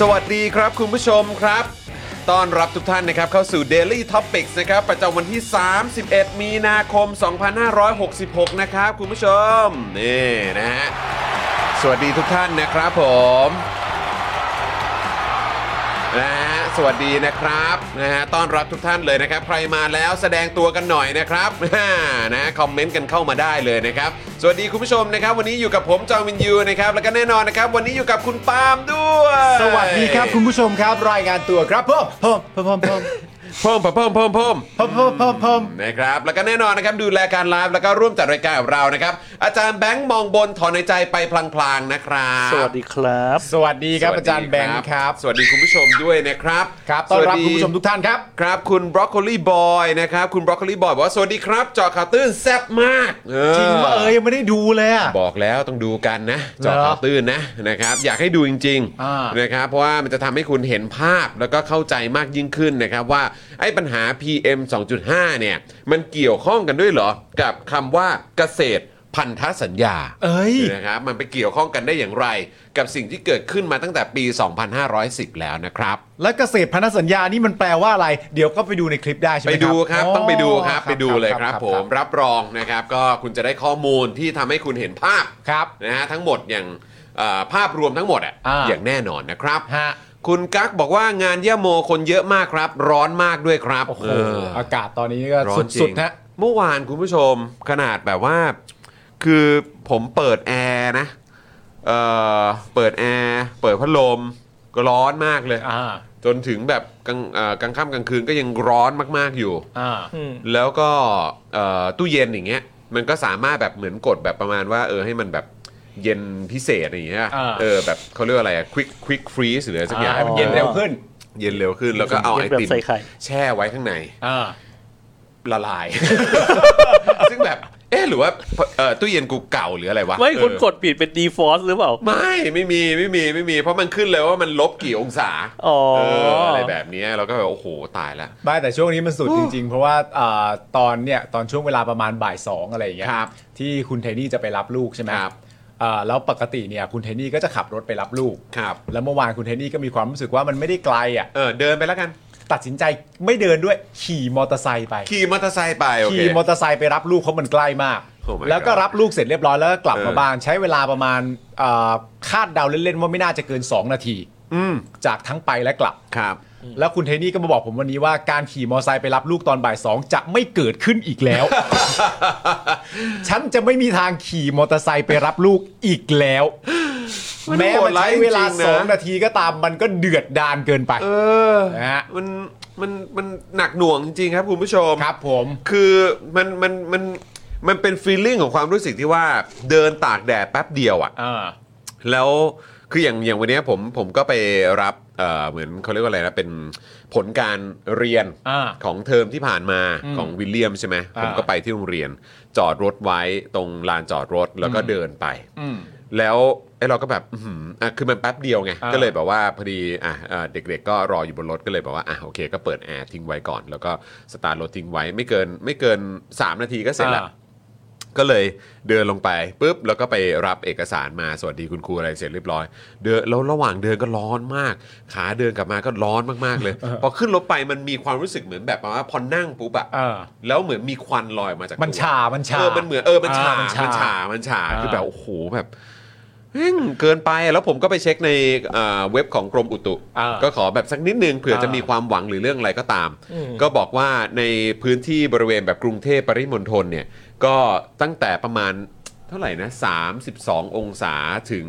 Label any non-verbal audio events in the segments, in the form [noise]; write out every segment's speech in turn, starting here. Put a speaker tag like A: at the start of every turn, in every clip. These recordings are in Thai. A: สวัสดีครับคุณผู้ชมครับ ต้อนรับทุกท่านนะครับเข้าสู่ Daily Topics นะครับ ประจำวันที่ 31 มีนาคม 2566 นะครับ คุณผู้ชม นี่นะฮะ สวัสดีทุกท่านนะครับผมนะฮะสวัสดีนะครับนะฮะต้อนรับทุกท่านเลยนะครับ ใครมาแล้วแสดงตัวกันหน่อยนะครับ [laughs] อ่านะฮะคอมเมนต์กันเข้ามาได้เลยนะครับ สวัสดีคุณผู้ชมนะครับ วันนี้อยู่กับผมจอห์นวินยูนะครับแล้วก็แน่นอนนะครับ วันนี้อยู่กับคุณปาล์มด้วย
B: สวัสดีครับคุณผู้ชมครับ รายงานตัวครับผมผมผมผม
A: เพิ่มปะเพิ่มเพิ่มเพิ่ม
B: ผมผมผมผม
A: นะครับแล้วก็แน่นอนนะครับดูแลการไลฟ์แล้วก็ร่วมจัดรายการกับเรานะครับ อาจารย์แบงค์มองบนถอนในใจไปพลางๆนะครับ
C: สวัสดีครับ
B: สวัสดีครับอาจาร
A: ส
B: ย์
A: วัสดี
B: แบงค์ครับ
A: สวัสดีคุณผู้ชมด้วยนะครับ
B: ครับ ต้อนรับ
A: สวัสดี
B: คุณผู้ชมทุกท่านครับ
A: ครับคุณบรอกโคลีบอยนะครับคุณบรอกโคลีบอยบอกว่าสวัสดีครับเจอข่าวตื้นแซ่บมากเออ
B: จริงว่าเออยังไม่ได้ดูเลยอะ
A: บอกแล้วต้องดูกันนะเจอ
B: เหรอ
A: ข่าวตื้นนะนะครับอยากให้ดูจริง
B: อ่าน
A: นะครับเพราะว่ามันจะทำให้คุณเห็นภาพแล้วก็เข้าใจมากยิ่งขึ้นนะครับว่าไอ้ปัญหา PM 2.5 เนี่ย มันเกี่ยวข้องกันด้วยเหรอ กับคำว่าเกษตรพันธสัญญา
B: เอ้ย
A: นะครับมันไปเกี่ยวข้องกันได้อย่างไร กับสิ่งที่เกิดขึ้นมาตั้งแต่ปี 2510 แล้วนะครับ
B: และเกษตรพันธสัญญานี่มันแปลว่าอะไร เดี๋ยวก็ไปดูในคลิปได้ใช่ไหม
A: ไป
B: ครับ
A: ดูครับ
B: อ๋อ
A: ต้องไปดูครับไปดูเลยครับผม
B: ครับ
A: รับรองนะครับ ก็คุณจะได้ข้อมูลที่ทำให้คุณเห็นภาพ
B: ครับ
A: นะฮะทั้งหมดอย่างเอ่อภาพรวมทั้งหมดอะ
B: อ่า
A: อย่างแน่นอนนะครับ
B: ฮะ
A: คุณกั๊กบอกว่างานย่าโมคนเยอะมากครับ ร้อนมากด้วยครับ
B: โอ้โห
A: เออ
B: อากาศตอนนี้ก็
A: ร้อนจริง
B: สุดๆนะ
A: เมื่อวานคุณผู้ชมขนาดแบบว่า คือผมเปิดแอร์นะเออเปิดแอร์เปิดพัดลมก็ร้อนมากเลย
B: อ่า
A: จนถึงแบบกลางเอ่อกลางค่ำกลางคืนก็ยังร้อนมากๆอยู่
B: อ่า
A: แล้วก็เอ่อตู้เย็นอย่างเงี้ยมันก็สามารถแบบเหมือนกดแบบประมาณว่า เออให้มันแบบเย็นพิเศษอย่างเงี้ย
B: อ่า
A: เออแบบเขาเรียกว่าอะไรอะควิกควิกฟรีซหรืออะไรสักอย่างให้มัน
B: เย็
A: เย็
B: น
A: น
B: เร็
A: เร็ว
B: วขึ้น
A: เย็นเร็วขึ้น แล้วก็เอา
C: เย็
A: ไอน
C: แบบ
A: ติม
C: ใส่ไข่
A: แช่ไว้ข้างใน
B: อ่า
A: ละลาย [laughs] ซึ่งแบบเออหรือว่าเอ่อตู้เย็นกูเก่าหรืออะไรวะ
C: ไม่คุณ
A: เออก
C: ดผิดเป็น default หรือเปล่า
A: ไม่ไม่มีไม่มีไม่มี เพราะมันขึ้นเลยว่ามันลบกี่องศา
C: อ๋อ
A: เอออะไรแบบเนี้ยเราก็แบบโอ้โหตายแล้ว
B: ไม่แต่ช่วงนี้มันสุดจริงๆ เพราะว่าอ่าตอนเนี่ยตอนช่วงเวลาประมาณบ่ายสองอะไรอย่างเงี้ย
A: ครับ
B: ที่คุณไทนี่จะไปรับลูกใช่ไหม
A: ครับ
B: อ่าแล้วปกติเนี่ยคุณไทนี่ก็จะขับรถไปรับลูก
A: ครับ
B: แล้วเมื่อวานคุณไทนี่ก็มีความรู้สึกว่ามันไม่ได้ไกลอ่ะ
A: เออเดินไปแล้วกัน
B: ตัดสินใจไม่เดินด้วยขี่มอเตอร์ไซค์ไป
A: ขี่มอเตอร์ไซค์ไปโอเค
B: ขี่มอเตอร์ไซค์ไปรับลูกเพราะมันใกล้มาก
A: โอ้ my god
B: แล้วก็รับลูกเสร็จเรียบร้อยแล้วก็กลับ
A: เอ
B: มา
A: อ
B: บ้านใช้เวลาประมาณอ่าคาดเดาเล่นๆว่าไม่น่าจะเกิน 2 นาที
A: อืม
B: จากทั้งไปและกลับ
A: ครับ
B: แล้วคุณเทนี่ก็มาบอกผมวันนี้ว่าการขี่มอไซค์ไปรับลูกตอนบ่ายสองจะไม่เกิดขึ้นอีก
A: [laughs]
B: แล้ว ฉันจะไม่มีทางขี่มอเตอร์ไซค์ไปรับลูกอีกแล้ว
A: มัน
B: แม้
A: โห
B: มั
A: ด
B: น
A: ร้าย
B: ใช้เวลา
A: จริงๆนะ
B: สองนาทีก็ตามมันก็เดือดดานเกินไป
A: เออ
B: นะฮะ
A: มันมันมันหนักหน่วงจริงๆครับคุณผู้ชม
B: ครับผม
A: คือมันมันมันมันเป็นฟีลลิ่งของความรู้สึกที่ว่าเดินตากแดดแป๊บเดียวอะ
B: อ่า
A: แล้วคืออย่างอย่างวันเนี้ยผมผมก็ไปรับเอ่อเหมือนเขาเรียกว่าอะไรนะเป็นผลการเรียน
B: อ่า
A: ของเทอมที่ผ่านมา
B: อืม
A: ของวิลเลียมใช่ไหม
B: อ่า
A: ผมก็ไปที่โรงเรียน จอดรถไว้ตรงลานจอดรถแล้วก็เดินไป
B: อืม
A: แล้ว ไอ้เราก็แบบอื้อหืออ่ะคือมันแป๊บเดียวไง
B: อ่า
A: ก็เลยแบบว่าพอดีอ่ะเอ่อเด็กๆ ก็รออยู่บนรถก็เลยแบบว่าอ่ะโอเค ก็เปิดแอร์ทิ้งไว้ก่อน แล้วก็สตาร์ทรถทิ้งไว้ไม่เกินไม่เกิน 3 นาทีก็เสร็จละ ก็เลยเดินลงไปปุ๊บแล้วก็ไปรับเอกสารมาสวัสดีคุณครูอะไรเสร็จเรียบร้อย เดินแล้วระหว่างเดินก็ร้อนมาก ขาเดินกลับมาก็ร้อนม [laughs] ากๆเลย พอขึ้นรถไปมันมีความรู้สึกเหมือนแบบว่าพอนั่งปุ๊บอะ
B: เออ
A: แล้วเหมือนมีควันลอยออกมาจากตัว
B: มันชา มันชา
A: เออมันเหมือนเออมันชา
B: า
A: มัน
B: นชา
A: ชามันชา
B: อ่า
A: คือแบบโอ้โหแบบเฮ้ยเกินไปแล้วผมก็ไปเช็คในเอ่อเว็บของกรมอุตุ
B: อ่า
A: ก็ขอแบบสักนิดนึงเผื่อจะมีความหวังหรือเรื่องอะไรก็ตาม ก็บอกว่าในพื้นที่บริเวณแบบกรุงเทพปริมณฑลเนี่ย ก็ตั้งแต่ประมาณเท่าไหร่นะ 32 องศาถึง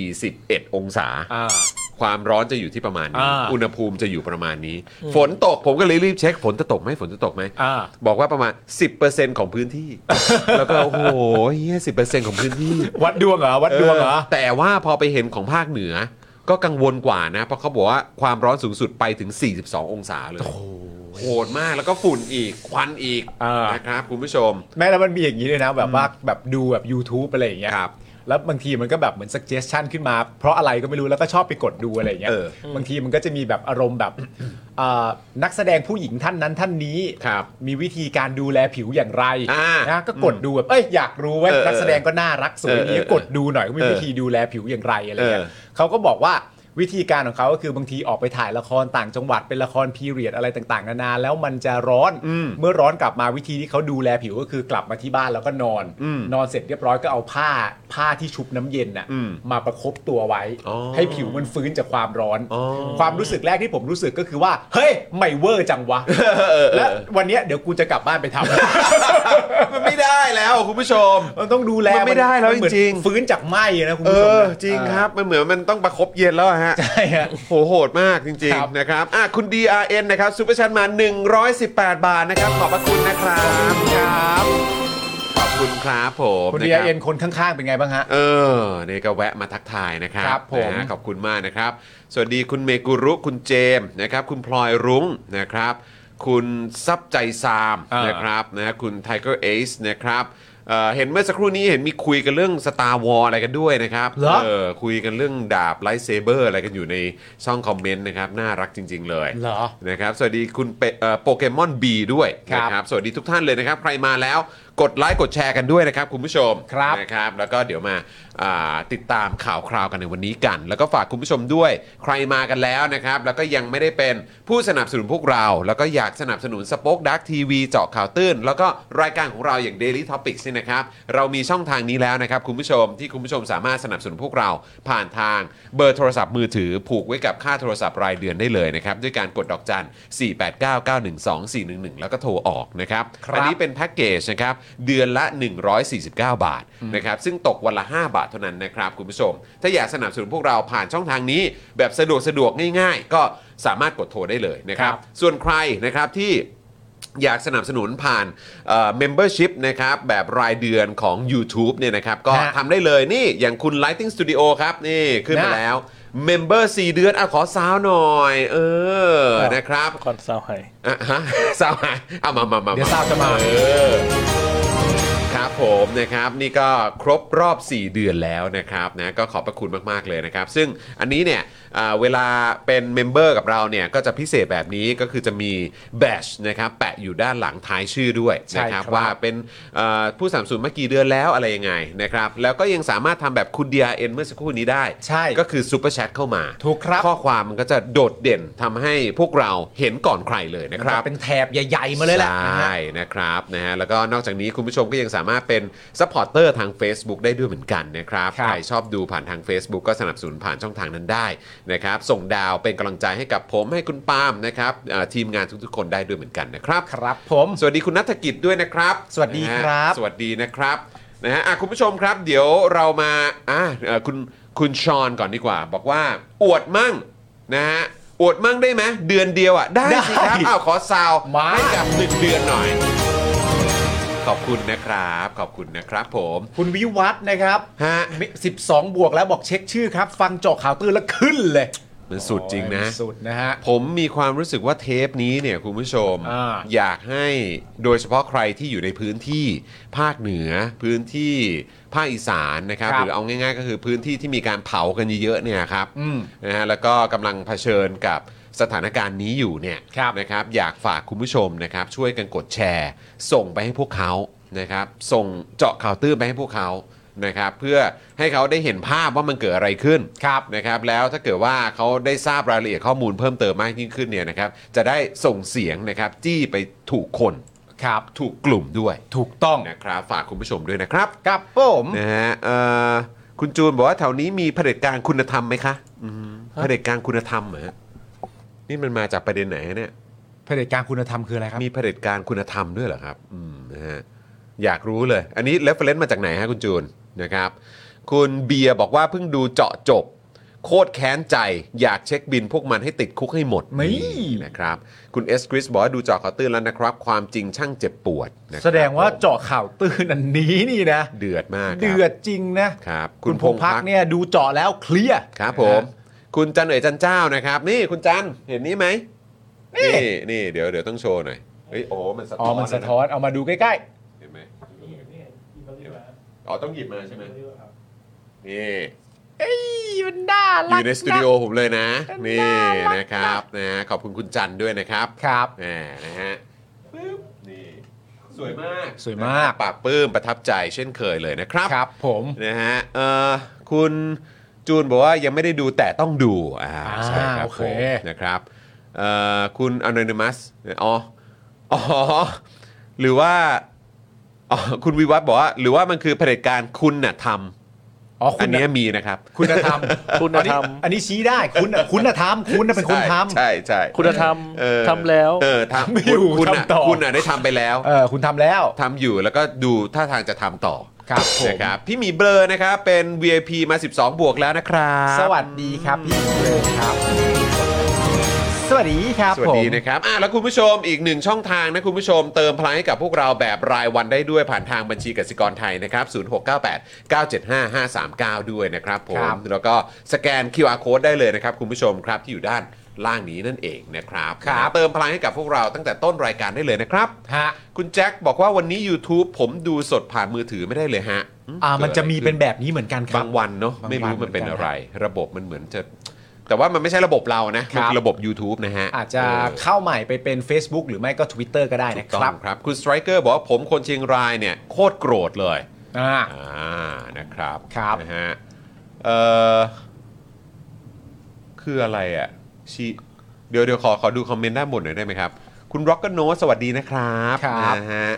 A: 41 องศา
B: อ่า
A: ความร้อนจะอยู่ที่ประมาณนี้
B: อ่า
A: อุณหภูมิจะอยู่ประมาณนี้ ฝนตกผมก็เลยรีบเช็คฝนจะตกไหมฝนจะตกไหม
B: อ่า
A: บอกว่าประมาณ 10%ของพื้น [laughs] ที่ แล้วก็โอ้โหเฮียสิของพื้นที่
B: วัดดวงเหรอ วัดดวงเหรอ
A: เออแต่ว่าพอไปเห็นของภาคเหนือ ก็กังวลกว่านะ เพราะเขาบอกว่าความร้อนสูงสุดไปถึง 42 องศาเลย โหดมากแล้วก็ฝุ่นอีก ควันอีก
B: อ่าน
A: นะครับ คุณผู้ชม
B: แม้แล้วมันมีอย่างนี้ด้วยนะ แบบว่าแบบดูแบบ YouTube อะไรอย่างเงี้ย
A: ครับ
B: แล้วบางทีมันก็แบบเหมือน suggestion ขึ้นมา เพราะอะไรก็ไม่รู้แล้วก็ชอบไปกดดูอะไรอย่างเงี้ย
A: เออบ
B: างทีมันก็จะมีแบบอารมณ์แบบ [coughs] เอ่อนักแสดงผู้หญิงท่านนั้นท่านนี้
A: ครับ
B: มีวิธีการดูแลผิวอย่างไร
A: อ่า
B: นะก็กดดูแบบเอ้ยอยากรู้เว่า
A: เออ
B: นักแสดงก็น่ารักสว
A: เอ
B: ย
A: อ
B: อย่างนี้
A: เออก
B: ดดูหน่อยว่ามี
A: เออ
B: วิธีดูแลผิวอย่างไรอะไรเงี้ย
A: เออ
B: เขาก็บอกว่าวิธีการของเขาก็คือบางทีออกไปถ่ายละครต่างจังหวัดเป็นละครพีเรียดอะไรต่างๆนานาแล้วมันจะร้อน
A: อืม
B: เมื่อร้อนกลับมาวิธีที่เขาดูแลผิวก็คือกลับมาที่บ้านแล้วก็นอน
A: อืม
B: นอนเสร็จเรียบร้อยก็เอาผ้าผ้าที่ชุบน้ำเย็นน่ะ
A: อืม
B: มาประคบตัวไว้
A: อ๋อ
B: ให้ผิวมันฟื้นจากความร้อน
A: อ๋อ
B: ความรู้สึกแรกที่ผมรู้สึกก็คือว่า เฮ้ย ไม่เวอร์จังวะ และวันเนี้ยเดี๋ยวกูจะกลับบ้านไปทำ
A: มันไม่ได้แล้วคุณผู้ชม
B: มันต้องดูแล
A: มันไม่ได้แล้ว
B: นเหมือน
A: จริง
B: ฟื้นจากไหมนะคุณ
A: เอ
B: ผู้ชม
A: อ
B: นะ
A: จริงครับ มันเหมือนมันต้องประคบเย็นแล้วอะฮะ
B: ใช่ฮะ
A: โหโหดมากจริง
B: ครับ
A: ๆนะครับอ่ะคุณ DRN นะครับซูเปอร์ชันมา 118 บาทนะครับ ขอบพระคุณนะครับ ครับ ขอบคุณครับผ
B: คุณ
A: มะ
B: เดี
A: รั
B: ย
A: บ
B: เอ็นคนข้างๆเป็นไงบ้างฮะ
A: เออนี่ก็แวะมาทักทายนะครับ
B: ครับผม
A: นะฮะขอบคุณมากนะครับ สวัสดีคุณเมกุรุคุณเจมส์นะครับ คุณพลอยรุ้งนะครับ คุณซับใจซาม
B: เออ
A: นะครับนะคุณไทเกอร์เอซนะครับเอ่อเห็นเมื่อสักครู่นี้เห็นมีคุยกันเรื่อง Star War อะไรกันด้วยนะครับ
B: เหรอ
A: เออคุยกันเรื่องดาบไลท์เซเบอร์อะไรกันอยู่ในช่องคอมเมนต์นะครับ น่ารักจริง ๆ เลย
B: เหรอ
A: นะครับสวัสดีคุณเปเอ่อโปเกมอนบีด้วย
B: ครั
A: นะ
B: บ
A: ครับสวัสดีทุกท่านเลยนะครับ ใครมาแล้วกดไลค์กดแชร์กันด้วยนะครับ คุณผู้ชม
B: ครับ
A: นะครับ แล้วก็เดี๋ยวมาอ่าติดตามข่าวคราวกันในวันนี้กัน แล้วก็ฝากคุณผู้ชมด้วย ใครมากันแล้วนะครับ แล้วก็ยังไม่ได้เป็นผู้สนับสนุนพวกเรา แล้วก็อยากสนับสนุนสป็อคดักทีวีเจาะข่าวตื้น แล้วก็รายการของเราอย่าง Daily Topics นี่นะครับ เรามีช่องทางนี้แล้วนะครับคุณผู้ชมที่คุณผู้ชมสามารถสนับสนุนพวกเราผ่านทางเบอร์โทรศัพท์มือถือ ผูกไว้กับค่าโทรศัพท์รายเดือนได้เลยนะครับ ด้วยการกดดอกจัน 489912411 แล้วก็โทรออกนะครับ
B: ครับ
A: อันี้เป็นแพ็กเกจนะครับเดือนละ 149 บาทนะครับซึ่งตกวันละ 5 บาทเท่านั้นนะครับคุณผู้ชม ถ้าอยากสนับสนุนพวกเราผ่านช่องทางนี้ แบบสะดวกสะดวกง่าย ๆ ก็สามารถกดโทรได้เลยนะครับ
B: ครับ
A: ส่วนใครนะครับที่อยากสนับสนุนผ่านเอ่อ membership นะครับแบบรายเดือนของ YouTube เนี่ยนะครับก็
B: ฮะ
A: ทำได้เลยนี่อย่างคุณ Lighting Studio ครับนี่ขึ้นมา
B: นะ
A: แล้ว Member 4 เดือนอ่ะขอซาวหน่อย เออนะครับ
C: ก่อนสาวไห้
A: อ่ะฮะ [laughs] ซาวหายเอามามามา
B: เดี๋ยวทราบจะมา
A: ครับผมนะครับนี่ก็ครบรอบ 4 เดือนแล้วนะครับนะก็ขอบพระคุณมากๆเลยนะครับ ซึ่งอันนี้เนี่ยอ่าเวลาเป็นเมมเบอร์กับเราเนี่ยก็จะพิเศษแบบนี้ก็คือจะมีแบชนะครับแปะอยู่ด้านหลังท้ายชื่อด้วยนะค
B: ใช่ค
A: รั
B: รั
A: บบ ว่าเป็นเอ่อผู้สามสูนมากี่เดือนแล้วอะไรยังไงนะครับแล้วก็ยังสามารถทำแบบคุณ DRN เมื่อสักครู่นี้ได้
B: ใช่
A: ก็คือซูเปอร์แชทเข้ามา
B: ถูกครับ
A: ข้อความมันก็จะโดดเด่นทำให้พวกเราเห็นก่อนใครเลยนะครับ
B: เป็นแถบใหญ่ๆมาเลยแหละนะฮะ
A: ใช่นะครับนะฮะแล้วก็นอกจากนี้คุณผู้ชมก็ยังสามารถเป็นซัพพอร์เตอร์ทาง Facebook ได้ด้วยเหมือนกันนะครับ
B: ครับ
A: ใครชอบดูผ่านทาง Facebook ก็สนับสนุนผ่านช่องทางนั้นได้นะครับ ส่งดาวเป็นกำลังใจให้กับผมให้คุณปาล์มนะครับอ่าทีมงานทุกๆ คนได้ด้วยเหมือนกันนะครับ
B: ครับผม
A: สวัสดีคุณนัฐกิจด้วยนะครับ
B: สวัสดีครับ
A: นะฮะสวัสดีนะครับนะฮะอ่ะคุณผู้ชมครับ เดี๋ยวเรามาอ่ะเอ่อคุณคุณชอนก่อนดีกว่า บอกว่าอวดมั่งนะฮะอวดมั่งได้ไหมเดือนเดียวอ่ะได้สิครับอ้าวขอซาว
B: มา
A: ให้กับหนึ่งเดือนหน่อย ขอบคุณนะครับ ขอบคุณนะครับผม
B: คุณวิวัฒน์นะครับ
A: ฮะ
B: 12 บวกแล้วบอกเช็คชื่อครับ ฟังเจาะข่าวตื่นแล้วขึ้นเลย
A: มันสุดจริงนะ
B: สุดนะฮะ
A: ผมมีความรู้สึกว่าเทปนี้เนี่ยคุณผู้ชม
B: อ่า
A: อยากให้โดยเฉพาะใครที่อยู่ในพื้นที่ภาคเหนือ พื้นที่ภาคอีสานนะครับ
B: ครั
A: ห
B: บ
A: รือเอาง่ายๆ ก็คือพื้นที่ที่มีการเผากันเยอะๆเนี่ยครับ
B: อืม
A: นะฮะแล้วก็กำลังเผชิญกับสถานการณ์นี้อยู่เนี่ย
B: ครับ
A: นะครับอยากฝากคุณผู้ชมนะครับช่วยกันกดแชร์ ส่งไปให้พวกเขานะครับส่งเจาะข่าวตื้นไปให้พวกเขานะครับเพื่อให้เขาได้เห็นภาพว่ามันเกิดอะไรขึ้น
B: ครับ
A: นะครับแล้วถ้าเกิดว่าเขาได้ทราบรายละเอียดข้อมูลเพิ่มเติมมากยิ่งขึ้นเนี่ยนะครับจะได้ส่งเสียงนะครับจี้ไปถูกคน
B: ครับ
A: ถูกกลุ่มด้วย
B: ถูกต้อง
A: นะครับฝากคุณผู้ชมด้วยนะครับ
B: กับผม
A: นะฮะเอ่อคุณจูนบอกว่าแถวนี้มีเผด็จการคุณธรรมไหมคะอืมเผด็จการคุณธรรมเหรอฮะนี่มันมาจากประเด็นไหนฮะเนี่ย
B: เผด็จการคุณธรรมคืออะไรครับ
A: มีเผด็จการคุณธรรมด้วยเหรอครับอืมนะฮะอยากรู้เลย อันนี้เรฟเฟรนซ์มาจากไหนฮะคุณจูนนะครับ คุณเบียร์บอกว่าเพิ่งดูเจาะจบ โคตรแค้นใจ อยากเช็คบินพวกมันให้ติดคุกให้หมด
B: นี่
A: นะครับ คุณเอสคริสบอกว่าดูเจอข่าวตื้นแล้วนะครับ ความจริงช่างเจ็บปวดนะครับ
B: แสดงว่าเจาะข่าวตื้นอันนี้นี่นะ
A: เดือดมากครับ
B: เดือดจริงนะครับ คุณพงพักเนี่ยดูเจาะแล้วเคลียร์
A: ครับผม คุณจันเอ๋ยจันเจ้านะครับ นี่คุณจันเห็นนี่ไหมนี่นี่เดี๋ยวเดี๋ยวต้องโชว์หน่อยเฮ้ยโอ้มันสะท้อน
B: อ๋อมันสะท้อนเอามาดูใกล้
A: เห็นไหมอ๋อต้องหยิบมาใช่ไหมนี่
B: ๆเอ้ยมันน่า
A: อ
B: รัก
A: ยู่ในสตูดิโอผมเลยนะ นี่นะครับนะขอบคุณคุณจันด้วยนะครับ
B: ครับ
A: แหมนะฮะปึ๊บนี่สวยมาก
B: สวยมาก
A: นะครับปากปลื้มประทับใจเช่นเคยเลยนะครับ
B: ครับผม
A: นะฮะเอ่อคุณจูนบอกว่ายังไม่ได้ดูแต่ต้องดูอ่า
B: อ่า
A: ใช่ครับ
B: โอ
A: ผ
B: เค
A: มนะครับเอ่อคุณอน y น o มัสอ๋ออ๋อหรือว่าอ๋อคุณวิวัฒน์บอกว่า หรือว่ามันคือเผด็จการคุณน่ะท
B: อ๋อ
A: ำ
B: คุ
A: อั
B: ณ
A: น
B: น่ะ
A: เนี้ยมีนะครับ
B: คุณธรรม
C: คุณธรรม
B: อันนี้อันนี้ชี้ได้คุณน่ะคุณน่ะธรรมคุณน่ะเป็นคนท
A: ใช่ใช่
C: คุณธรรม
A: เออ
C: ทำแล้ว
A: เออทำคุณ
B: อยู่
A: คุณน่ะ
B: ทำต่อ
A: คุณน่ะได้ทำไปแล้ว
B: ำเออคุณทำแล้ว
A: ทำอยู่แล้วก็ดูท่าทางจะทำต่อ
B: ครับผม
A: นะครับพี่หมีเบลอนะครับเป็น VIP มา 12 บวกแล้วนะครับ
B: สวัสดีครับพี่เลยครับ สวัสดีครับ
A: สวัส
B: ผม
A: ดีนะครับอ่ะแล้วคุณผู้ชมอีกหนึ่งช่องทางนะคุณผู้ชมเติมพลังให้กับพวกเราแบบรายวันได้ด้วยผ่านทางบัญชีกสิกรไทยนะครับ 0698 975 539 ด้วยนะครับผ
B: ค
A: ม
B: รับ
A: แล้วก็สแกน QR Code ได้เลยนะครับคุณผู้ชมครับที่อยู่ด้านล่างนี้นั่นเองนะครับนะเติมพลังให้กับพวกเราตั้งแต่ต้นรายการได้เลยนะครับ
B: ฮะ
A: คุณแจ็คบอกว่าวันนี้ YouTube ผมดูสดผ่านมือถือไม่ได้เลยฮะอื
B: อ่ามันจะมีเป็น
A: เกิดอะไรขึ้น
B: แบบนี้เหมือนกันครับ
A: า
B: บ
A: งวันเนาะ
B: บางวัน
A: ไม่รู้มันเป็น
B: เหมือนกั
A: อะ
B: น
A: ไร ระบบมันเหมือนจะ แต่ว่ามันไม่ใช่ระบบเรานะ
B: ครั
A: มัน
B: บ
A: คือระบบ YouTube นะฮะ
B: อาจจะ
A: เ
B: เข้าใหม่ไปเป็น Facebook หรือไม่ก็ Twitter ก็ได้
A: ถู
B: นะ
A: ก
B: ค
A: ต้อ
B: รั
A: ง
B: บ
A: ครับ คุณสไตรเกอร์บอกว่าผมคนเชียงรายเนี่ยโคตรโกรธเลย
B: อ่า
A: อ่านะครับ
B: ครับ
A: นะฮะเออคืออะไรอ่ะชีเดี๋ยวเดี๋ยวขอขอดูคอมเมนต์ด้านบนหน่อยได้ไหมครับ คุณร็อกเกอร์โนสวัสดีนะครับ
B: ครับ
A: นะฮะ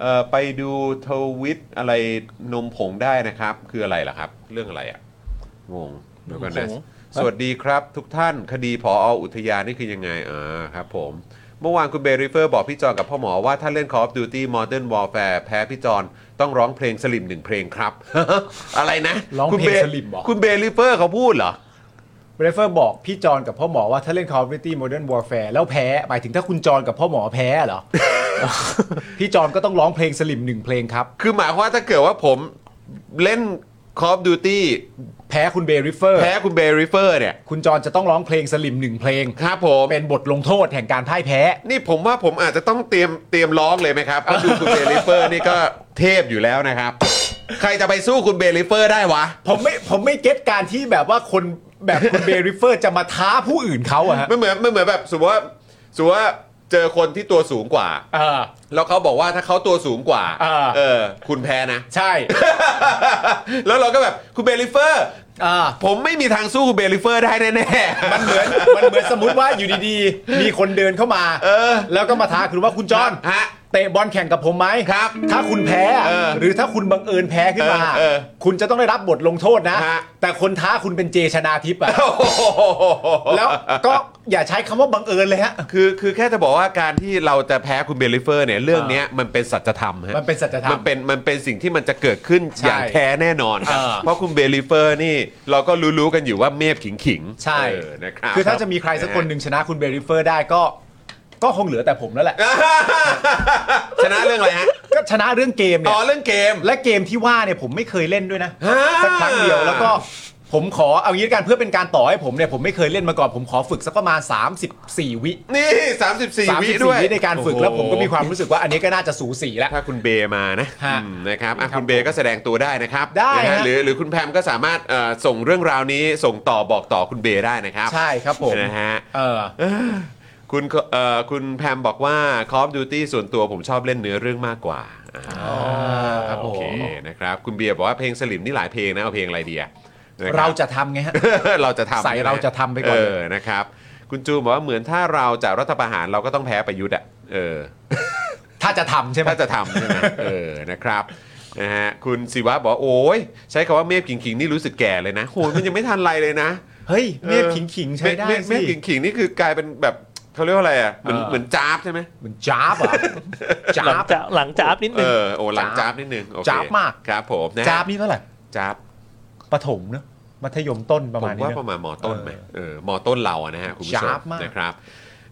A: เอ่อไปดูทวิตอะไรนมผงได้นะครับ คืออะไรล่ะครับ เรื่องอะไรอ่ะ งงเดี๋ยวก่อนนะ
C: งง
A: สวัสดีครับ ทุกท่านคดีผออุทยานนี่คือยังไงอ่าครับผม เมื่อวานคุณเบริเฟอร์บอกพี่จอนกับพ่อหมอว่าถ้าเล่น Call of Duty Modern Warfare แพ้พี่จอนต้องร้องเพลงสลิมหนึ่งเพลงครับ [laughs] อะไรนะ
B: ร้องเพล
A: คุณ
B: ง
A: บ
B: สลิมเหรอ
A: คุณเบริเฟอร์เขาพูดเหรอ
B: เบรเฟอร์บอกพี่จอนกับพ่อหมอว่าถ้าเล่น Call of Duty Modern Warfare แล้วแพ้ หมายถึงถ้าคุณจอนกับพ่อหมอแพ้เหรอ [laughs] พี่จอนก็ต้องร้องเพลงสลิมหนึ่งเพลงครับ
A: คือหมายความว่าถ้าเกิดว่าผมเล่น Call of Duty
B: แพ้คุณเบริเฟอร์
A: แพ้คุณเบริเฟอร์เนี่ย
B: คุณจอนจะต้องร้องเพลงสลิมหนึ่งเพลง
A: ครับผม
B: เป็นบทลงโทษแห่งการพ่ายแพ้
A: นี่ผมว่าผมอาจจะต้องเตรียมเตรียมร้องเลยไหมครับเพราะดูคุณเบลิเฟอร์นี่ก็เทพอยู่แล้วนะครับ ใครจะไปสู้คุณเบลิเฟอร์ได้วะ
B: ผมไม่ผมไม่เก็ตการที่แบบว่าคนแบบคุณเบริเฟอร์จะมาท้าผู้อื่นเขาอะ
A: [laughs]
B: ฮะ
A: ไม่เหมือนไม่เหมือนแบบสมมติว่าสมมติว่าเจอคนที่ตัวสูงกว่า
B: เออ
A: แล้วเขาบอกว่าถ้าเขาตัวสูงกว่า
B: อ่า
A: เออ คุณแพ้นะ
B: ใช่
A: แล้วเราก็แบบคุณเบลิเฟอร์
B: เอ่า
A: ผมไม่มีทางสู้คุณเบลิเฟอร์ได้แน่ๆ
B: มันเหมือนมันเหมือนสมมติว่าอยู่ดีๆ มีคนเดินเข้ามา
A: อ
B: แล้วก็มาท้าคุณว่าคุณจอน
A: ฮะ
B: เตะบอลแข่งกับผมไหม
A: ครับ
B: ถ้าคุณแพ้
A: เออ
B: หรือถ้าคุณบังเอิญแพ้ขึ้นมา
A: เออเออ
B: คุณจะต้องได้รับบทลงโทษนะ
A: ฮะ
B: แต่คนท้าคุณเป็นเจชนาทิพย์อะแล้วก็อย่าใช้คำว่าบังเอิญเลยฮะ
A: คือคือแค่จะบอกว่าการที่เราจะแพ้คุณเบลิเฟอร์เนี่ยเรื่องเนี้ยมันเป็นสัจธรรมฮะ
B: มันเป็นสัจธรรม
A: มันเป็นมันเป็นสิ่งที่มันจะเกิดขึ้น
B: ใช่
A: อย่างแท้แน่นอนครับ
B: เออ
A: เพราะคุณเบลิเฟอร์นี่เราก็รู้ๆกันอยู่ว่าเมฟขิงขิงๆ
B: ใช่
A: เออนะครับ
B: คือถ้าจะมีใครสักคนหนึ่งชนะคุณเบริเฟอร์ได้ก็ ก็คงเหลือแต่ผมแล้วแหละ
A: ชนะเรื่องอะไรฮะ
B: ก็ชนะเรื่องเกม
A: อ๋
B: เนี่
A: อย เรื่องเกม
B: และเกมที่ว่าเนี่ยผมไม่เคยเล่นด้วยนะ
A: อ่า
B: สักครั้งเดียวแล้วก็ ผมขอเอางี้ละกันเพื่อเป็นการต่อให้ผมเนี่ยผมไม่เคยเล่นมาก่อนผมขอฝึกสักประมาณ 34 วิ
A: นี่ 34 วิด้วย
B: วิในการฝึกแล้วผมก็มีความ
A: โอ้
B: รู้สึกว่าอันนี้ก็น่าจะสูสีแล้ว
A: โหถ้าคุณเบมานะ
B: ฮะ
A: อืมนะครับอ่ะ
B: ครับ
A: คุณเบก็แสดงตัวได้นะครับ
B: ได้
A: นะฮะ
B: ฮะ
A: หรือหรือคุณแพมก็สามารถเอ่อส่งเรื่องราวนี้ส่งต่อบอกต่อคุณเบได้นะครับ
B: ใช่ครับผม
A: นะฮะ
B: เออ
A: คุณเอ่อคุณแพมบอกว่า Call of Duty ส่วนตัวผมชอบเล่นเนื้อเรื่องมากกว่าอ่า
B: ครับผม
A: โอเคนะครับ คุณเบียร์บอกว่าเพลงสลิมนี่หลายเพลงนะ เอาเพลงอะไรดีอะนคบ
B: เราจะทำไงฮะ
A: [laughs] เราจะทำ
B: ใส่เราจะทำไปก่อน
A: เอ
B: เลย
A: อนะครับ คุณจูนบอกว่าเหมือนถ้าเราจะรัฐประหารเราก็ต้องแพ้ประยุทธ์อะเออ
B: ถ้าจะทำใช่ไหม
A: ถ้าจะทำใช่
B: [laughs]
A: ไหมเออ นะครับ นะฮะ คุณศิวะบอกว่าโอ้ยใช้คำว่าเมฟขิงขิงๆนี่รู้สึกแก่เลยนะโหยมันยังไม่ทันไรเลยนะ
B: เฮ้ยเมฆ
A: เออ
B: ขิงขิงๆใช้ได้
A: เมฆเม
B: สิ
A: ฟขิงขิงๆนี่คือกลายเป็นแบบเขาเรียกว่าอะไรอะเหมือน
B: เออ
A: เหมือนจ้าบใช่ไหม
B: เหมือนจ้าบอ่ะจ้า
C: หลัง
B: บ
C: จากหลังจากนิด
A: เอ
C: นึง
A: อโอ้หลัง
B: จ๊าบ
A: จ้าบนิดนึงโอเค
B: จ๊าบมาก
A: ครับผมนะฮะ
B: จ้าบนี่เท่าไหร่
A: จ้าบ
B: ประถมเนอะมัธยมต้นป
A: ผม
B: ระาม ณนี้
A: ว่า
B: เน
A: ป
B: อะ
A: ระมาณมอต้นไหม
B: เออ
A: เออมอต้นเราอะนะฮะคุณผู้ช
B: จ๊าม บมาก
A: นะครับ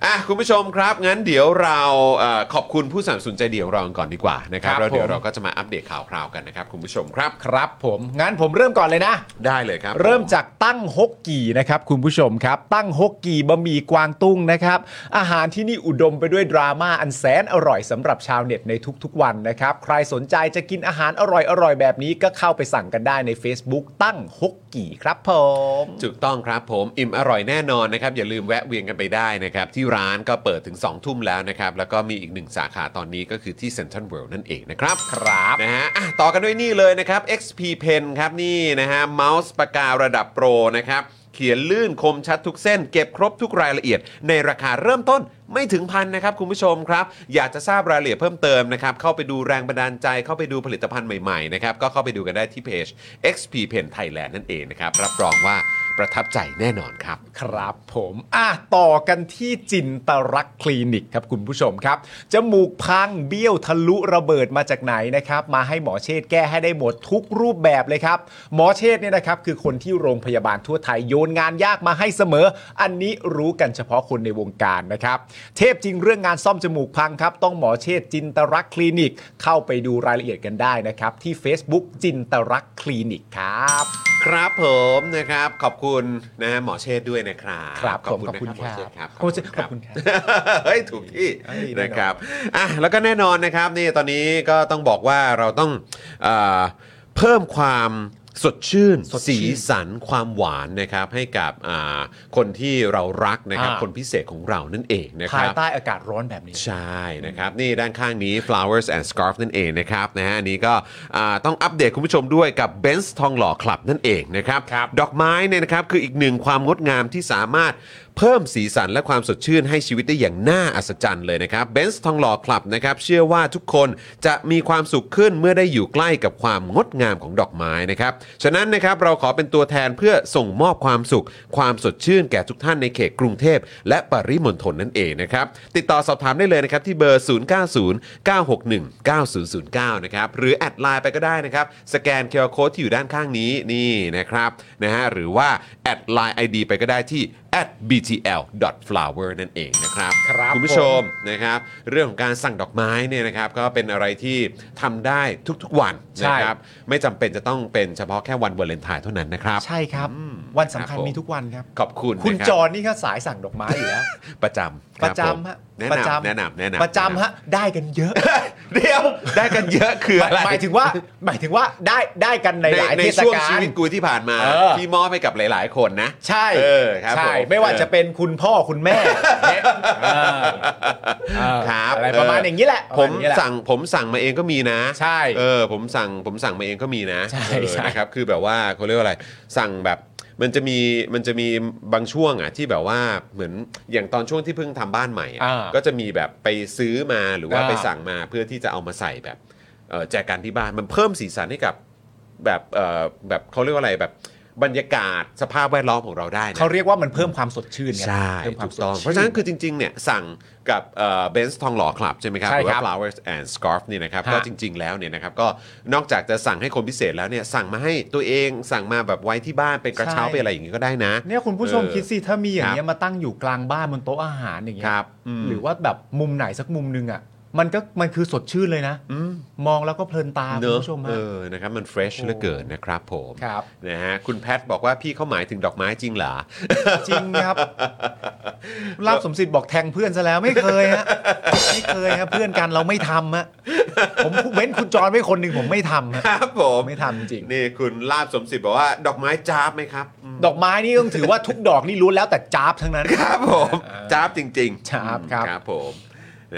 A: อ่ะคุณผู้ชมครับ งั้นเดี๋ยวเราเอ่อขอบคุณผู้สนับสนุนใจเดียวเราก่อนดีกว่านะครับแล้วเดี๋ยวเราก็จะมาอัปเดตข่าวคราวกันนะครับคุณผู้ชมครับ
B: ครับผมงั้นผมเริ่มก่อนเลยนะ
A: ได้เลยครับ
B: เริ่ม
A: ผ
B: จากตั้งฮกกี่นะครับคุณผู้ชมครับ ตั้งฮกกี่บะหมี่กวางตุ้งนะครับ อาหารที่นี่อุดมไปด้วยดราม่าอันแสนอร่อยสำหรับชาวเน็ตในทุกๆวันนะครับ ใครสนใจจะกินอาหารอร่อยๆ แบบนี้ก็เข้าไปสั่งกันได้ใน Facebook ตั้งฮกกี่ครับผม
A: ถูกต้องครับผมอิ่มอร่อยแน่นอนนะครับ อย่าลืมแวะเวียนกันไปได้นะครับ ที่ร้านก็เปิดถึง 2 ทุ่มแล้วนะครับ แล้วก็มีอีกหนึ่งสาขาตอนนี้ก็คือที่เซ็นทรัลเวิลด์นั่นเองนะครับ
B: ครับ
A: นะฮะอ่ะต่อกันด้วยนี่เลยนะครับ XP Pen ครับนี่นะฮะเมาส์ปากการะดับโปรนะครับ เขียนลื่นคมชัดทุกเส้น เก็บครบทุกรายละเอียด ในราคาเริ่มต้นไม่ถึงพันนะครับคุณผู้ชมครับ อยากจะทราบรายละเอียดเพิ่มเติมนะครับ เข้าไปดูแรงบันดาลใจเข้าไปดูผลิตภัณฑ์ใหม่ๆนะครับก็เข้าไปดูกันได้ที่เพจ XP Pen Thailand นั่นเองนะครับ รับรองว่าประทับใจแน่นอนครับ
B: ครับผมอ่ะต่อกันที่จินตรักษณ์คลินิกครับคุณผู้ชมครับ จมูกพังเบี้ยวทะลุระเบิดมาจากไหนนะครับ มาให้หมอเชษฐ์แก้ให้ได้หมดทุกรูปแบบเลยครับ หมอเชษฐ์เนี่ยนะครับ คือคนที่โรงพยาบาลทั่วไทยโยนงานยากมาให้เสมอ อันนี้รู้กันเฉพาะคนในวงการนะครับ เทพจริงเรื่องงานซ่อมจมูกพังครับ ต้องหมอเชษฐ์จินตรักษณ์คลินิก เข้าไปดูรายละเอียดกันได้นะครับ ที่ Facebook จินตรักษณ์คลินิกครับ
A: ครับผมนะครับขอบคุณนะฮะหมอเชษฐ์ด้วยนะครับ
B: ครับผม
A: นะ
B: ขอบคุณ
A: ครับหม
B: ค
A: อ
B: รับ
A: เชษฐ์ครับ
B: ขอบคุณครับ
A: เฮ้ยถูกที่
B: เอ้ยแน่นอน
A: นะครับอ่ะแล้วก็แน่นอนนะครับนี่ตอนนี้ก็ต้องบอกว่าเราต้องเอ่อเพิ่มความสดชื่น สีสันความหวานนะครับให้กับอ่าคนที่เรารักนะครับคนพิเศษของเรานั่นเองนะค
B: ภาย
A: รับ
B: ใต้อากาศร้อนแบบนี้
A: ใช่นะครับ นี่ด้านข้างนี้ flowers and scarf นั่นเองนะครับนะฮะอันนี้ก็อ่าต้องอัปเดตคุณผู้ชมด้วยกับ b e n z ทองหล่อคลับนั่นเองนะครับ
B: ครับ
A: ดอกไม้เนี่ยนะครับคืออีกหนึ่งความงดงามที่สามารถเพิ่มสีสันและความสดชื่นให้ชีวิตได้อย่างน่าอัศจรรย์เลยนะครับเบนซ์ทองหล่อคลับนะครับเชื่อว่าทุกคนจะมีความสุขขึ้นเมื่อได้อยู่ใกล้กับความงดงามของดอกไม้นะครับฉะนั้นนะครับเราขอเป็นตัวแทนเพื่อส่งมอบความสุข ความสดชื่นแก่ทุกท่านในเขตกรุงเทพและปริมณฑลนั่นเองนะครับติดต่อสอบถามได้เลยนะครับที่เบอร์ 0909619009 นะครับหรือแอดไลน์ไปก็ได้นะครับสแกนเคอร์โคดที่อยู่ด้านข้างนี้นี่นะครับนะฮะหรือว่าแอดไลน์ ID ไปก็ได้ที่ @btl.flower นั่นเองนะครับ
B: ครับ
A: ณผู้ช
B: ผม ม
A: นะครับเรื่องของการสั่งดอกไม้เนี่ยนะครับก็เป็นอะไรที่ทำได้ทุกๆวันนะครับไม่จำเป็นจะต้องเป็นเฉพาะแค่วันวาเลนไทน์เท่านั้นนะครับ
B: ใช่ครับ
A: อืม
B: วันสำคั
A: ครั
B: ญ
A: บผม
B: มีทุกวันครับ
A: ขอบคุณ
B: คุณ
A: นะรับ
B: จอนนี่ก็สายสั่งดอกไม้อยู่แล้ว
A: ประจำคบ
B: ประจำฮะ
A: ผมแนะ
B: ประ
A: นำ
B: จำ
A: แนะนำแนะนำ
B: ประจำฮะได้กันเยอะ
A: เดี๋ยวได้กันเยอะคืออะไร
B: หมายถึงว่าหมายถึงว่าได้ได้กันในหลาย
A: ใน
B: เทศ
A: ช่วง
B: กา
A: ชี
B: ล
A: วิตกูที่ผ่านมา
B: เออ
A: ที่มอบให้กับหลาย ๆ คนนะ
B: ใช่
A: เออครับ
B: ใช่
A: ผม
B: ไม่ว่า
A: เออ
B: จะเป็นคุณพ่อคุณแม่เนี่ยเออเออ
A: ครับ
B: อะไรประมาณอย่างนี้แหละ
A: ผม
B: ประาณนี้แหละ
A: สั่งผมสั่งมาเองก็มีนะ
B: ใช่
A: เออผมสั่งผมสั่งมาเองก็มีนะ
B: ใช่
A: เออ
B: ใช่
A: นะครับคือแบบว่าเขาเรียกว่าอะไร สั่งแบบมันจะมีมันจะมีบางช่วงอ่ะที่แบบว่าเหมือนอย่างตอนช่วงที่เพิ่งทำบ้านใหม่อะ
B: อ่า
A: ก็จะมีแบบไปซื้อมาหรือว่า
B: อ่า
A: ไปสั่งมาเพื่อที่จะเอามาใส่แบบเอ่อแจกันที่บ้านมันเพิ่มสีสันให้กับแบบเอ่อแบบเขาเรียกว่าอะไรแบบบรรยากาศสภาพแวดล้อมของเราได้นะ
B: เขาเรียกว่ามันเพิ่มความสดชื่นไง
A: ใช่
B: เพิ่มควา
A: ถู
B: ม
A: ก
B: สด
A: ต้อง
B: ชื่
A: เพราะฉะนั้นคือจริงๆเนี่ยสั่งกับเบนซ์ทองหล่อคลับใช่ไหมครับ
B: ใช่
A: หรือ
B: ครั
A: ว่า
B: บ
A: flowers and scarf นี่นะครับ
B: ฮะ
A: ก็จริง ๆแล้วเนี่ยนะครับก็นอกจากจะสั่งให้คนพิเศษแล้วเนี่ยสั่งมาให้ตัวเองสั่งมาแบบไว้ที่บ้านเป็นกระเช้า
B: ใช่
A: เป็นอะไรอย่างงี้ก็ได้นะ
B: เนี่ยคุณผู้ชม
A: เออ
B: คิดสิถ้ามีอย่างเงี้ยมาตั้งอยู่กลางบ้านบนโต๊ะอาหารอย่างเงี้
A: ค
B: ย
A: รับอืม
B: หรือว่าแบบมุมไหนสักมุมหนึงอ่ะ มันก็มันคือสดชื่นเลยนะ
A: อืม
B: มองแล้วก็เพลินตาคุ
A: เน
B: ณ
A: อะ
B: ผู้ชม
A: เอ
B: ฮะ
A: อนะครับมันเฟรชเหลือเกินนะครับผม
B: ครับ
A: นะฮะคุณแพทบอกว่าพี่เขาหมายถึงดอกไม้จริงเหรอ
B: จริงครับลาบสมศิษย์บอกแทงเพื่อนซะแล้วไม่เคยฮะไม่เคยครับเพื่อนกันเราไม่ทำฮะผมเว้นคุณจรไว้คนหนึ่งผมไม่ทำฮะ
A: ครับผม
B: ไม่ทำจริง
A: นี่คุณลาบสมศิษย์บอกว่าดอกไม้จ้าบไหมครับอืม
B: ดอกไม้นี่ต้องถือว่าทุกดอกนี่รู้วนแล้วแต่จ้าบทั้งนั้น
A: ครับผมจ้าบจริงๆ
B: จ้าบครับ
A: ครับผม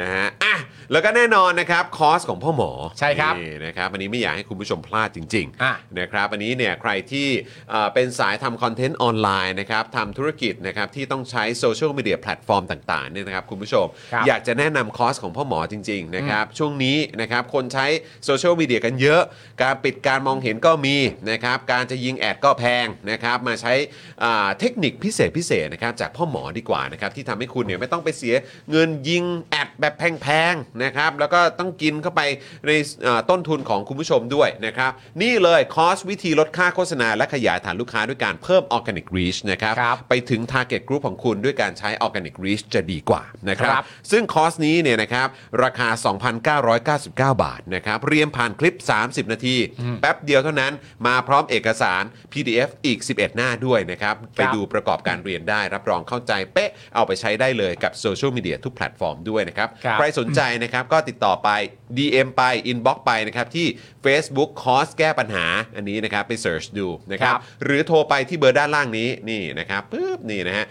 A: นะฮะอ่ะแล้วก็แน่นอนนะครับคอร์สของพ่อหมอ
B: ใช่ครับ
A: นี่นะครับอันนี้ไม่อยากให้คุณผู้ชมพลาดจริง
B: อ่ะ
A: นะครับอันนี้เนี่ยใครที่เอ่อเป็นสายทำคอนเทนต์ออนไลน์นะครับทำธุรกิจนะครับที่ต้องใช้โซเชียลมีเดียแพลตฟอร์มต่างๆเนี่ยนะครับคุณผู้ชม
B: ครับ
A: อยากจะแนะนำคอร์สของพ่อหมอจริงๆนะครับช่วงนี้นะครับคนใช้โซเชียลมีเดียกันเยอะ การปิดการมองเห็นก็มีนะครับการจะยิงแอดก็แพงนะครับมาใช้อ่าเทคนิคพิเศษพิเศษนะครับจากพ่อหมอดีกว่านะครับที่ทำให้คุณเนี่ยไม่ต้องไปเสียเงินยิงแอดแบบแพงๆนะครับแล้วก็ต้องกินเข้าไปในอ่าต้นทุนของคุณผู้ชมด้วยนะครับนี่เลยคอร์สวิธีลดค่าโฆษณาและขยายฐานลูกค้าด้วยการเพิ่ม Organic Reach นะครับ
B: ครับ
A: ไปถึง Target Group ของคุณด้วยการใช้ Organic Reach จะดีกว่านะครับ
B: ครับ
A: ซึ่งคอร์สนี้เนี่ยนะครับราคา 2,999 บาทนะครับ เรียนผ่านคลิป 30 นาที แป๊บเดียวเท่านั้นมาพร้อมเอกสาร PDF อีก 11 หน้าด้วยนะครับ ไปดูประกอบการเรียนได้ รับรองเข้าใจเป๊ะเอาไปใช้ได้เลยกับโซเชียลมีเดียทุกแพลตฟอร์มด้วยนะครับ
B: ครับ
A: ใครสนใจนะครับก็ติดต่อไป DM ไป Inbox ไปนะครับที่ Facebook คอร์สแก้ปัญหาอันนี้นะครับไป search ดูนะครับ
B: ครับ
A: หรือโทรไปที่เบอร์ด้านล่างนี้นี่นะครับปึ๊บนี่นะฮะ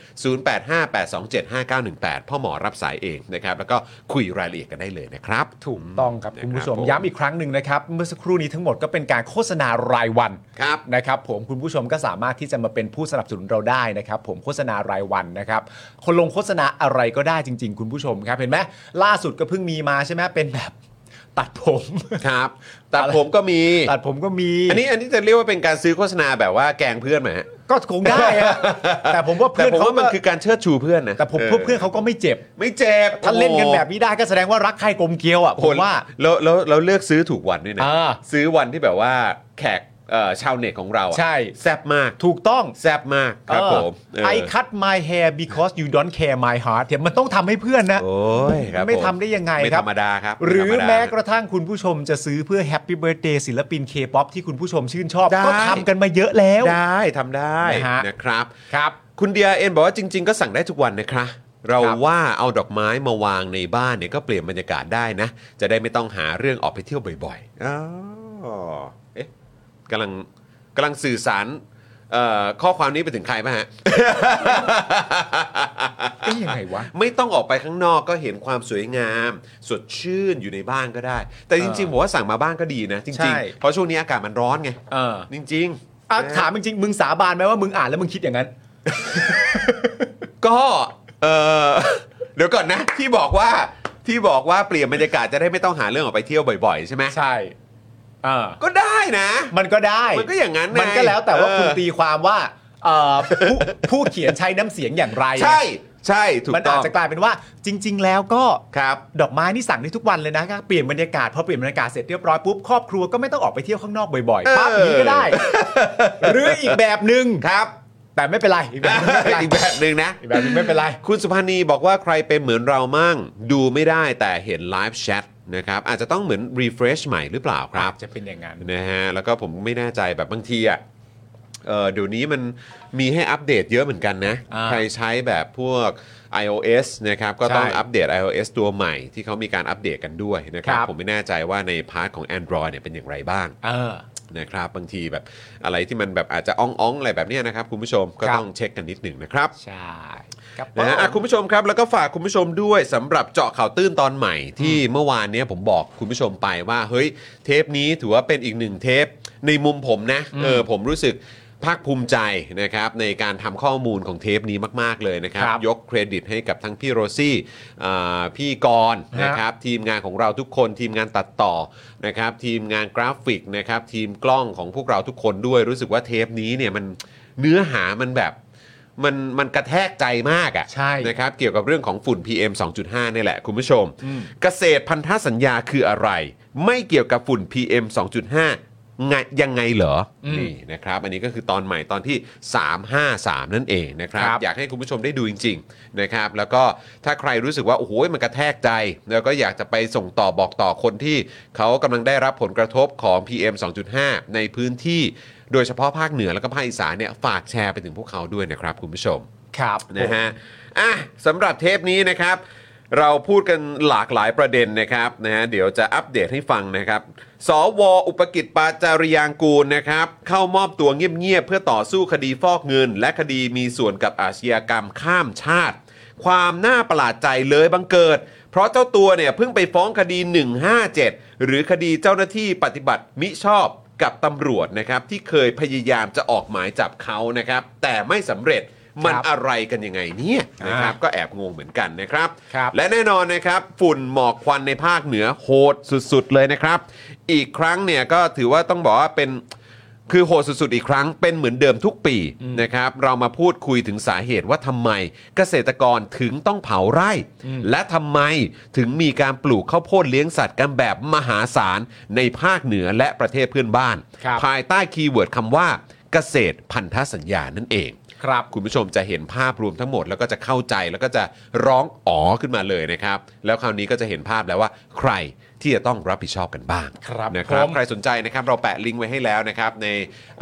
A: 0858275918 พ่อหมอรับสายเองนะครับ แล้วก็คุยรายละเอียดกันได้เลยนะครับ
B: ถูกต้องครับ
A: นะ
B: คุณผู้ชม
A: ผ
B: ย้ำอีกครั้งหนึ่งนะครับ เมื่อสักครู่นี้ทั้งหมดก็เป็นการโฆษณารายวัน
A: ครับ
B: นะครับผมคุณผู้ชมก็สามารถที่จะมาเป็นผู้สนับสนุนเราได้นะครับผมโฆษณารายวันนะครับคนลงโฆษณาอะไรก็ได้จริง ๆ คุณผู้ชมครับเห็นไหมล่าสุดก็เพิ่งมีมาใช่ไหมเป็นแบบตัดผม
A: ครับแต่ผมก็มี
B: ตัดผมก็มี
A: อันนี้อันนี้จะเรียกว่าเป็นการซื้อโฆษณาแบบว่าแกล้งเพื่อนไหมฮะ
B: ก็คงได้
A: [laughs]
B: อะแต่ผมว่า
A: แต่ผ
B: เพื่อน
A: ม
B: เขา
A: ว่ามันคือการเชิดชูเพื่อนนะ
B: แต่ผมเพื่อนเขาก็ไม่เจ็บ
A: ไม่เจ็บ
B: ถ้าเล่นกันแบบนี้ได้ก็แสดงว่ารักใครกลมเกลียวอ่ะผมว่า
A: แล้วแล้วแล้วเลือกซื้อถูกวันด้วยนะ
B: อ่า
A: ซื้อวันที่แบบว่าแขกเอ่อชาวเน็ตของเราอะ
B: ใช่
A: แซบมาก
B: ถูกต้อง
A: แซบมากครับผมเออ
B: ไอ I cut my hair because you don't care my heart เนี่ยมันต้องทำให้เพื่อนนะ
A: โอ้ยครับ
B: ไม่
A: ผ
B: ทำได้ยังไง
A: ไม่
B: ครั
A: ธ
B: บ
A: รรมดาครับ
B: หรือ
A: ไธดา
B: แม้กระทั่งคุณผู้ชมจะซื้อเพื่อแฮปปี้เบิร์ a เดย์ศิลปินเคป๊อปที่คุณผู้ชมชื่นชอบ
A: ได้
B: ก็ทำกันมาเยอะแล้ว
A: ได้ทำได้
B: นะฮะ
A: นะครับ
B: ครับ
A: คุณเดียเอ็นบอกว่าจริง ๆ ก็สั่งได้ทุกวันนะคะเรา
B: ครับ
A: ว่าเอาดอกไม้มาวางในบ้านเนี่ยก็เปลี่ยนบรรยากาศได้นะ จะได้ไม่ต้องหาเรื่องออกไปเที่ยวบ่อยๆอ๋อเอ๊ะกำลังกำลังสื่อสารเอ่อข้อความนี้ไปถึงใครป่ะฮะ
B: เอ๊ะยังไงวะ
A: ไม่ต้องออกไปข้างนอกก็เห็นความสวยงาม สดชื่นอยู่ในบ้านก็ได้ แต่จริงๆผมว่าสั่งมาบ้านก็ดีนะ จ
B: ใช่
A: ริงๆ เพราะช่วงนี้อากาศมันร้อนไง
B: เออ
A: จริง
B: อ่ะ
A: นะ
B: ถามจริงๆ มึงสาบานไหมว่ามึงอ่านแล้วมึงคิดอย่างนั้น
A: ก็เออ [laughs] เดี๋ยวก่อนนะ ที่บอกว่าที่บอกว่าเปลี่ยนบรรยากาศจะได้ไม่ต้องหาเรื่องออกไปเที่ยวบ่อยๆ ใช่ไหม
B: ใช่เออ
A: ก็ได้นะ
B: มันก็ได้
A: มันก็อย่างนั้นไง
B: มันก็แล้วแต่ว่า
A: เออ
B: คุณตีความว่าเอ่อผู้ผู้เขียนใช้น้ำเสียงอย่างไร
A: ใช่ใช่ถูก
B: มัน
A: ต้
B: อา
A: อ
B: จ
A: ง
B: จะกลายเป็นว่าจริง ๆ แล้วก็
A: ครับ
B: [laughs] ดอกไม้นี่สั่งได้ทุกวันเลยนะก็เปลี่ยนบรรยากาศพอเปลี่ยนบรรยากาศเสร็จเรียบร้อยปุ๊บครอบครัวก็ไม่ต้องออกไปเที่ยวข้างนอกบ่อย
A: เออ
B: ๆปั๊บนี้ก็ได้ หรืออีกแบบหนึ่ง
A: ครับ
B: แต่ไม่เป็นไรอีกแบบหนึ่งไม่เป็นไร
A: อีกแบบหนึ่งนะ
B: อีกแบบหนึ่งไม่เป็นไร
A: คุณสุพันธ์นีบอกว่าใครเป็นเหมือนเรามั่ง ดูไม่ได้แต่เห็นไลฟ์แชทนะครับอาจจะต้องเหมือนรีเฟรชใหม่หรือเปล่าครับ
B: จะเป็นอย่างนั้น
A: นะฮะแล้วก็ผมไม่แน่ใจแบบบางทีอ่ะเอ่อเดี๋ยวนี้มันมีให้อัปเดตเยอะเหมือนกันนะ
B: อ่า
A: ใครใช้แบบพวก iOS นะครับก็ต้อง
B: ใช่
A: อัปเดต iOS ตัวใหม่ที่เขามีการอัปเดตกันด้วยนะครับ
B: ครับ
A: ผมไม่แน่ใจว่าในพาร์ทของ Android เนี่ยเป็นอย่างไรบ้าง
B: เออ
A: นะครับบางทีแบบอะไรที่มันแบบอาจจะอ่องๆอะไรแบบเนี้ยนะครับ คุณผู้ชมก็
B: ครับ
A: ต้องเช็คกันนิดหนึ่งนะครับ
B: ใช่ครับ
A: นะฮะอ่ะคุณผู้ชมครับ แล้วก็ฝากคุณผู้ชมด้วยสำหรับเจาะข่าวตื้นตอนใหม่ที่เมื่อวานเนี้ยผมบอกคุณผู้ชมไปว่าเฮ้ยเทปนี้ถือว่าเป็นอีกหนึ่งเทปในมุมผมนะเออผมรู้สึกภาคภูมิใจนะครับในการทำข้อมูลของเทปนี้มาก ๆ เลยนะครับ
B: ครับ
A: ยกเครดิตให้กับทั้งพี่โรซี่อ่าพี่กรณ์นะครับทีมงานของเราทุกคน ทีมงานตัดต่อนะครับทีมงานกราฟิกนะครับทีมกล้องของพวกเราทุกคนด้วยรู้สึกว่าเทปนี้เนี่ยมันเนื้อหามันแบบมันมันกระแทกใจมากอ่ะ
B: ใช่
A: นะครับเกี่ยวกับเรื่องของฝุ่น PM 2.5นี่แหละ คุณผู้ชม เกษตรพันธสัญญาคืออะไร ไม่เกี่ยวกับฝุ่น PM 2.5 ไงยังไงเหรออ
B: ม
A: นี่นะครับ อันนี้ก็คือตอนใหม่ตอนที่ 353 นั่นเองนะครับ
B: ครับ
A: อยากให้คุณผู้ชมได้ดูจริง ๆนะครับ แล้วก็ถ้าใครรู้สึกว่าโอ้โหมันกระแทกใจ แล้วก็อยากจะไปส่งต่อบอกต่อคนที่เขากำลังได้รับผลกระทบของ PM 2.5 ในพื้นที่ โดยเฉพาะภาคเหนือแล้วก็ภาคอีสานเนี่ยฝากแชร์ไปถึงพวกเขาด้วยนะครับคุณผู้ชม
B: ครับ
A: นะฮะ อ่ะสำหรับเทปนี้นะครับ เราพูดกันหลากหลายประเด็นนะครับนะฮะเดี๋ยวจะอัปเดตให้ฟังนะครับ สวอุปกิจปาจาริยางกูลนะครับ เข้ามอบตัวเงียบๆเพื่อต่อสู้คดีฟอกเงิน และคดีมีส่วนกับอาชญากรรมข้ามชาติ ความน่าประหลาดใจเลยบังเกิด เพราะเจ้าตัวเนี่ยเพิ่งไปฟ้องคดี 157 หรือคดีเจ้าหน้าที่ปฏิบัติมิชอบกับตำรวจนะครับ ที่เคยพยายามจะออกหมายจับเขานะครับ แต่ไม่สำเร็จมันอะไรกันยังไงเนี่ยนะครับ ก็แอบงงเหมือนกันนะครับ
B: ครับ
A: และแน่นอนนะครับ ฝุ่นหมอกควันในภาคเหนือโหดสุดๆเลยนะครับ อีกครั้งเนี่ยก็ถือว่าต้องบอกว่าเป็น คือโหดสุดๆอีกครั้งเป็นเหมือนเดิมทุกปีนะครับ เรามาพูดคุยถึงสาเหตุว่าทำไมเกษตรกรถึงต้องเผาไร่ และทำไมถึงมีการปลูกข้าวโพดเลี้ยงสัตว์กันแบบมหาศาลในภาคเหนือและประเทศเพื่อนบ้าน
B: ครับ
A: ภายใต้คีย์เวิร์ดคำว่าเกษตรพันธสัญญานั่นเอง
B: ครับ
A: คุณผู้ชมจะเห็นภาพรวมทั้งหมดแล้วก็จะเข้าใจแล้วก็จะร้องอ๋อขึ้นมาเลยนะครับ แล้วคราวนี้ก็จะเห็นภาพแล้วว่าใครที่จะต้องรับผิดชอบกันบ้าง
B: ครับ
A: นะครับ
B: ผม
A: ใครสนใจนะครับเราแปะลิงก์ไว้ให้แล้วนะครับ ใน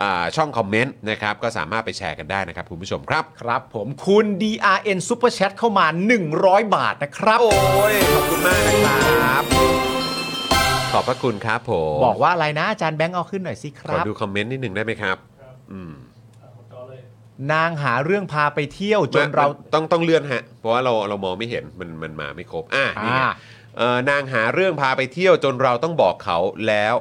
A: อ่าช่องคอมเมนต์นะครับ ก็สามารถไปแชร์กันได้นะครับ คุณผู้ชมครับ
B: ครับผมคุณ DRN Super Chat เข้ามา 100 บาทนะครับ
A: โอ้ยขอบคุณมากนะครับ ขอบพระคุณครับผม
B: บอกว่าอะไรนะอาจารย์แบงค์เอาขึ้นหน่อยสิค
A: ขอ
B: รับ
A: ดูคอมเมนต์นิดหนึ่งได้ไหมครับ
B: นางหาเรื่องพาไปเที่ยวจนเรา
A: มัต้องต้องเลื่อนฮะเพราะว่าเราเรามองไม่เห็นมันมันมาไม่ครบอ่ะนี่ไง
B: อ่า
A: เอ่อนางหาเรื่องพาไปเที่ยวจนเราต้องบอกเขาแล้ว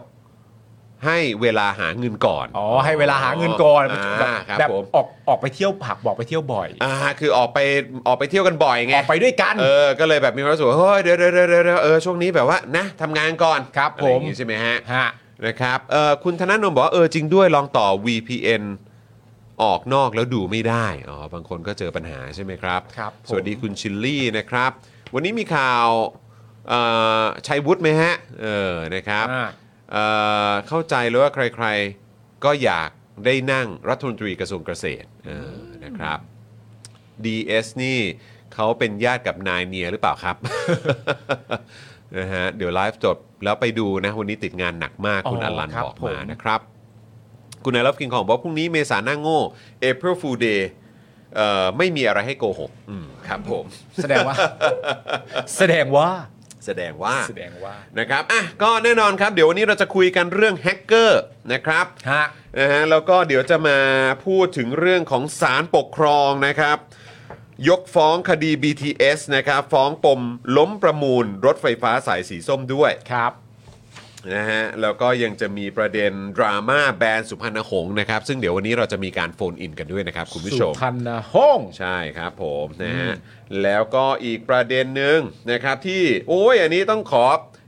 A: ให้เวลาหาเงินก่อน
B: อ๋อ ให้เวลาหาเงินก่อน
A: อ่าครับ
B: แบบ
A: ผม
B: ออกออกไปเที่ยวผักบอกไปเที่ยวบ่อย
A: อ่าคือออกไปออกไปเที่ยวกันบ่อยไง
B: ออกไปด้วยกัน
A: เออก็เลยแบบมีความรู้สึกว่าเฮ้ยเดี๋ยวเดี๋ยวเดี๋ยวเดี๋ยวเออช่วงนี้แบบว่านะทำงานก่อน
B: ครับ
A: อะไรอย่า
B: ผม
A: งงี้ใช่ไหมฮะ
B: ฮะ
A: นะครับเออคุณธนาโนมบอกว่าเออจริงด้วยลองต่อ VPN ออกนอกแล้วดูไม่ได้อ๋อบางคนก็เจอปัญหาใช่ไหมครับ
B: ครับผม
A: สวัสดีคุณชิลลี่นะครับ วันนี้มีข่าวเอ่อชัยวุฒิไหมฮะเออนะครับ
B: อ่า
A: เอ่อเข้าใจเลยว่าใครๆก็อยากได้นั่งรัฐมนตรีกระทรวงเกษตรเออนะครับ DS นี่เขาเป็นญาติกับนายเนียหรือเปล่าครับ [laughs] นะฮะเดี๋ยวไลฟ์จบแล้วไปดูนะ วันนี้ติดงานหนักมากคุณ
B: อ๋
A: อ
B: อ
A: ลัน
B: ครับ
A: บอก
B: ผม
A: มานะครับ คุณนายรับกินของบอกพรุ่งนี้เมษาหน้าโง่ April Fool Day เอ่อไม่มีอะไรให้โกหกอืมครับผม
B: แสดงว่า
A: [laughs]
B: แสดงว่า
A: แสดงว่า
B: แสดงว่า
A: นะครับ อ่ะ ก็แน่นอนครับ เดี๋ยววันนี้เราจะคุยกันเรื่องแฮกเกอร์นะครับ
B: ฮะ
A: นะฮะ แล้วก็เดี๋ยวจะมาพูดถึงเรื่องของศาลปกครองนะครับ ยกฟ้องคดี BTS นะครับ ฟ้องปมล้มประมูลรถไฟฟ้าสายสีส้มด้วย
B: ครับ
A: นะฮะแล้วก็ยังจะมีประเด็นดราม่าแบรนด์สุพรรณหงส์นะครับ ซึ่งเดี๋ยววันนี้เราจะมีการโฟนอินกันด้วยนะครับคุณผู้ช
B: สุ
A: ม
B: พรรณห้อง
A: ใช่ครับผมนะฮะแล้วก็อีกประเด็นหนึ่งนะครับที่โอ้ยอันนี้ต้องขอ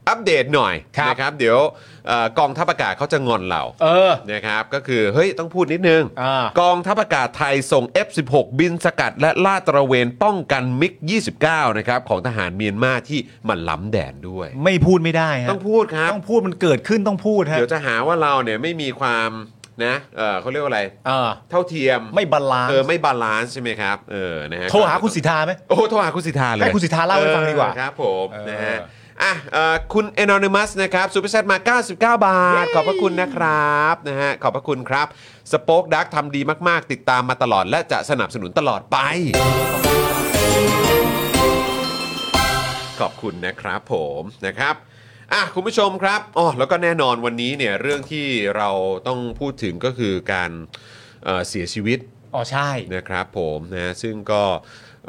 A: อัปเดตหน่อย
B: ครับ
A: นะครับ เดี๋ยวเอ่อกองทัพอากาศเขาจะงอนเรา
B: เออ
A: นะครับก็คือเฮ้ยต้องพูดนิดนึง
B: อ่าก
A: องทัพอากาศไทยส่ง F16 บินสกัดและลาดตระเวนป้องกันมิก 29 นะครับของทหารเมียนมาที่มันล้ำแดนด้วย
B: ไม่พูดไม่ได้ฮะ
A: ต้องพูดครับ
B: ต้องพูดมันเกิดขึ้นต้องพูดฮะ
A: เดี๋ยวจะหาว่าเราเนี่ยไม่มีความนะเออเขาเรียกว่าอะไร
B: เออ
A: เท่าเทียม
B: ไม่บาลานซ์
A: เออไม่บาลานซ์ใช่ไหมครับเออนะฮะ
B: โทรหาคุณสิทธาไหม
A: โอ้โหโทรหาคุณสิทธาเลย
B: ให้คุณสิทธาเล่าให้ฟังดีกว่า
A: เออครับผม
B: เออ
A: นะฮะอ่ะเอ่อคุณ Anonymous นะครับซูเปอร์แซมา 99 บาท ขอบพระคุณนะครับนะฮะขอบพระคุณครับสป็อคดักทำดีมาก ๆ ติดตามมาตลอด และจะสนับสนุนตลอดไป ขอบคุณนะครับผมนะครับอ่ะคุณผู้ชมครับอ๋อแล้วก็แน่นอนวันนี้เนี่ยเรื่องที่เราต้องพูดถึงก็คือการเอ่อเสียชีวิต
B: อ๋อใช่
A: นะครับผมนะซึ่งก็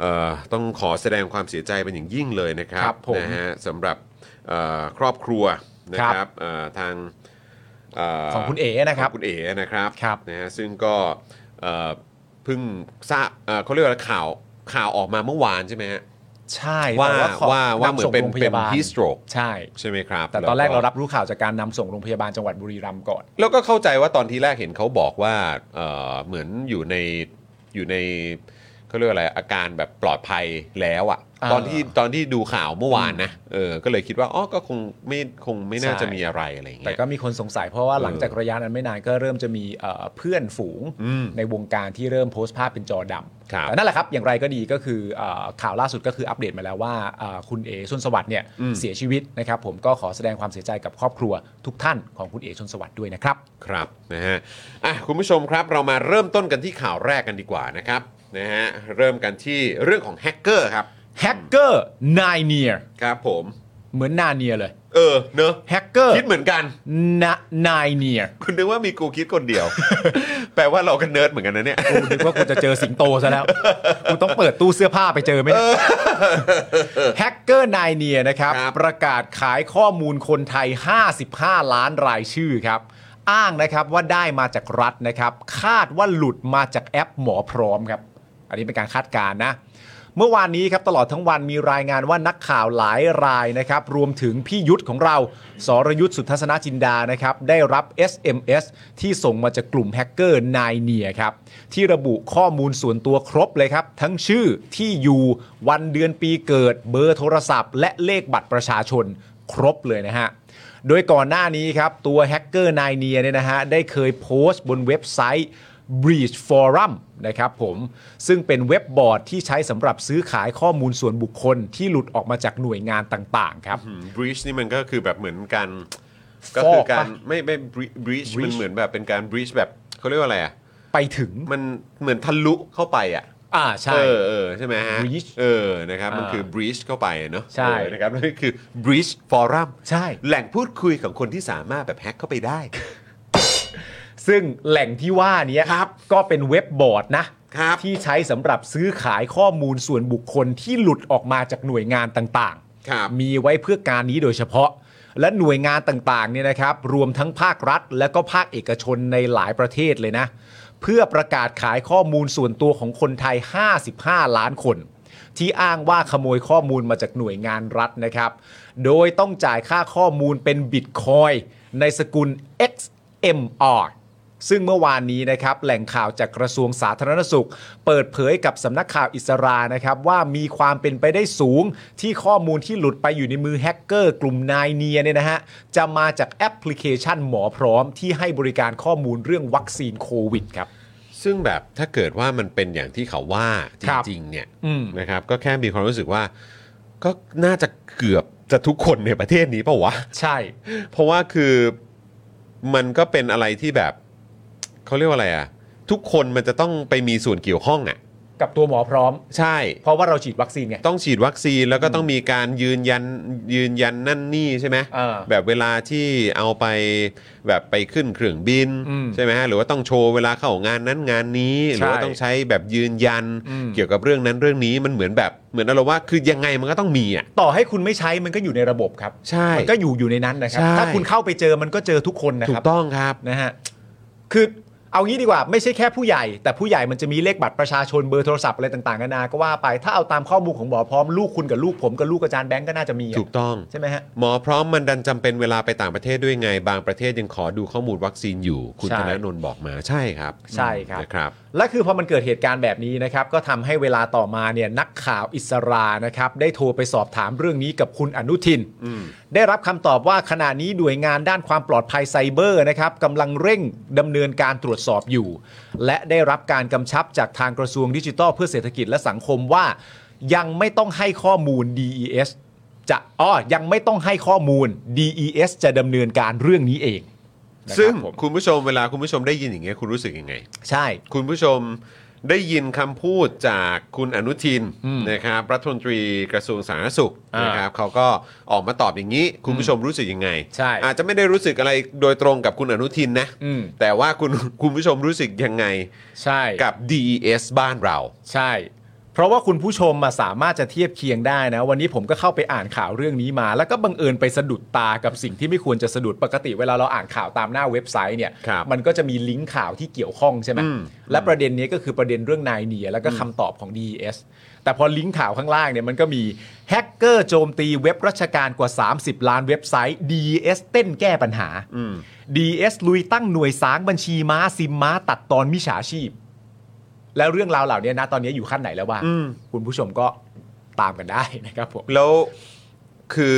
A: เอ่อต้องขอแสดงความเสียใจเป็นอย่างยิ่งเลยนะครับ
B: ครับผม
A: นะฮะสำหรับเอ่อครอบครัวนะค
B: ครั
A: รับบ เอ่อทางเอ่
B: ของคุณเอ๋นะครับ
A: ของคุณเอ๋นะครับ
B: ครับ
A: นะฮะซึ่งก็เอ่อเพิ่งทราบเอ่อเขาเรียกว่าข่าวข่าวออกมาเมื่อวานใช่ไหมฮะ
B: ใช่
A: ว่า
B: แต่ข
A: ว่าว่าเหมือนเป็น
B: ำส่งโรงพ
A: เป็น
B: ยาบาล
A: ฮีสโตรก
B: ใช่
A: ใช่ไหมครับ
B: แต่ตอนแรก
A: ล้ว
B: เรารับรู้ข่าวจากการนำส่งโรงพยาบาลจังหวัดบุรีรัมย์ก่อน
A: แล้วก็เข้าใจว่าตอนที่แรกเห็นเขาบอกว่าเอ่อเหมือนอยู่ในอยู่ในเขาเรียกว่าอะไรอาการแบบปลอดภัยแล้วอะ
B: อ่า
A: ตอนที่ตอนที่ดูข่าวเมื่อวานนะเออก็เลยคิดว่าอ๋อก็คงไม่คงไม่น่า
B: ใช่
A: จะมีอะไรอะไรอย่าง
B: แต่
A: เงี้ย
B: ก็มีคนสงสัยเพราะว่า
A: เออ
B: หลังจากระยะนั้นไม่นานก็เริ่มจะมีเอ่อเพื่อนฝูง
A: อืม
B: ในวงการที่เริ่มโพสต์ภาพเป็นจอดำ
A: ครับ
B: แต่นั่นแหละครับ อย่างไรก็ดีก็คือเอ่อข่าวล่าสุดก็คืออัปเดตมาแล้วว่าเอ่อคุณเอชนสวัสดิ์เนี่ย
A: อืม
B: เสียชีวิตนะครับผมก็ขอแสดงความเสียใจกับครอบครัวทุกท่านของคุณเอชนสวัสดิ์ด้วยนะครับ
A: ครับนะฮะอ่ะคุณผู้ชมครับเรามาเริ่มต้นกันที่ข่าวแรกกันดีกว่านะครับนะฮะเริ่มกันที่เรื่องของแฮกเกอร์ครับ
B: แฮกเกอร์นายเนีย
A: ครับผม
B: เหมือนนาเนียเลย
A: เออเนอะ
B: แฮกเกอร์
A: คิดเหมือนกัน
B: นะนายเนีย
A: คุณนึกว่ามีกูคิดคนเดียว
B: [laughs]
A: แปลว่าเราก็เนิร์ดเหมือนกันนะเนี่ย
B: กูนึกว่ากูจะเจอสิงโตซะแล้วกูต้องเปิดตู้เสื้อผ้าไปเจอไหมเนี่ย แฮกเกอร์นายเนียนะครับ
A: ครับ
B: ประกาศขายข้อมูลคนไทย 55 ล้านรายชื่อครับ อ้างนะครับว่าได้มาจากรัฐนะครับ คาดว่าหลุดมาจากแอปหมอพร้อมครับ อันนี้เป็นการคาดการณ์นะ เมื่อวานนี้ครับตลอดทั้งวันมีรายงานว่านักข่าวหลายรายนะครับ รวมถึงพี่ยุทธของเรา สรยุทธสุทัศนจินดานะครับ ได้รับ SMS ที่ส่งมาจากกลุ่มแฮกเกอร์นายเนียครับ ที่ระบุข้อมูลส่วนตัวครบเลยครับ ทั้งชื่อที่อยู่วันเดือนปีเกิด เบอร์โทรศัพท์ และเลขบัตรประชาชนครบเลยนะฮะ โดยก่อนหน้านี้ครับ ตัวแฮกเกอร์นายเนียเนี่ยนะฮะ ได้เคยโพสต์บนเว็บไซต์ Breach Forum นะครับผม ซึ่งเป็นเว็บบอร์ดที่ใช้สำหรับซื้อขายข้อมูลส่วนบุคคลที่หลุดออกมาจากหน่วยงานต่าง ๆ ครับ
A: บริชนี่มันก็คือแบบเหมือนกัน
B: ฟอก
A: ก็คือการ
B: ปะ
A: ไม่ไม่บริช
B: breach
A: มันเหมือนแบบเป็นการบริชแบบเขาเรียกว่าอะไรอ่ะ
B: ไปถึง
A: มันเหมือนทะลุเข้าไปอ่ะ
B: อ่าใช่
A: เออเออใช่ไหมฮะ
B: breach
A: เออนะครับมันคือบริชเข้าไปเนอะ
B: ใช่
A: เออนะครับนั่นคือบริชฟอรัม
B: ใช่
A: แหล่งพูดคุยของคนที่สามารถแบบแฮ็กเข้าไปได้
B: ซึ่งแหล่งที่ว่าเนี้ย
A: ครับ
B: ก็เป็นเว็บบอร์ดนะครับ ที่ใช้สำหรับซื้อขายข้อมูลส่วนบุคคลที่หลุดออกมาจากหน่วยงานต่างๆ
A: ครับ
B: มีไว้เพื่อการนี้โดยเฉพาะ และหน่วยงานต่างๆเนี่ยนะครับ รวมทั้งภาครัฐ และก็ภาคเอกชนในหลายประเทศเลยนะ เพื่อประกาศขายข้อมูลส่วนตัวของคนไทย 55 ล้านคน ที่อ้างว่าขโมยข้อมูลมาจากหน่วยงานรัฐนะครับ โดยต้องจ่ายค่าข้อมูลเป็นบิตคอยน์ในสกุล XMR ซึ่งเมื่อวานนี้นะครับ แหล่งข่าวจากกระทรวงสาธารณสุข เปิดเผยกับสำนักข่าวอิสรานะครับ ว่ามีความเป็นไปได้สูง ที่ข้อมูลที่หลุดไปอยู่ในมือแฮกเกอร์กลุ่มนายเนียเนี่ยนะฮะ จะมาจากแอปพลิเคชันหมอพร้อมที่ให้บริการข้อมูลเรื่องวัคซีนโควิดครับ
A: ซึ่งแบบถ้าเกิดว่ามันเป็นอย่างที่เขาว่าจ
B: ครับ
A: ริงๆเนี่ย
B: อืม
A: นะครับก็แค่มีความรู้สึกว่า ก็น่าจะเกือบจะทุกคนในประเทศนี้เปล่าวะ
B: ใช่
A: เพราะว่าคือมันก็เป็นอะไรที่แบบเขาเรียกว่าอะไรอะทุกคนมันจะต้องไปมีส่วนเกี่ยวข้องอะ
B: กับตัวหมอพร้อม
A: ใช่
B: เพราะว่าเราฉีดวัคซีนไง
A: ต้องฉีดวัคซีนแล้วก็ต้องมีการยืนยันยืนยันนั่นนี่ใช่ไหม
B: อ่า
A: แบบเวลาที่เอาไปแบบไปขึ้นเครื่องบิน
B: อืม
A: ใช่ไหมฮะหรือว่าต้องโชว์เวลาเข้างานนั้นงานนี้ หรือว่าต้องใช้แบบยืนยัน
B: อืม
A: เกี่ยวกับเรื่องนั้นเรื่องนี้มันเหมือนแบบเหมือนเราว่าคือยังไงมันก็ต้องมีอ่ะ
B: ต่อให้คุณไม่ใช้มันก็อยู่ในระบบครับ
A: ใช่
B: มันก็อยู่อยู่ในนั้นนะครั
A: ใช่
B: ถ้าคุณเข้าไปเจอมันก็เจอทุกคนนะ
A: ถู
B: ครั
A: ก
B: บ
A: ต้องครับ
B: นะฮะ คือเอางี้ดีกว่าไม่ใช่แค่ผู้ใหญ่ แต่ผู้ใหญ่มันจะมีเลขบัตรประชาชนเบอร์โทรศัพท์อะไรต่างๆกันานาก็ว่าไป ถ้าเอาตามข้อมูลของหมอพร้อมลูกคุณกับลูกผมกับลูกอาจารย์แบงก์ก็น่าจะมีอะ
A: ถูกต้อง
B: ใช่ไหมฮะ
A: หมอพร้อมมันดันจำเป็นเวลาไปต่างประเทศด้วยไง บางประเทศยังขอดูข้อมูลวัคซีนอยู่ คุณ
B: ใช่
A: ธนาโนนบอกมาใช่ครับ
B: ใช่ครับ
A: นะครับ
B: และคือพอมันเกิดเหตุการณ์แบบนี้นะครับ ก็ทำให้เวลาต่อมาเนี่ยนักข่าวอิสรานะครับ ได้โทรไปสอบถามเรื่องนี้กับคุณอนุทิน ได้รับคำตอบว่าขณะนี้หน่วยงานด้านความปลอดภัยไซเบอร์นะครับกำลังเร่งดำเนินการตรวจสอบอยู่ และได้รับการกำชับจากทางกระทรวงดิจิทัลเพื่อเศรษฐกิจและสังคมว่า ยังไม่ต้องให้ข้อมูล DES จะอ้อยังไม่ต้องให้ข้อมูล DES จะดำเนินการเรื่องนี้เองนะครับ
A: ซึ่ง
B: ผม
A: คุณผู้ชมเวลาคุณผู้ชมได้ยินอย่างเงี้ยคุณรู้สึกยังไง
B: ใช่
A: คุณผู้ชมได้ยินคำพูดจากคุณอนุทิน
B: อืม
A: นะครับรัฐมนตรีกระทรวงสาธารณสุข
B: อ่าน
A: นะครับเขาก็ออกมาตอบอย่างนี้ คุณผู้ชมรู้สึกยังไง
B: ใช่
A: อาจจะไม่ได้รู้สึกอะไรโดยตรงกับคุณอนุทินนะ
B: อืม
A: แต่ว่าคุณ [laughs] คุณผู้ชมรู้สึกยังไง
B: ใช่
A: กับ DES บ้านเรา
B: ใช่ เพราะว่าคุณผู้ชมมาสามารถจะเทียบเคียงได้นะ วันนี้ผมก็เข้าไปอ่านข่าวเรื่องนี้มา แล้วก็บังเอิญไปสะดุดตากับสิ่งที่ไม่ควรจะสะดุดปกติเวลาเราอ่านข่าวตามหน้าเว็บไซต์เนี่ย
A: ครับ
B: มันก็จะมีลิงก์ข่าวที่เกี่ยวข้องใช่ไหม
A: อืม
B: และประเด็นนี้ก็คือประเด็นเรื่องนายเนียแล้วก็คำตอบของ DES แต่พอลิงก์ข่าวข้างล่างเนี่ยมันก็มีแฮกเกอร์โจมตีเว็บราชการกว่า 30 ล้านเว็บไซต์ DES เต้นแก้ปัญหา DES ลุยตั้งหน่วยสางบัญชีม้าซิมม้าตัดตอนมิจฉาชีพ แล้วเรื่องราวเหล่านี้นะตอนนี้อยู่ขั้นไหนแล้วบ้างคุณผู้ชมก็ ตามกันได้นะครับผม
A: แล้วคือ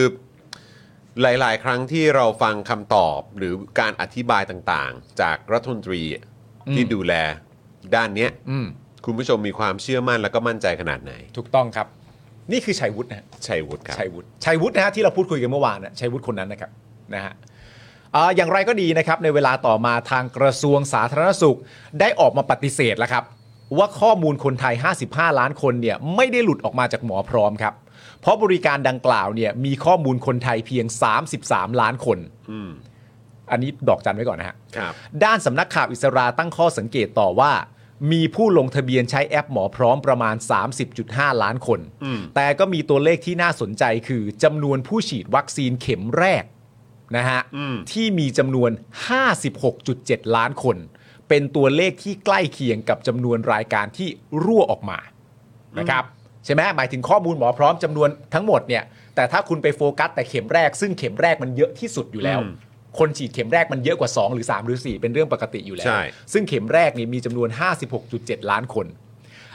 A: หลาย ๆ ครั้งที่เราฟังคำตอบหรือการอธิบายต่างๆ จากรัฐมนตรี
B: อืม
A: ที่ดูแลด้านเนี้ย
B: อืม
A: คุณผู้ชมมีความเชื่อมั่นแล้วก็มั่นใจขนาดไหน
B: ถูกต้องครับ นี่คือชัยวุฒินะฮะ
A: ชัยวุฒิครับ
B: ชัยวุฒิชัยวุฒินะฮะที่เราพูดคุยกันเมื่อวานนะชัยวุฒิคนนั้นนะครับนะฮะเอ่ออย่างไรก็ดีนะครับ ในเวลาต่อมาทางกระทรวงสาธารณสุข ได้ออกมาปฏิเสธแล้วครับ ว่าข้อมูลคนไทย 55 ล้านคนเนี่ยไม่ได้หลุดออกมาจากหมอพร้อมครับ เพราะบริการดังกล่าวเนี่ยมีข้อมูลคนไทยเพียง 33 ล้านคน
A: อืม
B: อันนี้ดอกจันไว้ก่อนนะฮะ
A: ครับ
B: ด้านสำนักข่าวอิสราตั้งข้อสังเกตต่อว่า มีผู้ลงทะเบียนใช้แอปหมอพร้อมประมาณ 30.5 ล้านคน แต่ก็มีตัวเลขที่น่าสนใจคือจำนวนผู้ฉีดวัคซีนเข็มแรกนะฮะที่มีจำนวน 56.7 ล้านคน เป็นตัวเลขที่ใกล้เคียงกับจำนวนรายการที่รั่วออกมานะครับใช่ไหมหมายถึงข้อมูลหมอพร้อมจำนวนทั้งหมดเนี่ยแต่ถ้าคุณไปโฟกัสแต่เข็มแรก ซึ่งเข็มแรกมันเยอะที่สุดอยู่แล้ว คนฉีดเข็มแรกมันเยอะกว่า 2 หรือ 3 หรือ 4 เป็นเรื่องปกติอยู่แล้ว ซึ่งเข็มแรกเนี่ยมีจำนวน 56.7 ล้านคน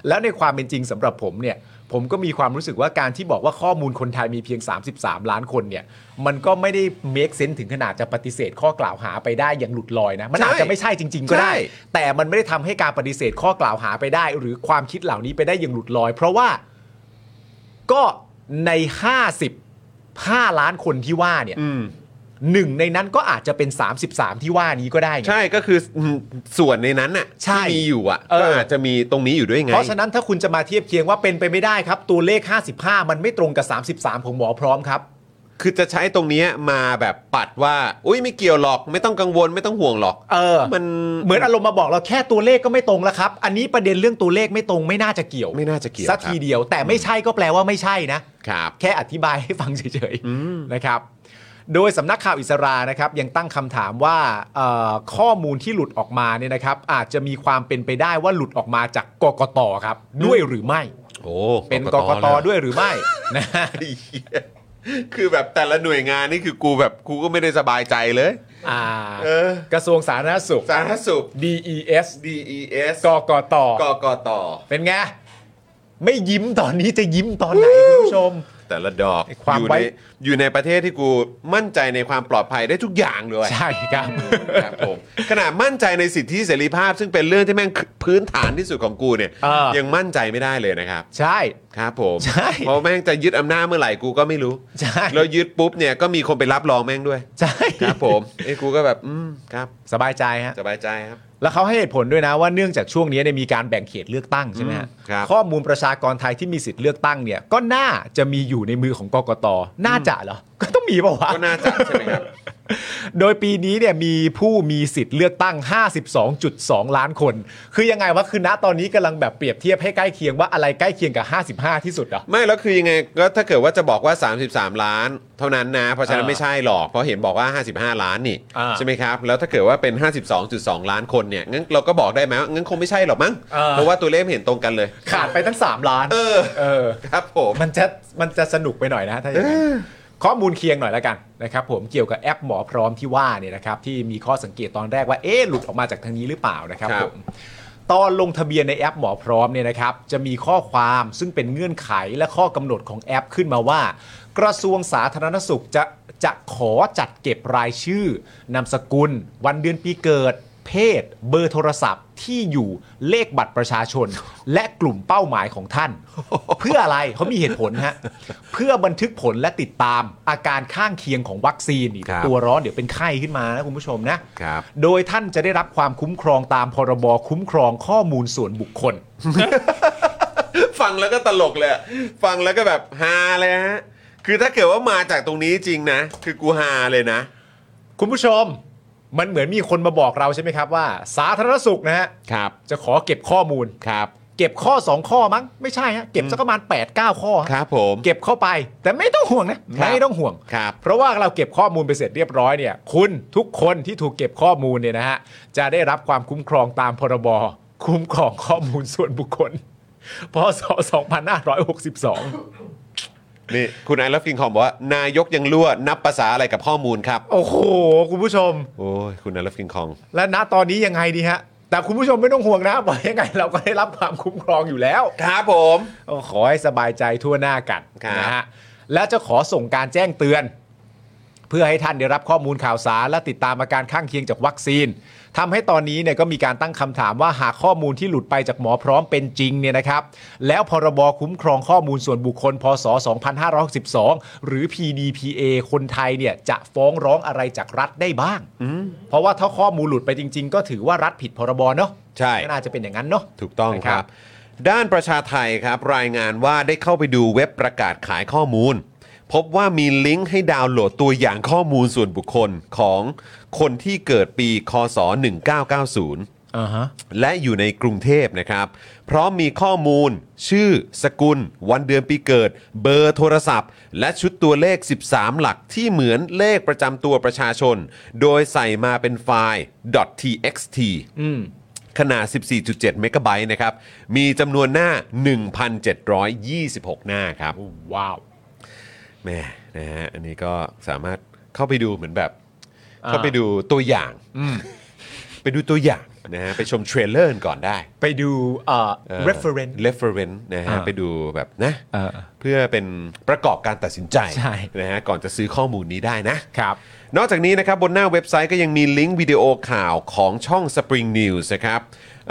B: แล้วในความเป็นจริงสำหรับผมเนี่ย ผมก็มีความรู้สึกว่าการที่บอกว่าข้อมูลคนไทยมีเพียง 33 ล้านคนเนี่ย มันก็ไม่ได้ make sense ถึงขนาดจะปฏิเสธข้อกล่าวหาไปได้อย่างหลุดลอยนะ มันอาจจะไม่ใช่จริง ๆ ก็ได้ แต่มันไม่ได้ทำให้การปฏิเสธข้อกล่าวหาไปได้ หรือความคิดเหล่านี้ไปได้อย่างหลุดลอย เพราะว่าก็ใน 55 ล้านคนที่ว่าเนี่ย
A: อืม
B: หนึ่งในนั้นก็อาจจะเป็น 33 ที่ว่านี้ก็ได้ไง
A: ใช่ก็คืออืมส่วนในนั้นน่ะ
B: ใช่
A: ที่มีอยู่อ่ะ
B: เออ
A: ก็อาจจะมีตรงนี้อยู่ด้วยไง
B: เพราะฉะนั้นถ้าคุณจะมาเทียบเคียงว่าเป็นไปไม่ได้ครับ ตัวเลข 55 มันไม่ตรงกับ 33 ของหมอพร้อมครับ
A: คือจะใช้ตรงเนี้ยมาแบบปัดว่า อุ้ยไม่เกี่ยวหรอกไม่ต้องกังวลไม่ต้องห่วงหรอก
B: เออ
A: มัน
B: เหมือนอารมณ์มาบอกเราแค่ตัวเลขก็ไม่ตรงแล้วครับ อันนี้ประเด็นเรื่องตัวเลขไม่ตรงไม่น่าจะเกี่ยว
A: ไม่น่าจะเกี่ยว
B: สัก
A: ครับ
B: ทีเดียว แต่ไม่ใช่ก็แปลว่าไม่ใช่นะ
A: ครับ
B: แค่อธิบายให้ฟังเฉยๆนะครับ โดยสำนักข่าวอิสรานะครับ ยังตั้งคำถามว่าเอ่อข้อมูลที่หลุดออกมาเนี่ยนะครับ อาจจะมีความเป็นไปได้ว่าหลุดออกมาจากกกตครับ ด้วยหรือไม่
A: โอ้
B: เป็นกกตด้วยหรือไม่ [laughs] นะ
A: ไอ้เหี้ยคือแบบแต่ละหน่วยงานนี่คือกูแบบกูก็ไม่ได้สบายใจเลย
B: อ่า
A: เออ
B: กระทรวงสาธารณสุข
A: สาธารณสุข
B: DES
A: DES
B: กกต
A: กกต
B: เป็นไง ไม่ยิ้มตอนนี้จะยิ้มตอนไหนคุณผู้ชม
A: แต่ละดอก
B: ไอ้ความ
A: อยู่
B: ไว้
A: ในอยู่ในประเทศที่กูมั่นใจในความปลอดภัยได้ทุกอย่างเลย
B: ใช่ครับ
A: ครับผมขนาดมั่นใจในสิทธิเสรีภาพ ซึ่งเป็นเรื่องที่แม่งพื้นฐานที่สุดของกูเนี่ย
B: เออ
A: ยังมั่นใจไม่ได้เลยนะครับ
B: ใช่
A: ครับผม
B: ใช่
A: เพราะแม่งจะยึดอำนาจเมื่อไหร่กูก็ไม่รู้
B: ใช่
A: แล้วยึดปุ๊บเนี่ยก็มีคนไปรับรองแม่งด้วย
B: ใช่
A: ครับ
B: [laughs]
A: ผมไอ้กูก็แบบอืมครับ
B: สบายใจฮะ
A: สบายใจครับ
B: แล้วเขาให้เหตุผลด้วยนะว่าเนื่องจากช่วงนี้เนี่ยมีการแบ่งเขตเลือกตั้งใช่ไหมฮะ
A: อืมครับ
B: ข้อมูลประชากรไทยที่มีสิทธิ์เลือกตั้งเนี่ยก็น่าจะมีอยู่ในมือของกกตน่าจะเหรอ ก็ต้องมีเปล่าวะ
A: ก็น่าจะใช่ไหมครับ
B: โดยปีนี้เนี่ยมีผู้มีสิทธิ์เลือกตั้ง 52.2 ล้านคน คือยังไงวะคือณตอนนี้กำลังแบบเปรียบเทียบให้ใกล้เคียงว่าอะไรใกล้เคียงกับ 55 ที่สุดเหรอ
A: ไม่แล้วคือยังไงก็ถ้าเกิดว่าจะบอกว่า 33 ล้าน เท่านั้นนะเพราะฉะนั้น
B: เออ
A: ไม่ใช่หรอกเพราะเห็นบอกว่า 55 ล้านนี่
B: อ่า
A: ใช่ไหมครับแล้วถ้าเกิดว่าเป็น 52.2 ล้านคนเนี่ยงั้นเราก็บอกได้ไหมว่างั้นคงไม่ใช่หรอกมั้ง
B: เออ
A: เพราะว่าตัวเลขเห็นตรงกันเลย
B: ขาดไปตั้ง 3 ล้าน
A: เออ
B: เออ
A: ครับผม
B: มันจะมันจะสนุกไปหน่อยนะถ้าอย่างนั้นข้อมูลเคียงหน่อยละกันนะครับผมเกี่ยวกับแอปหมอพร้อมที่ว่าเนี่ยนะครับที่มีข้อสังเกตตอนแรกว่าเอ๊ะหลุดออกมาจากทางนี้หรือเปล่านะครับผมตอนลงทะเบียนในแอปหมอพร้อมเนี่ยนะครับจะมีข้อความซึ่งเป็นเงื่อนไขและข้อกำหนดของแอปขึ้นมาว่า กระทรวงสาธารณสุขจะจะขอจัดเก็บรายชื่อนามสกุล วันเดือนปีเกิด เพศ เบอร์โทรศัพท์ที่อยู่เลขบัตรประชาชน และกลุ่มเป้าหมายของท่าน เพื่ออะไรเขามีเหตุผลฮะ เพื่อบันทึกผลและติดตามอาการข้างเคียงของวัคซีนนี่ตัวร้อนเดี๋ยวเป็นไข้ขึ้นมานะคุณผู้ชมนะ
A: ครับ
B: โดยท่านจะได้รับความคุ้มครองตามพรบคุ้มครองข้อมูลส่วนบุคคล
A: ฟังแล้วก็ตลกเลยอะฟังแล้วก็แบบฮาเลยฮะคือถ้าเกิดว่ามาจากตรงนี้จริงนะ คือกูฮาเลยนะ
B: คุณผู้ชม มันเหมือนมีคนมาบอกเราใช่ไหมครับว่า สาธารณสุขนะฮะ
A: ครับ
B: จะขอเก็บข้อมูล
A: ครับ
B: เก็บข้อ 2 ข้อมั้งไม่ใช่ฮะเก็บสักประมาณ 8-9 ข้อฮะ
A: ครับผม
B: เก็บเข้าไปแต่ไม่ต้องห่วงนะครับ ไม่ต้องห่วง
A: ครับ
B: เพราะว่าเราเก็บข้อมูลไปเสร็จเรียบร้อยเนี่ยคุณทุกคนที่ถูกเก็บข้อมูลเนี่ยนะฮะจะได้รับความคุ้มครองตามพรบคุ้มครองข้อมูลส่วนบุคคลพศ2562
A: นี่คุณไอรัฟกิงคอมบอกว่านายกยังรั่วนับภาษาอะไรกับข้อมูลครับ
B: โอ้โห คุณผู้ชม
A: โอ้ยคุณไอรัฟกิงคอง
B: และณตอนนี้ยังไงดีฮะ แต่คุณผู้ชมไม่ต้องห่วงนะ [laughs] บอกยังไงเราก็ได้รับความคุ้มครองอยู่แล้ว
A: ครับผม
B: ก็ขอให้สบายใจทั่วหน้ากัน
A: ครับ
B: นะฮะและจะขอส่งการแจ้งเตือน เพื่อให้ท่านได้รับข้อมูลข่าวสาร และติดตามอาการข้างเคียงจากวัคซีนทำให้ตอนนี้เนี่ยก็มีการตั้งคำถามว่าหากข้อมูลที่หลุดไปจากหมอพร้อมเป็นจริงเนี่ยนะครับ แล้วพรบคุ้มครองข้อมูลส่วนบุคคล พศ 2562 หรือ PDPA คนไทยเนี่ยจะฟ้องร้องอะไรจากรัฐได้บ้าง เพราะว่าถ้าข้อมูลหลุดไปจริง ๆ ก็ถือว่ารัฐผิดพรบเนาะ
A: ใช่
B: ก็น่าจะเป็นอย่างนั้นเนาะ
A: ถูกต้องครั
B: นะครับ บ
A: ด้านประชาไทยครับ รายงานว่าได้เข้าไปดูเว็บประกาศขายข้อมูล พบว่ามีลิงก์ให้ดาวน์โหลดตัวอย่างข้อมูลส่วนบุคคลของคนที่เกิดปีคศ 1990
B: อ่าฮะ
A: และอยู่ในกรุงเทพนะครับ พร้อมมีข้อมูล ชื่อ สกุล วันเดือนปีเกิด เบอร์โทรศัพท์ และชุดตัวเลข 13 หลักที่เหมือนเลขประจำตัวประชาชน โดยใส่มาเป็นไฟล์ .txt ขนาด 14.7 เมกะไบต์นะครับ มีจำนวนหน้า 1,726 หน้าครับ
B: ว้าว
A: แหม่นะฮะ อันนี้ก็สามารถเข้าไปดูเหมือนแบบ
B: อ่า
A: เข้าไปดูตัวอย่าง ไปดูตัวอย่างนะฮะ ไปชมเทรลเลอร์ก่อนได้
B: ไปดูเอ่อ
A: เอ่อ
B: reference
A: reference นะฮะ
B: อ่า
A: ไปดูแบบนะ
B: เออ
A: เพื่อเป็นประกอบการตัดสินใจ
B: ใช่
A: นะฮะ ก่อนจะซื้อข้อมูลนี้ได้นะ
B: ครับ
A: นอกจากนี้นะครับ บนหน้าเว็บไซต์ก็ยังมีลิงก์วิดีโอข่าวของช่อง Spring News นะครับ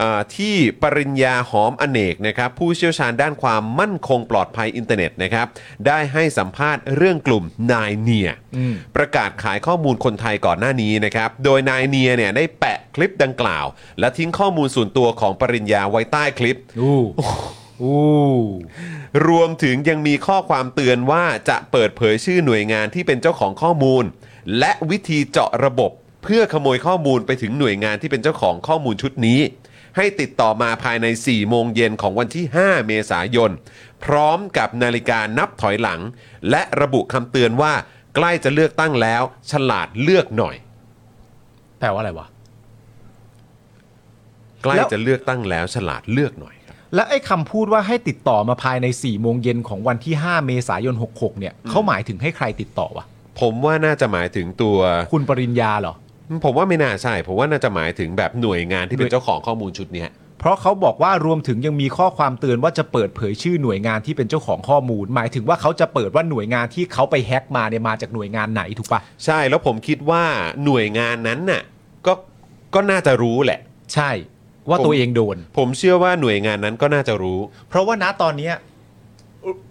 A: อ่าที่ปริญญาหอมอเนกนะครับ ผู้เชี่ยวชาญด้านความมั่นคงปลอดภัยอินเทอร์เน็ตนะครับ ได้ให้สัมภาษณ์เรื่องกลุ่มนายเนียประกาศขายข้อมูลคนไทยก่อนหน้านี้นะครับ โดยนายเนียเนี่ยได้แปะคลิปดังกล่าว และทิ้งข้อมูลส่วนตัวของปริญญาไว้ใต้คลิป
B: อู้ [laughs] อู้
A: รวมถึงยังมีข้อความเตือนว่าจะเปิดเผยชื่อหน่วยงานที่เป็นเจ้าของข้อมูล และวิธีเจาะระบบ เพื่อขโมยข้อมูลไปถึงหน่วยงานที่เป็นเจ้าของข้อมูลชุดนี้ ให้ติดต่อมาภายใน 4 โมงเย็นของวันที่ 5 เมษายน พร้อมกับนาฬิกานับถอยหลัง และระบุคำเตือนว่าใกล้จะเลือกตั้งแล้ว ฉลาดเลือกหน่อย
B: แปลว่าอะไรวะ
A: ใกล้
B: แล้ว
A: จะเลือกตั้งแล้วฉลาดเลือกหน่อยครับ
B: และไอ้คำพูดว่าให้ติดต่อมาภายใน4ี่โมงเย็นของวันที่ 5 เมษายน 66 เนี่ยเขาหมายถึงให้ใครติดต่อวะ
A: ผมว่าน่าจะหมายถึงตัว
B: คุณปริญญาเหรอ
A: ผมว่าไม่น่าใช่ ผมว่าน่าจะหมายถึงแบบหน่วยงานที่เป็นเจ้าของข้อมูลชุดเนี้ย
B: เพราะเขาบอกว่ารวมถึงยังมีข้อความเตือนว่าจะเปิดเผยชื่อหน่วยงานที่เป็นเจ้าของข้อมูล หมายถึงว่าเขาจะเปิดว่าหน่วยงานที่เขาไปแฮ็กมาเนี่ยมาจากหน่วยงานไหนถูกปะ
A: ใช่แล้วผมคิดว่าหน่วยงานนั้นน่ะก็ก็น่าจะรู้แหละ
B: ใช่ ว่าตัวเองโดน
A: ผมเชื่อว่าหน่วยงานนั้นก็น่าจะรู้
B: เพราะว่าณตอนเนี้ย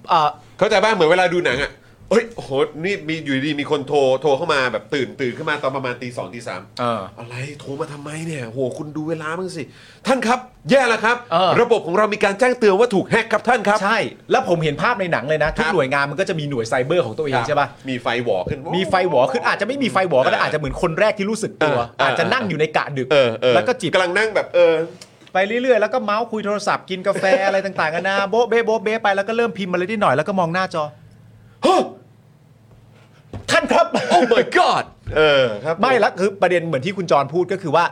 B: เอ่อ
A: เข้าใจบ้างเหมือนเวลาดูหนังอ่ะเฮ้ยโอ้โหนี่มีอยู่ดีมีคนโทรโทรเข้ามาแบบตื่นตื่นขึ้นมาตอนประมาณตีสองตีสาม
B: เออ
A: อะไรโทรมาทำไมเนี่ยโหคุณดูเวลาบ้างสิ ท่านครับ แย่แล้วครับ
B: เออ
A: ระบบของเรามีการแจ้งเตือนว่าถูกแฮกครับท่านครับ
B: ใช่ แล้วผมเห็นภาพในหนังเลยนะทุ
A: ค
B: ก
A: รับ
B: หน่วยงานมันก็จะมีหน่วยไซเบอร์ของตัวเองใช่ปะ
A: มีไฟหวอขึ้น
B: มีไฟหวอขึ้นอาจจะไม่มีไฟหวอก็ได้อาจจะเหมือนคนแรกที่รู้สึกตัว
A: เออเออ
B: อาจจะนั่งอยู่ในกะดึก
A: เออเออ
B: แล้วก็จิบ
A: กำลังนั่งแบบเออ [gasps]
B: ไปเรื่อยๆ แล้วก็เมาส์คุยโทรศัพท์กินกาแฟ อะไรต่างๆกันานาโบ๊ะเบ๊ะโบ๊ะเบ๊ะไปแล้วก็เริ่มพิมพ์มาเลยนิดหน่อยแล้วก็มองหน้าจอฮะท่านครับ
A: oh my god เออครับ
B: [laughs] ไม่ละคือประเด็นเหมือนที่คุณจรพูดก็คือว่า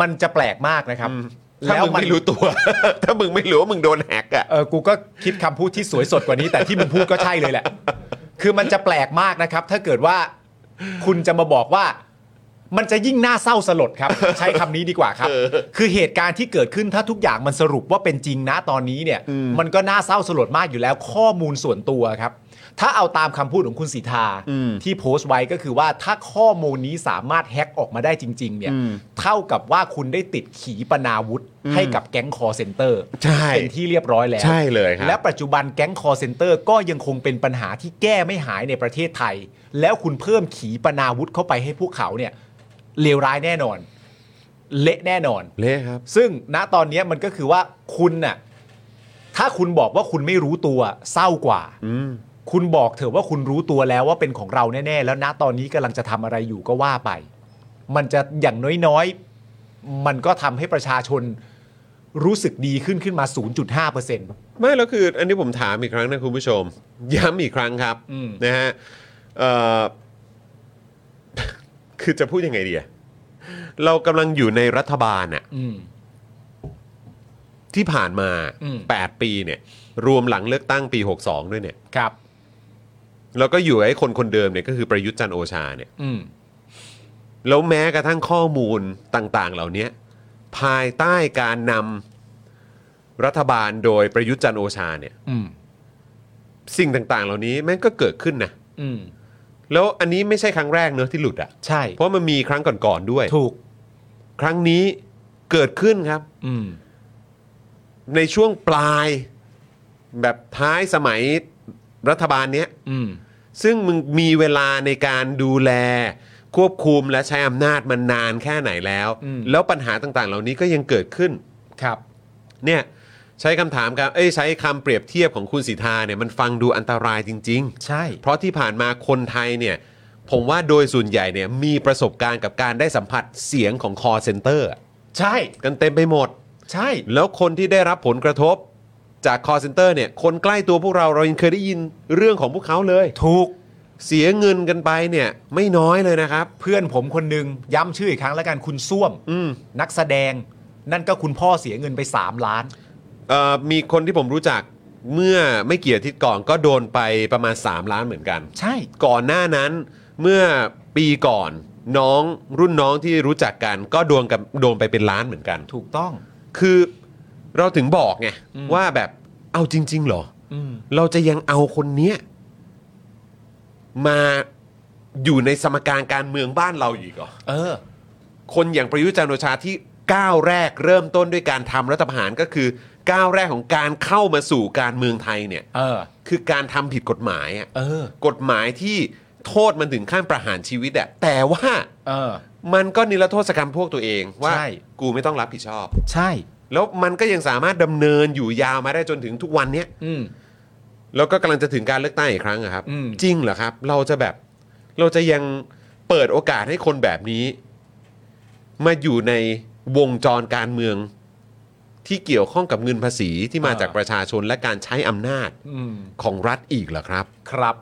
B: มันจะแปลกมากนะครับ
A: ถ้ามึงไม่รู้ตัว [laughs] ถ้ามึงไม่รู้ว่ามึงโดนแฮกอ่ะ
B: เออ กูก็คิดคำพูดที่สวยสดกว่านี้ แต่ที่มึงพูดก็ใช่เลยแหละ คือมันจะแปลกมากนะครับ ถ้าเกิดว่าคุณจะมาบอกว่า มันจะยิ่งน่าเศร้าสลดครับ ใช้คำนี้ดีกว่าครับ คือเหตุการณ์ที่เกิดขึ้นถ้าทุกอย่างมันสรุปว่าเป็นจริงนะตอนนี้เนี่ย มันก็น่าเศร้าสลดมากอยู่แล้ว ข้อมูลส่วนตัวครับ ถ้าเอาตามคำพูดของคุณสีทาที่โพสต์ไว้ก็คือว่าถ้าข้อมูลนี้สามารถแฮ็กออกมาได้จริง ๆ เนี่ย เท่ากับว่าคุณได้ติดขีปนาวุธให้กับแก๊งคอเซนเตอร์
A: ใช่
B: เป็นที่เรียบร้อยแล้ว
A: ใช่เลยครับ
B: และปัจจุบันแก๊งคอเซ c นเตอร์ก็ยังคงเป็นปัญหาที่แก้ไม่หายในประเทศไทย แล้วคุณเพิ่มขีปนาวุธเข้าไปให้พวกเขาเนี่ยเลวร้ายแน่นอน เละแน่นอน
A: เละครับ
B: ซึ่งณตอนเนี้ยมันก็คือว่าคุณน่ะถ้าคุณบอกว่าคุณไม่รู้ตัวเศร้ากว่า คุณบอกเถอะว่าคุณรู้ตัวแล้วว่าเป็นของเราแน่ ๆ แล้วณตอนนี้กำลังจะทำอะไรอยู่ก็ว่าไป มันจะอย่างน้อยๆ มันก็ทำให้ประชาชนรู้สึกดีขึ้นขึ้นมา 0.5%
A: ไม่แล้วคืออันนี้ผมถามอีกครั้งนะคุณผู้ชม [laughs] ย้ำอีกครั้งครับ
B: อืม
A: นะฮะเอ่อ [laughs] คือจะพูดยังไงดีอะเรากำลังอยู่ในรัฐบาลอะ
B: อืม
A: ที่ผ่านมา
B: อืม
A: 8 ปีเนี่ย รวมหลังเลือกตั้งปี 62 ด้วยเนี่ย
B: ครับ
A: แล้วก็อยู่ไอ้คนคนเดิมเนี่ยก็คือประยุทธ์จันทร์โอชาเนี่ย
B: อืม
A: แล้วแม้กระทั่งข้อมูลต่างๆ เหล่านี้ภายใต้การนำรัฐบาลโดยประยุทธ์จันทร์โอชาเนี่ย
B: อืม
A: สิ่งต่างๆ เหล่านี้แม่งก็เกิดขึ้นนะ
B: อืม
A: แล้วอันนี้ไม่ใช่ครั้งแรกเนอะที่หลุดอะ่ะ
B: ใช่
A: เพราะมันมีครั้งก่อนๆด้วย
B: ถูก
A: ครั้งนี้เกิดขึ้นครับ
B: อืม
A: ในช่วงปลายแบบท้ายสมัยรัฐบาลเนี้ย
B: อืม
A: ซึ่งมึงมีเวลาในการดูแล ควบคุมและใช้อำนาจมันนานแค่ไหนแล้ว
B: อืม
A: แล้วปัญหาต่างๆ เหล่านี้ก็ยังเกิดขึ้น
B: ครับ
A: เนี่ยใช้คำถามครับเอ้ยใช้คำเปรียบเทียบของคุณสิทธาเนี่ยมันฟังดูอันตรายจริง
B: ใช่
A: ๆ เพราะที่ผ่านมาคนไทยเนี่ยผมว่าโดยส่วนใหญ่เนี่ยมีประสบการณ์กับการได้สัมผัสเสียงของคอเซ็นเตอร์
B: ใช่
A: กันเต็มไปหมด
B: ใช่
A: แล้วคนที่ได้รับผลกระทบจากคอเซ็นเตอร์เนี่ยคนใกล้ตัวพวกเราเรายังเคยได้ยินเรื่องของพวกเขาเลย
B: ถูก
A: เสียเงินกันไปเนี่ยไม่น้อยเลยนะครับ
B: เพื่อนผมคนหนึ่งย้ำชื่ออีกครั้งแล้วกันคุณส้วม
A: อืม
B: นักแสดง นั่นก็คุณพ่อเสียเงินไป 3 ล้าน
A: เอ่อมีคนที่ผมรู้จักเมื่อไม่กี่อาทิตย์ก่อนก็โดนไปประมาณ 3 ล้านเหมือนกัน
B: ใช่
A: ก่อนหน้านั้นเมื่อปีก่อนน้องรุ่นน้องที่รู้จักกัน ก็โดนกับโดนไปเป็นล้านเหมือนกัน
B: ถูกต้อง
A: คือเราถึงบอกไงว่าแบบเอาจริง ๆ เหรอ
B: อืม
A: เราจะยังเอาคนเนี้ยมาอยู่ในสมการการเมืองบ้านเราอีกเหรอ
B: เออ
A: คนอย่างประยุทธ์จันทร์โอชาที่ก้าวแรกเริ่มต้นด้วยการทำรัฐประหารก็คือก้าวแรกของการเข้ามาสู่การเมืองไทยเนี่ย
B: เออ
A: คือการทำผิดกฎหมายอะ
B: เออ
A: กฎหมายที่โทษมันถึงขั้นประหารชีวิตอะแต่ว่า
B: เออ
A: มันก็นิรโทษกรรมพวกตัวเองว่า
B: ใช่
A: กูไม่ต้องรับผิดชอบ
B: ใช่
A: แล้วมันก็ยังสามารถดำเนินอยู่ยาวมาได้จนถึงทุกวันเนี้ย
B: อืม
A: แล้วก็กำลังจะถึงการเลือกตั้งอีกครั้งอะครับ
B: อืม
A: จริงเหรอครับ เราจะแบบเราจะยังเปิดโอกาสให้คนแบบนี้ มาอยู่ในวงจรการเมือง ที่เกี่ยวข้องกับเงินภาษีที่มาจากประชาชนและการใช้อำนาจ
B: อืม
A: ของรัฐอีกเหรอครับ
B: ครับ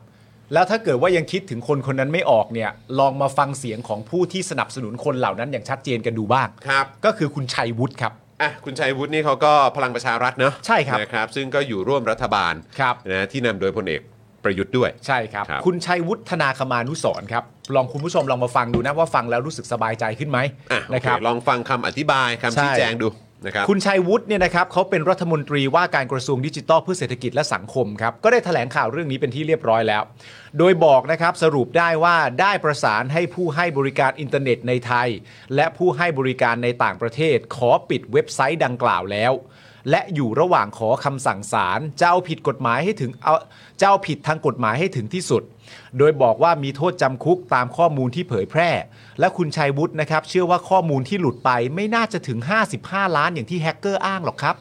B: แล้วถ้าเกิดว่ายังคิดถึงคนคนนั้นไม่ออกเนี่ย ลองมาฟังเสียงของผู้ที่สนับสนุนคนเหล่านั้นอย่างชัดเจนกันดูบ้าง
A: ครับ
B: ก็คือคุณชัยวุฒิครับ
A: อ่ะคุณชัยวุฒินี่เขาก็พลังประชารัฐเนอะ
B: ใช่ครับ
A: นะครับ ซึ่งก็อยู่ร่วมรัฐบาล
B: ครับ
A: นะที่นำโดยพลเอกประยุทธ์ด้วย
B: ใช่ครับ
A: ครับ
B: คุณชัยวุฒนาคมานุสรณ์ครับ ลองคุณผู้ชมลองมาฟังดูนะว่าฟังแล้วรู้สึกสบายใจขึ้นไหม
A: อ่ะโอ
B: นะ
A: เค
B: ครับ
A: ลองฟังคำอธิบายคำชี้
B: ใช่
A: แจงดูนะครับ
B: คุณชัยวุฒิเนี่ยนะครับเขาเป็นรัฐมนตรีว่าการกระทรวงดิจิทัลเพื่อเศรษฐกิจและสังคมครับ ก็ได้แถลงข่าวเรื่องนี้เป็นที่เรียบร้อยแล้ว โดยบอกนะครับสรุปได้ว่าได้ประสานให้ผู้ให้บริการอินเทอร์เน็ตในไทย และผู้ให้บริการในต่างประเทศ ขอปิดเว็บไซต์ดังกล่าวแล้ว และอยู่ระหว่างขอคำสั่งศาลจะเอาผิดกฎหมายให้ถึงเอาจะเอาผิดทางกฎหมายให้ถึงที่สุด โดยบอกว่ามีโทษจำคุกตามข้อมูลที่เผยแพร่ และคุณชัยวุฒินะครับ เชื่อว่าข้อมูลที่หลุดไปไม่น่าจะถึง 55 ล้านอย่างที่แฮกเกอร์อ้างหรอกครับ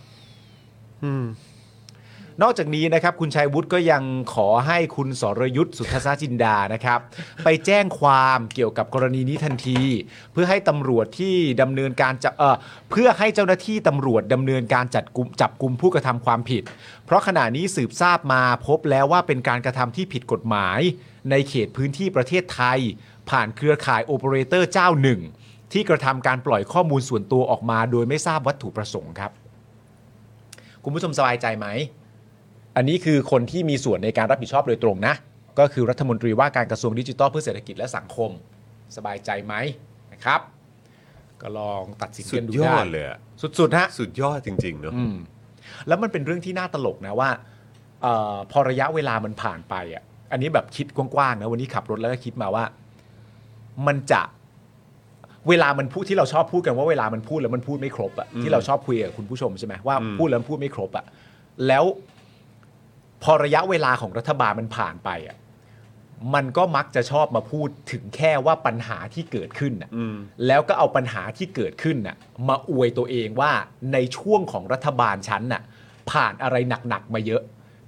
B: นอกจากนี้นะครับ คุณชัยวุฒิก็ยังขอให้คุณสรยุทธ์สุทธาจินดานะครับ [laughs] ไปแจ้งความเกี่ยวกับกรณีนี้ทันที เพื่อให้ตำรวจที่ดำเนินการจะเอ่อเพื่อให้เจ้าหน้าที่ตำรวจดำเนินการจัดกุมจับกลุ่มผู้กระทำความผิด เพราะขณะนี้สืบทราบมาพบแล้วว่าเป็นการกระทำที่ผิดกฎหมาย ในเขตพื้นที่ประเทศไทย ผ่านเครือข่ายโอเปอเรเตอร์เจ้าหนึ่ง ที่กระทำการปล่อยข้อมูลส่วนตัวออกมา โดยไม่ทราบวัตถุประสงค์ครับ คุณผู้ชมสบายใจไหม อันนี้คือคนที่มีส่วนในการรับผิดชอบโดยตรงนะ ก็คือรัฐมนตรีว่าการกระทรวงดิจิทัลเพื่อเศรษฐกิจและสังคม สบายใจไหมนะครับ ก็ลองตัดสิน
A: สุ
B: กัน
A: ด
B: ดู
A: ยอ
B: ได้
A: ดเลยอะ
B: สุดๆฮะ
A: สุดยอดจริงๆเนอะ
B: อืมแล้วมันเป็นเรื่องที่น่าตลกนะว่าเออพอระยะเวลามันผ่านไปอ่ะ อันนี้แบบคิดกว้างๆนะวันนี้ขับรถแล้วก็คิดมาว่า มันจะเวลามันพูดที่เราชอบพูดกันว่าเวลามันพูดแล้วมันพูดไม่ครบอ่ะที่เราชอบคุยกับคุณผู้ชมใช่ไหมว่า
A: อืม
B: พูดแล้วมันพูดไม่ครบอ่ะแล้วพอระยะเวลาของรัฐบาลมันผ่านไปอ่ะมันก็มักจะชอบมาพูดถึงแค่ว่าปัญหาที่เกิดขึ้นอ่ะ
A: อืม
B: แล้วก็เอาปัญหาที่เกิดขึ้นน่ะมาอวยตัวเองว่าในช่วงของรัฐบาลฉันน่ะผ่านอะไรหนัก ๆ มาเยอะ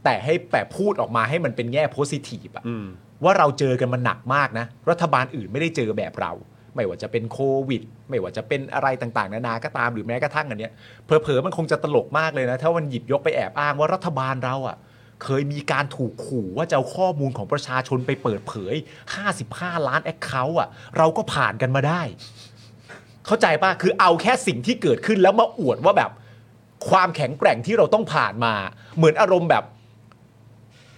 B: แต่ให้แปะพูดออกมาให้มันเป็นแง่โพสิทีฟอะ
A: อืม
B: ว่าเราเจอกันมันหนักมากนะ รัฐบาลอื่นไม่ได้เจอแบบเรา ไม่ว่าจะเป็นโควิด ไม่ว่าจะเป็นอะไรต่างๆ นานาก็ตามหรือแม้กระทั่งอันเนี้ยเผลอๆมันคงจะตลกมากเลยนะ ถ้ามันหยิบยกไปแอบอ้างว่ารัฐบาลเราอะเคยมีการถูกขู่ว่าจะเอาข้อมูลของประชาชนไปเปิดเผย 55 ล้านแอคเคาท์อะเราก็ผ่านกันมาได้ เข้าใจป่ะ คือเอาแค่สิ่งที่เกิดขึ้นแล้วมาอวดว่าแบบ ความแข็งแกร่งที่เราต้องผ่านมา เหมือนอารมณ์แบบ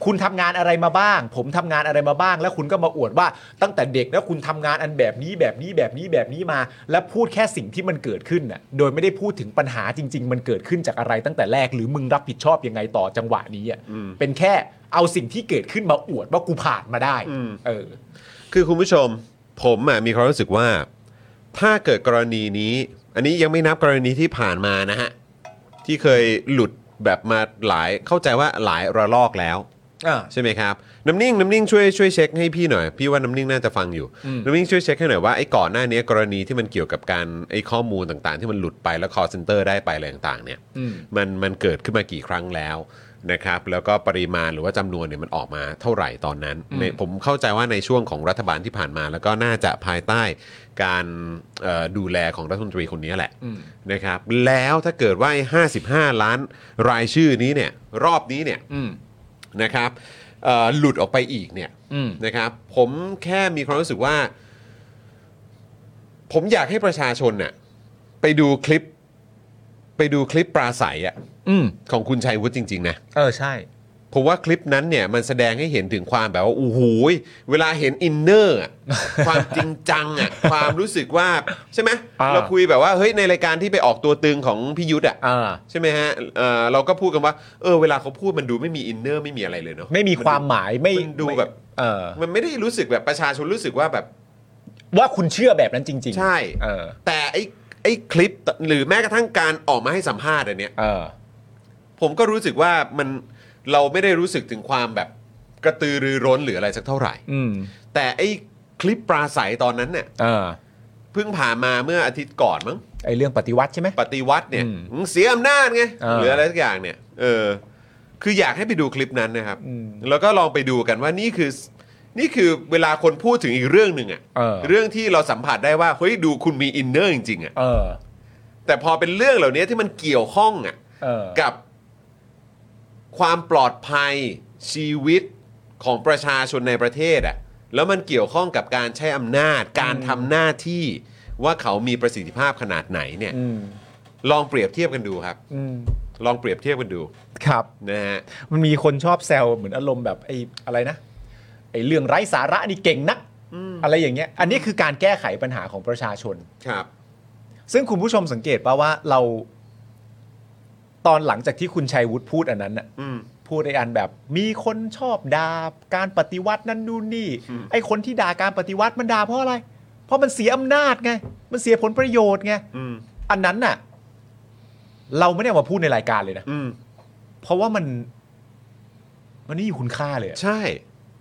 B: คุณทำงานอะไรมาบ้าง ผมทำงานอะไรมาบ้าง แล้วคุณก็มาอวดว่าตั้งแต่เด็กแล้วคุณทำงานอันแบบนี้แบบนี้แบบนี้แบบนี้มา และพูดแค่สิ่งที่มันเกิดขึ้นน่ะโดยไม่ได้พูดถึงปัญหาจริง ๆ มันเกิดขึ้นจากอะไรตั้งแต่แรกหรือมึงรับผิดชอบยังไงต่อจังหวะนี้อ่ะเป็นแค่เอาสิ่งที่เกิดขึ้นมาอวดว่ากูผ่านมาได้เออ
A: คือคุณผู้ชมผมอะมีความรู้สึกว่า ถ้าเกิดกรณีนี้ อันนี้ยังไม่นับกรณีที่ผ่านมานะฮะ ที่เคยหลุดแบบมาหลายเข้าใจว่าหลายระลอกแล้ว
B: อ่า
A: ใช่ไหมครับ น้ำนิ่งน้ำนิ่งช่วยช่วยเช็คให้พี่หน่อย พี่ว่าน้ำนิ่งน่าจะฟังอยู่ น้ำนิ่งช่วยเช็คให้หน่อยว่าไอ้ก่อนหน้านี้กรณีที่มันเกี่ยวกับการไอ้ข้อมูลต่างๆ ที่มันหลุดไปแล้วคอเซ็นเตอร์ได้ไปอะไรต่างๆเนี่ย
B: อืม
A: มันมันเกิดขึ้นมากี่ครั้งแล้วนะครับแล้วก็ปริมาณหรือว่าจำนวนเนี่ยมันออกมาเท่าไหร่ตอนนั้นในผมเข้าใจว่าในช่วงของรัฐบาลที่ผ่านมา แล้วก็น่าจะภายใต้การเอ่อดูแลของรัฐมนตรีคนนี้แหละ นะครับแล้วถ้าเกิดว่าไอ้55 ล้านรายชื่อนี้เนี่ยรอบนี้เนี่ย
B: อืม
A: นะครับเอ่อหลุดออกไปอีกเนี่ย
B: อืม
A: นะครับผมแค่มีความรู้สึกว่า ผมอยากให้ประชาชนน่ะไปดูคลิป ไปดูคลิปปราศัยอะ
B: อืม
A: ของคุณชัยวุฒิจริง ๆ นะ
B: เออใช่
A: ผมว่าคลิปนั้นเนี่ยมันแสดงให้เห็นถึงความแบบว่าโอ้โหยเวลาเห็นอินเนอร์อะ ความจริงจัง
B: [laughs]
A: อะความรู้สึกว่าใช่ไหม
B: อ่า
A: เราคุยแบบว่าเฮ้ยในรายการที่ไปออกตัวตึงของพี่ยุทธอะ
B: อ่า
A: ใช่ไหมฮะเอ่อเราก็พูดกันว่าเออเวลาเขาพูดมันดูไม่มีอินเนอร์ไม่มีอะไรเลยเนาะ
B: ไม่มีความหมายไม่
A: มันดูแบบ
B: เออ
A: มันไม่ได้รู้สึกแบบประชาชนรู้สึกว่าแบบ
B: ว่าคุณเชื่อแบบนั้นจริงๆ
A: ใช่
B: เออ
A: แต่ไอ้ไอ้คลิปหรือแม้กระทั่งการออกมาให้สัมภาษณ์อันเนี้ย
B: เออ
A: ผมก็รู้สึกว่ามันเราไม่ได้รู้สึกถึงความแบบกระตือรือร้นหรืออะไรสักเท่าไหร่
B: อืม
A: แต่ไอ้คลิปปราศัยตอนนั้นเนี่ย
B: เออ
A: เพิ่งผ่านมาเมื่ออาทิตย์ก่อนมั้ง
B: ไอเรื่องปฏิวัติใช่ไหม
A: ปฏิวัติเนี่ย
B: อืม
A: มึงเสียอำนาจไง
B: เออ
A: หรืออะไรสักอย่างเนี่ยเออคืออยากให้ไปดูคลิปนั้นนะครับ
B: อืม
A: แล้วก็ลองไปดูกันว่านี่คือนี่คือเวลาคนพูดถึงอีกเรื่องหนึ่งอะ
B: เออ
A: เรื่องที่เราสัมผัสได้ว่าเฮ้ยดูคุณมีอินเนอร์จริงๆอะ
B: เออ
A: แต่พอเป็นเรื่องเหล่านี้ที่มันเกี่ยวข้องอ่ะ
B: เออ
A: กับความปลอดภัยชีวิตของประชาชนในประเทศอ่ะแล้วมันเกี่ยวข้องกับการใช้อำนาจ การทำหน้าที่ว่าเขามีประสิทธิภาพขนาดไหนเนี่ย
B: อืม
A: ลองเปรียบเทียบกันดูครับ
B: อืม
A: ลองเปรียบเทียบกันดู
B: ครับ
A: นะฮะ
B: มันมีคนชอบแซวเหมือนอารมณ์แบบไอ้อะไรนะ ไอ้เรื่องไร้สาระนี่เก่งนัก อะไรอย่างเงี้ย อันนี้คือการแก้ไขปัญหาของประชาชน
A: ครับ
B: ซึ่งคุณผู้ชมสังเกตป่าว่าเรา ตอนหลังจากที่คุณชัยวุฒิพูดอันนั้นอะ
A: อืม
B: พูดในอันแบบมีคนชอบด่าการปฏิวัตินั่นนู่นนี่
A: อืม
B: ไอ้คนที่ด่าการปฏิวัติมันด่าเพราะอะไร เพราะมันเสียอำนาจไง มันเสียผลประโยชน์ไง
A: อืม
B: อันนั้นน่ะ เราไม่ได้เอามาพูดในรายการเลยนะ
A: อืม
B: เพราะว่ามัน มันไม่มีคุณค่าเลยอะ
A: ใช่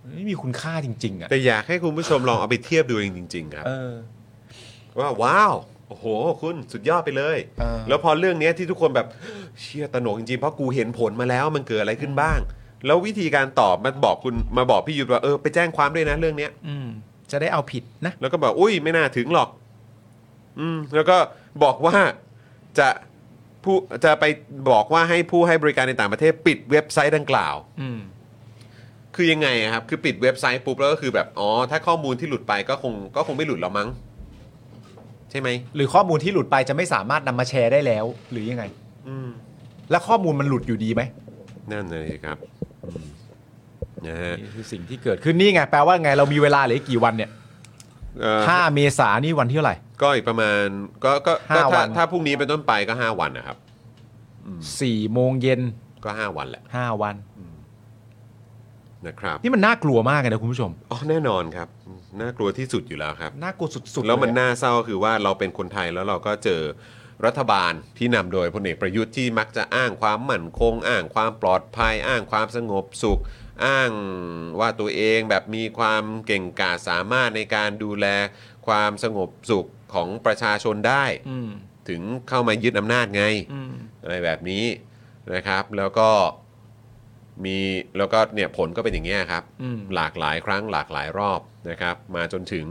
B: มันไม่มีคุณค่าจริง ๆอะ
A: แต่อยากให้คุณผู้ชมลองเอาไปเทียบดูเองจริงๆครับ
B: เออ
A: ว่าว้าว โอ้โห คุณสุดยอดไปเลย
B: เออ
A: แล้วพอเรื่องเนี้ยที่ทุกคนแบบ เชี่ยตระหนกจริงๆ เพราะกูเห็นผลมาแล้วมันเกิดอะไรขึ้นบ้าง แล้ววิธีการตอบมาบอกคุณมาบอกพี่ยุทธว่าเออไปแจ้งความด้วยนะเรื่องเนี้ย
B: อืม จะได้เอาผิดนะ
A: แล้วก็บอกอุ้ยไม่น่าถึงหรอก อืมแล้วก็บอกว่าจะผู้จะไปบอกว่าให้ผู้ให้บริการในต่างประเทศ ปิดเว็บไซต์ดังกล่าว
B: อืม
A: คือยังไงอะครับ คือปิดเว็บไซต์ปุ๊บแล้วก็คือแบบอ๋อถ้าข้อมูลที่หลุดไปก็คงก็คงไม่หลุดแล้วมั้ง ใช่ไหม
B: หรือข้อมูลที่หลุดไปจะไม่สามารถนำมาแชร์ได้แล้ว หรือยังไง
A: อืม
B: แล้วข้อมูลมันหลุดอยู่ดีไหม
A: นั่นเลยครับอืมนะฮะ
B: นี่คือสิ่งที่เกิดขึ้นนี่ไงแปลว่าไงเรามีเวลาเหลืออกกี่วันเนี่ย
A: เอ่อ
B: ห้าเมษานี่วันที่เท่าไหร่
A: ก็อีกประมาณก็ก็ก็
B: ห้าวั
A: ถ้าน ถ้าพรุ่งนี้เป็นต้นไปก็ 5 วันนะครับ
B: สี่โมงเย็น
A: ก็ 5 วันแหละ
B: ห้าวัน
A: นะครับ
B: นี่มันน่ากลัวมากเลยนะคุณผู้ชม
A: อ๋อแน่นอนครับอืมน่ากลัวที่สุดอยู่แล้วครับ
B: น่ากลัวสุดๆ
A: แล้วมัน
B: เยอะ
A: น่าเศร้าคือว่าเราเป็นคนไทยแล้วเราก็เจอรัฐบาลที่นำโดยพลเอกประยุทธ์ที่มักจะอ้างความมั่นคง อ้างความปลอดภัย อ้างความสงบสุข อ้างว่าตัวเองแบบมีความเก่งกาจสามารถในการดูแลความสงบสุขของประชาชนได้
B: อืม
A: ถึงเข้ามายึดอำนาจไง
B: อืม
A: อะไรแบบนี้นะครับ แล้วก็มีแล้วก็เนี่ยผลก็เป็นอย่างนี้ยครับ
B: อืม
A: หลากหลายครั้งหลากหลายรอบนะครับ มาจนถึง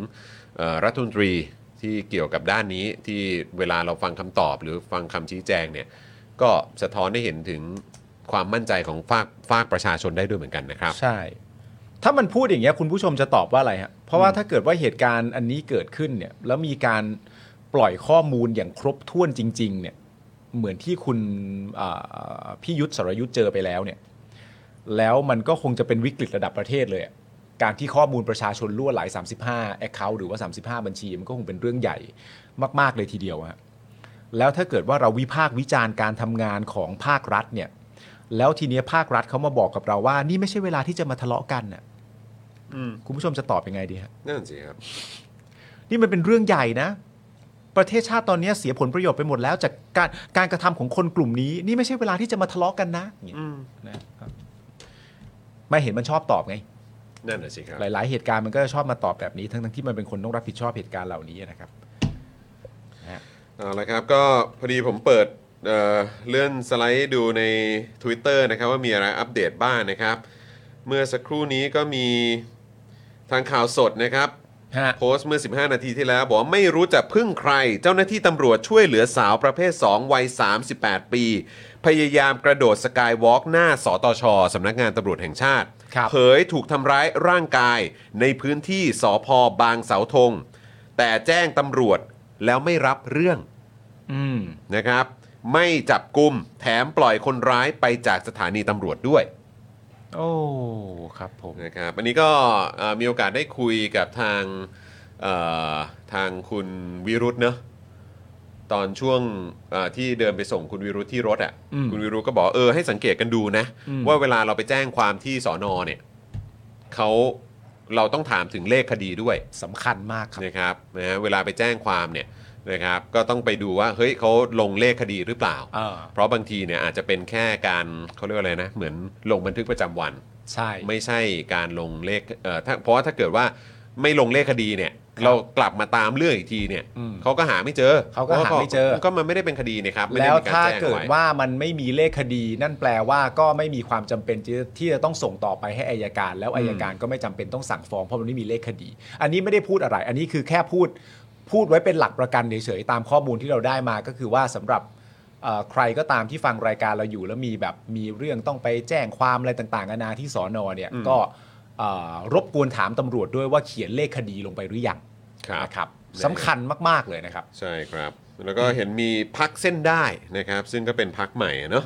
A: เอ่อรัฐมนตรีที่เกี่ยวกับด้านนี้ที่เวลาเราฟังคำตอบหรือฟังคำชี้แจงเนี่ย ก็สะท้อนได้เห็นถึงความมั่นใจของฝากฝากประชาชนได้ด้วยเหมือนกันนะครับ
B: ใช่ ถ้ามันพูดอย่างเงี้ยคุณผู้ชมจะตอบว่าอะไรฮะเพราะว่าถ้าเกิดว่าเหตุการณ์อันนี้เกิดขึ้นเนี่ย แล้วมีการปล่อยข้อมูลอย่างครบถ้วนจริง ๆ เนี่ย เหมือนที่คุณอ่าพี่ยุทธสรยุทธเจอไปแล้วเนี่ย แล้วมันก็คงจะเป็นวิกฤตระดับประเทศเลยอะการที่ข้อมูลประชาชนรั่วไหล 35 Account หรือว่า 35 บัญชี มันก็คงเป็นเรื่องใหญ่มาก ๆ เลยทีเดียวฮะแล้วถ้าเกิดว่าเราวิพากษ์วิจารณ์การทำงานของภาครัฐเนี่ย แล้วทีเนี้ยภาครัฐเขามาบอกกับเราว่า นี่ไม่ใช่เวลาที่จะมาทะเลาะกันน่ะคุณผู้ชมจะตอบยังไงดีฮะ
A: นั่นสิครับ
B: นี่มันเป็นเรื่องใหญ่นะ ประเทศชาติตอนนี้เสียผลประโยชน์ไปหมดแล้ว จากการการกระทำของคนกลุ่มนี้ นี่ไม่ใช่เวลาที่จะมาทะเลาะกันนะอย่างเงี้ยนะครับไม่เห็นมันชอบตอบไง
A: นั่นน่ะสิครับ
B: หลาย ๆ เหตุการณ์มันก็จะชอบมาตอบแบบนี้ ทั้งๆที่มันเป็นคนต้องรับผิดชอบเหตุการณ์เหล่านี้นะครับ
A: เอาละครับก็พอดีผมเปิดเอ่อเลื่อนสไลด์ดูใน Twitter นะครับว่ามีอะไรอัปเดตบ้างนะครับ เมื่อสักครู่นี้ก็มีทางข่าวสดนะครับ
B: ฮะ
A: โพสต์เมื่อ 15 นาทีที่แล้วบอกว่าไม่รู้จะพึ่งใคร เจ้าหน้าที่ตำรวจช่วยเหลือสาวประเภท 2 วัย 38 ปี พยายามกระโดดสกายวอล์กหน้าสตชสำนักงานตำรวจแห่งชาติ
B: ครับ
A: เผยถูกทำร้ายร่างกายในพื้นที่สพบางเสาธง แต่แจ้งตำรวจแล้วไม่รับเรื่อง
B: อืม
A: นะครับไม่จับกลุ่มแถมปล่อยคนร้ายไปจากสถานีตำรวจด้วย
B: โอ้ ครับผม
A: นะครับอันนี้ก็เอ่อมีโอกาสได้คุยกับทางเอ่อทางคุณวิรุธเนอะตอนช่วงเอ่อที่เดินไปส่งคุณวิรุธที่รถอะ่ะ
B: อืม
A: คุณวิรุธก็บอกเออให้สังเกตกันดูนะ
B: อืม
A: ว่าเวลาเราไปแจ้งความที่สอนอเนี่ยเขาเราต้องถามถึงเลขคดีด้วย
B: สำคัญมากครับ
A: นะครับนะฮะเวลาไปแจ้งความเนี่ยนะครับก็ต้องไปดูว่าเฮ้ยเขาลงเลขคดีหรือเปล่า
B: อ่า
A: เพราะบางทีเนี่ยอาจจะเป็นแค่การเขาเรียกว่าอะไรนะ เหมือนลงบันทึกประจำวัน
B: ใช่
A: ไม่ใช่การลงเลขเอ่อถ้าเพราะว่าถ้าเกิดว่าไม่ลงเลขคดีเนี่ยเรากลับมาตามเรื่องอีกทีเนี่ย
B: อืม
A: เขาก็หาไม่เจอ
B: เขาก็หาไม่เจ
A: พ
B: อ
A: ราะว่าก็ก็มันไม่ได้เป็นคดีนะครับไม่ได้
B: แล้ว
A: มีร
B: ถ้า
A: แจ้งอไ
B: เกิดว่ามันไม่มีเลขคดี นั่นแปลว่าก็ไม่มีความจำเป็นที่ที่จะต้องส่งต่อไปให้อายการ แล้วอายการก็ไม่จำเป็นต้องสั่งฟ้องเพราะมันไม่มีเลขคดี อันนี้ไม่ได้พูดอะไร อันนี้คือแค่พูดพูดไว้เป็นหลักประกันเฉยๆตามข้อมูลที่เราได้มาก็คือว่าสำหรับเอ่อใครก็ตามที่ฟังรายการเราอยู่ แล้วมีแบบมีเรื่องต้องไปแจ้งความอะไรต่างๆนานาที่สอนอเนี่ยก็เอ่อรบกวนถามตำรวจด้วยว่าเขียนเลขคดีลงไปหรือยัง
A: ครับ
B: นะครับสำคัญมากๆเลยนะครับ
A: ใช่ครับ แล้วก็เห็นมีพักเส้นได้นะครับ ซึ่งก็เป็นพักใหม่อะเนาะ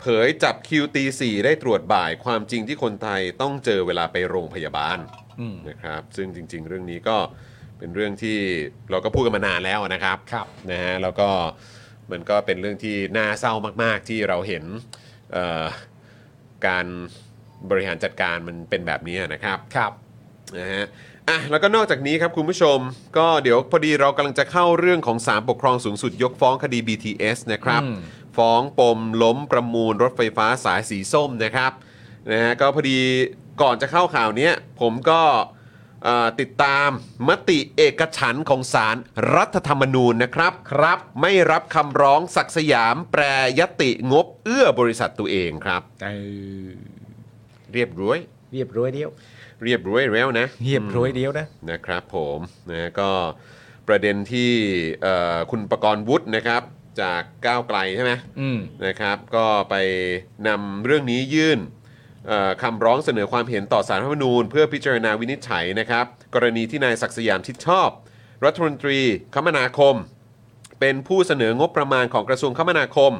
A: เผยจับคิวตีสี่ได้ตรวจบ่ายความจริงที่คนไทยต้องเจอเวลาไปโรงพยาบาล
B: อืม
A: นะครับ ซึ่งจริง ๆ เรื่องนี้ก็เป็นเรื่องที่เราก็พูดกันมานานแล้วนะครับ
B: ครับ
A: นะฮะแล้วก็มันก็เป็นเรื่องที่น่าเศร้ามาก ๆ ที่เราเห็นเอ่อการบริหารจัดการมันเป็นแบบนี้นะครับ
B: ครับ
A: นะฮะ อ่ะ แล้วก็นอกจากนี้ครับคุณผู้ชม ก็เดี๋ยวพอดีเรากำลังจะเข้าเรื่องของศาลปกครองสูงสุดยกฟ้องคดี BTS นะครับ
B: อืม
A: ฟ้องปมล้มประมูลรถไฟฟ้าสายสีส้มนะครับ นะฮะ ก็พอดีก่อนจะเข้าข่าวเนี้ยผมก็เอ่อติดตามมติเอกฉันท์ของศาลรรัฐธรรมนูญนะครับ ครับ ไม่รับคำร้องศักดิ์สยามแปรยติงบเอื้อบริษัทตัวเองครับ
B: เออ
A: เรียบร้อย
B: เรียบร้อยเดียว
A: เรียบร้อยแล้วนะ
B: เรียบร้อยเดียวนะ
A: นะครับผมนะก็ประเด็นที่เอ่อคุณประกรณ์วุฒินะครับจากก้าวไกลใช่ไหม
B: อืม
A: นะครับ ก็ไปนำเรื่องนี้ยื่นเอ่อคำร้องเสนอความเห็นต่อสารรัฐธรรมนูญ เพื่อพิจารณาวินิจฉัยนะครับ กรณีที่นายศักดิ์สยามชิดชอบ รัฐมนตรีคมนาคม เป็นผู้เสนองบประมาณของกระทรวงคมนาคม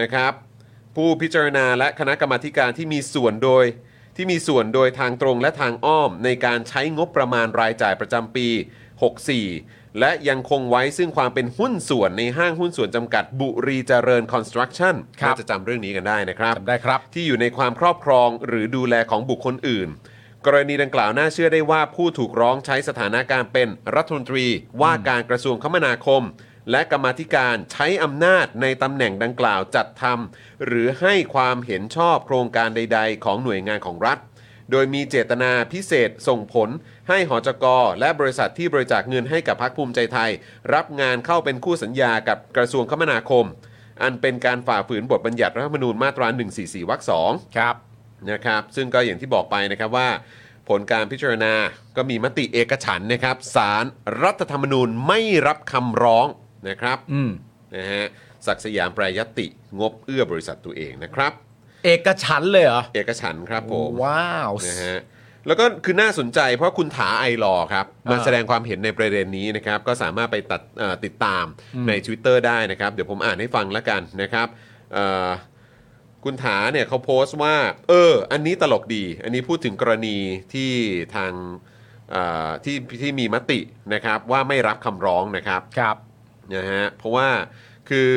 A: นะครับ ผู้พิจารณาและคณะกรรมาธิการที่มีส่วนโดย ที่มีส่วนโดยทางตรงและทางอ้อม ในการใช้งบประมาณรายจ่ายประจำปี 64 และยังคงไว้ซึ่งความเป็นหุ้นส่วนในห้างหุ้นส่วนจำกัดบุรีเจริญคอนสตรักชั่น
B: ครับ
A: น่าจะจำเรื่องนี้กันได้นะครับ
B: จำได้ครับ
A: ที่อยู่ในความครอบครองหรือดูแลของบุคคลอื่น กรณีดังกล่าวน่าเชื่อได้ว่าผู้ถูกร้องใช้สถานะการเป็นรัฐมนตรีว่าการกระทรวงคมนาคม และกรรมาธิการใช้อำนาจในตำแหน่งดังกล่าวจัดทำหรือให้ความเห็นชอบโครงการใด ๆ ของหน่วยงานของรัฐ โดยมีเจตนาพิเศษส่งผลให้หอจกและบริษัทที่บริจาคเงินให้กับพรรคภูมิใจไทย รับงานเข้าเป็นคู่สัญญากับกระทรวงคมนาคม อันเป็นการฝ่าฝืนบทบัญญัติรัฐธรรมนูญมาตรา 144 วรรคสอง
B: ครับ
A: นะครับซึ่งก็อย่างที่บอกไปนะครับว่า ผลการพิจารณาก็มีมติเอกฉันท์นะครับสารรัฐธรรมนูญไม่รับคำร้องนะครับ
B: อืม
A: นะฮะศักดิ์สยามแปรยติงบเอื้อบริษัทตัวเองนะครับ
B: เอกฉันท์เลยเหรอ
A: เอกฉันท์ครับผม
B: ว้าว
A: นะฮะแล้วก็คือน่าสนใจเพราะคุณถาไอรอว์ครับมา
B: อ่า
A: แสดงความเห็นในประเด็นนี้นะครับก็สามารถไปตัดเอ่อติดตามใน Twitter ได้นะครับ เดี๋ยวผมอ่านให้ฟังละกันนะครับเอ่อ คุณถาเนี่ยเขาโพสต์ว่า เออ อันนี้ตลกดี อันนี้พูดถึงกรณีที่ทางเอ่อที่ที่มีมตินะครับว่าไม่รับคำร้องนะครับ
B: ครับ
A: นะฮะเพราะว่าคือ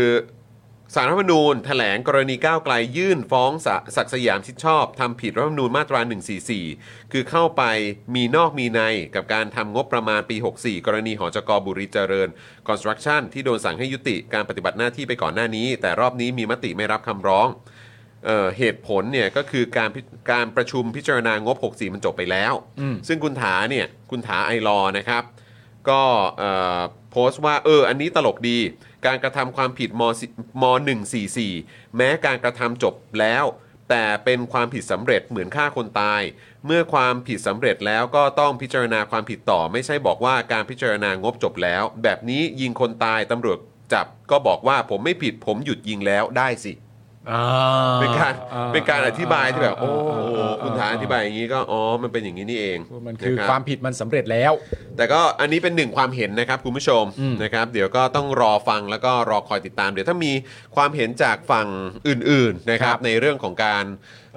A: สารรัฐธรรมนูญแถลงกรณีก้าวไกลยื่นฟ้องสะศักดิ์สยามชิดชอบทำผิดรัฐธรรมนูญมาตรา 144 คือเข้าไปมีนอกมีในกับการทำงบประมาณปี 64 กรณีหอจกบุรีเจริญ Construction ที่โดนสั่งให้ยุติการปฏิบัติหน้าที่ไปก่อนหน้านี้ แต่รอบนี้มีมติไม่รับคำร้อง เอ่อเหตุผลเนี่ยก็คือการพิการประชุมพิจารณางบ 64 มันจบไปแล้ว ซึ่งคุณถาเนี่ยคุณถาไอรอว์นะครับ ก็เอ่อโพสต์ว่าเอออันนี้ตลกดี การกระทำความผิดมสิม 144 แม้การกระทำจบแล้ว แต่เป็นความผิดสำเร็จเหมือนฆ่าคนตาย เมื่อความผิดสำเร็จแล้วก็ต้องพิจารณาความผิดต่อ ไม่ใช่บอกว่าการพิจารณางบจบแล้ว แบบนี้ยิงคนตายตำรวจจับก็บอกว่าผมไม่ผิดผมหยุดยิงแล้วได้สิ เป็นการเป็นการอธิบายที่แบบโอ้โหคุณฐานอธิบายอย่างนี้ก็อ๋อมันเป็นอย่างนี้นี่เอง
B: มันคือะ
A: รับ
B: ความผิดมันสำเร็จแล้ว
A: แต่ก็อันนี้เป็นหนึ่งความเห็นนะครับคุณผู้ชม
B: อืม
A: นะครับ เดี๋ยวก็ต้องรอฟังแล้วก็รอคอยติดตาม เดี๋ยวถ้ามีความเห็นจากฝั่งอื่นๆนะครับ ในเรื่องของการ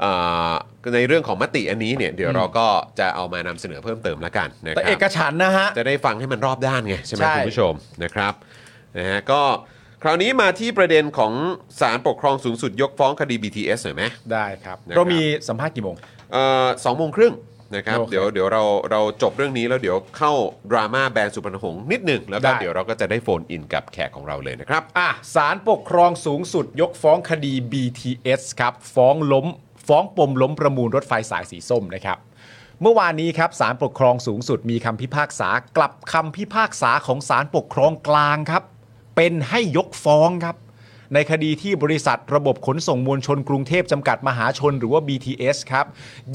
A: เอ่อในเรื่องของมติอันนี้เนี่ยเดี๋ยวเราก็จะเอามานำเสนอเพิ่มเติมละกันนะค
B: แต่
A: รั
B: เอบ กฉันท์นะฮะ
A: จะได้ฟังให้มันรอบด้านไง ใช่ไหม
B: ใช่
A: คุณผู้ชมนะครับนะฮะก็คราวนี้มาที่ประเด็นของศาลปกครองสูงสุดยกฟ้องคดี BTS หน่อยไหม
B: ได้ครับ
A: นะครับ
B: เรามีสัมภาษณ์กี่โมง
A: เอ่อสองโมงครึ่งนะครับ
B: โอเค
A: เดี๋ยวเดี๋ยวเราเราจบเรื่องนี้แล้วเดี๋ยวเข้าดราม่าแบรนด์สุพรรณหงส์นิดหนึ่งแล้วก็
B: ได้
A: เดี๋ยวเราก็จะได้โฟนอินกับแขกของเราเลยนะครับ
B: อ่ะศาลปกครองสูงสุดยกฟ้องคดี BTS ครับ ฟ้องล้ม ฟ้องปมล้มประมูลรถไฟสายสีส้มนะครับ เมื่อวานนี้ครับศาลปกครองสูงสุดมีคำพิพากษากลับคำพิพากษาของศาลปกครองกลางครับ เป็นให้ยกฟ้องครับ ในคดีที่บริษัทระบบขนส่งมวลชนกรุงเทพจำกัดมหาชนหรือว่า BTS ครับ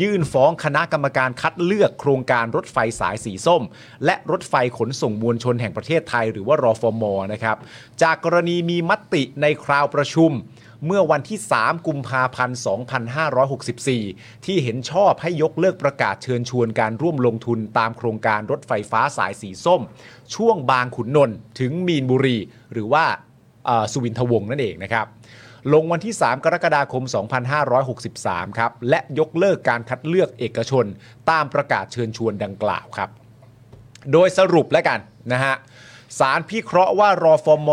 B: ยื่นฟ้องคณะกรรมการคัดเลือกโครงการรถไฟสายสีส้ม และรถไฟขนส่งมวลชนแห่งประเทศไทยหรือว่ารอฟมนะครับ จากกรณีมีมติในคราวประชุม เมื่อวันที่ 3 กุมภาพันธ์ 2564 ที่เห็นชอบให้ยกเลิกประกาศเชิญชวนการร่วมลงทุนตามโครงการรถไฟฟ้าสายสีส้ม ช่วงบางขุนนนท์ถึงมีนบุรี หรือว่า เอ่อสุวินทวงศ์นั่นเองนะครับ ลงวันที่ 3 กรกฎาคม 2563 ครับ และยกเลิกการคัดเลือกเอกชน ตามประกาศเชิญชวนดังกล่าวครับ โดยสรุปแล้วกันนะฮะสารพิเคราะห์ว่ารอฟอม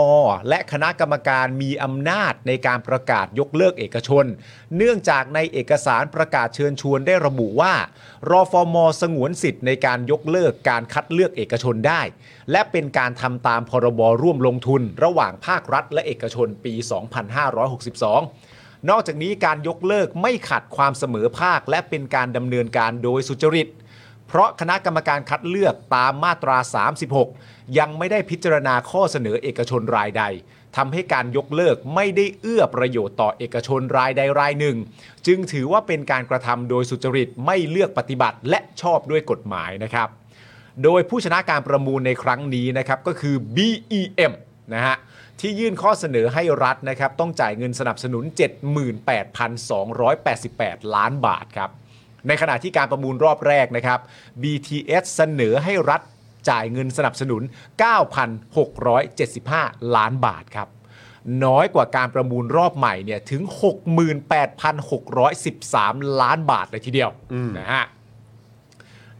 B: และคณะกรรมการมีอำนาจในการประกาศยกเลิกเอกชน เนื่องจากในเอกสารประกาศเชิญชวนได้ระบุว่ารอฟอมสงวนสิทธิ์ในการยกเลิกการคัดเลือกเอกชนได้ และเป็นการทำตามพรบร่วมลงทุน ระหว่างภาครัฐและเอกชนปี 2562 นอกจากนี้การยกเลิกไม่ขัดความเสมอภาค และเป็นการดำเนินการโดยสุจริต เพราะคณะกรรมการคัดเลือกตามมาตรา 36 ยังไม่ได้พิจารณาข้อเสนอเอกชนรายใดทำให้การยกเลิกไม่ได้เอื้อประโยชน์ต่อเอกชนรายใดรายหนึ่ง จึงถือว่าเป็นการกระทำโดยสุจริตไม่เลือกปฏิบัติและชอบด้วยกฎหมายนะครับ โดยผู้ชนะการประมูลในครั้งนี้นะครับก็คือ BEM นะฮะที่ยื่นข้อเสนอให้รัฐนะครับต้องจ่ายเงินสนับสนุน 78,288 ล้านบาทครับ ในขณะที่การประมูลรอบแรกนะครับ BTS เสนอให้รัฐจ่ายเงินสนับสนุน 9,675 ล้านบาทครับ น้อยกว่าการประมูลรอบใหม่เนี่ยถึง 68,613 ล้านบาทเลยทีเดียวนะฮะ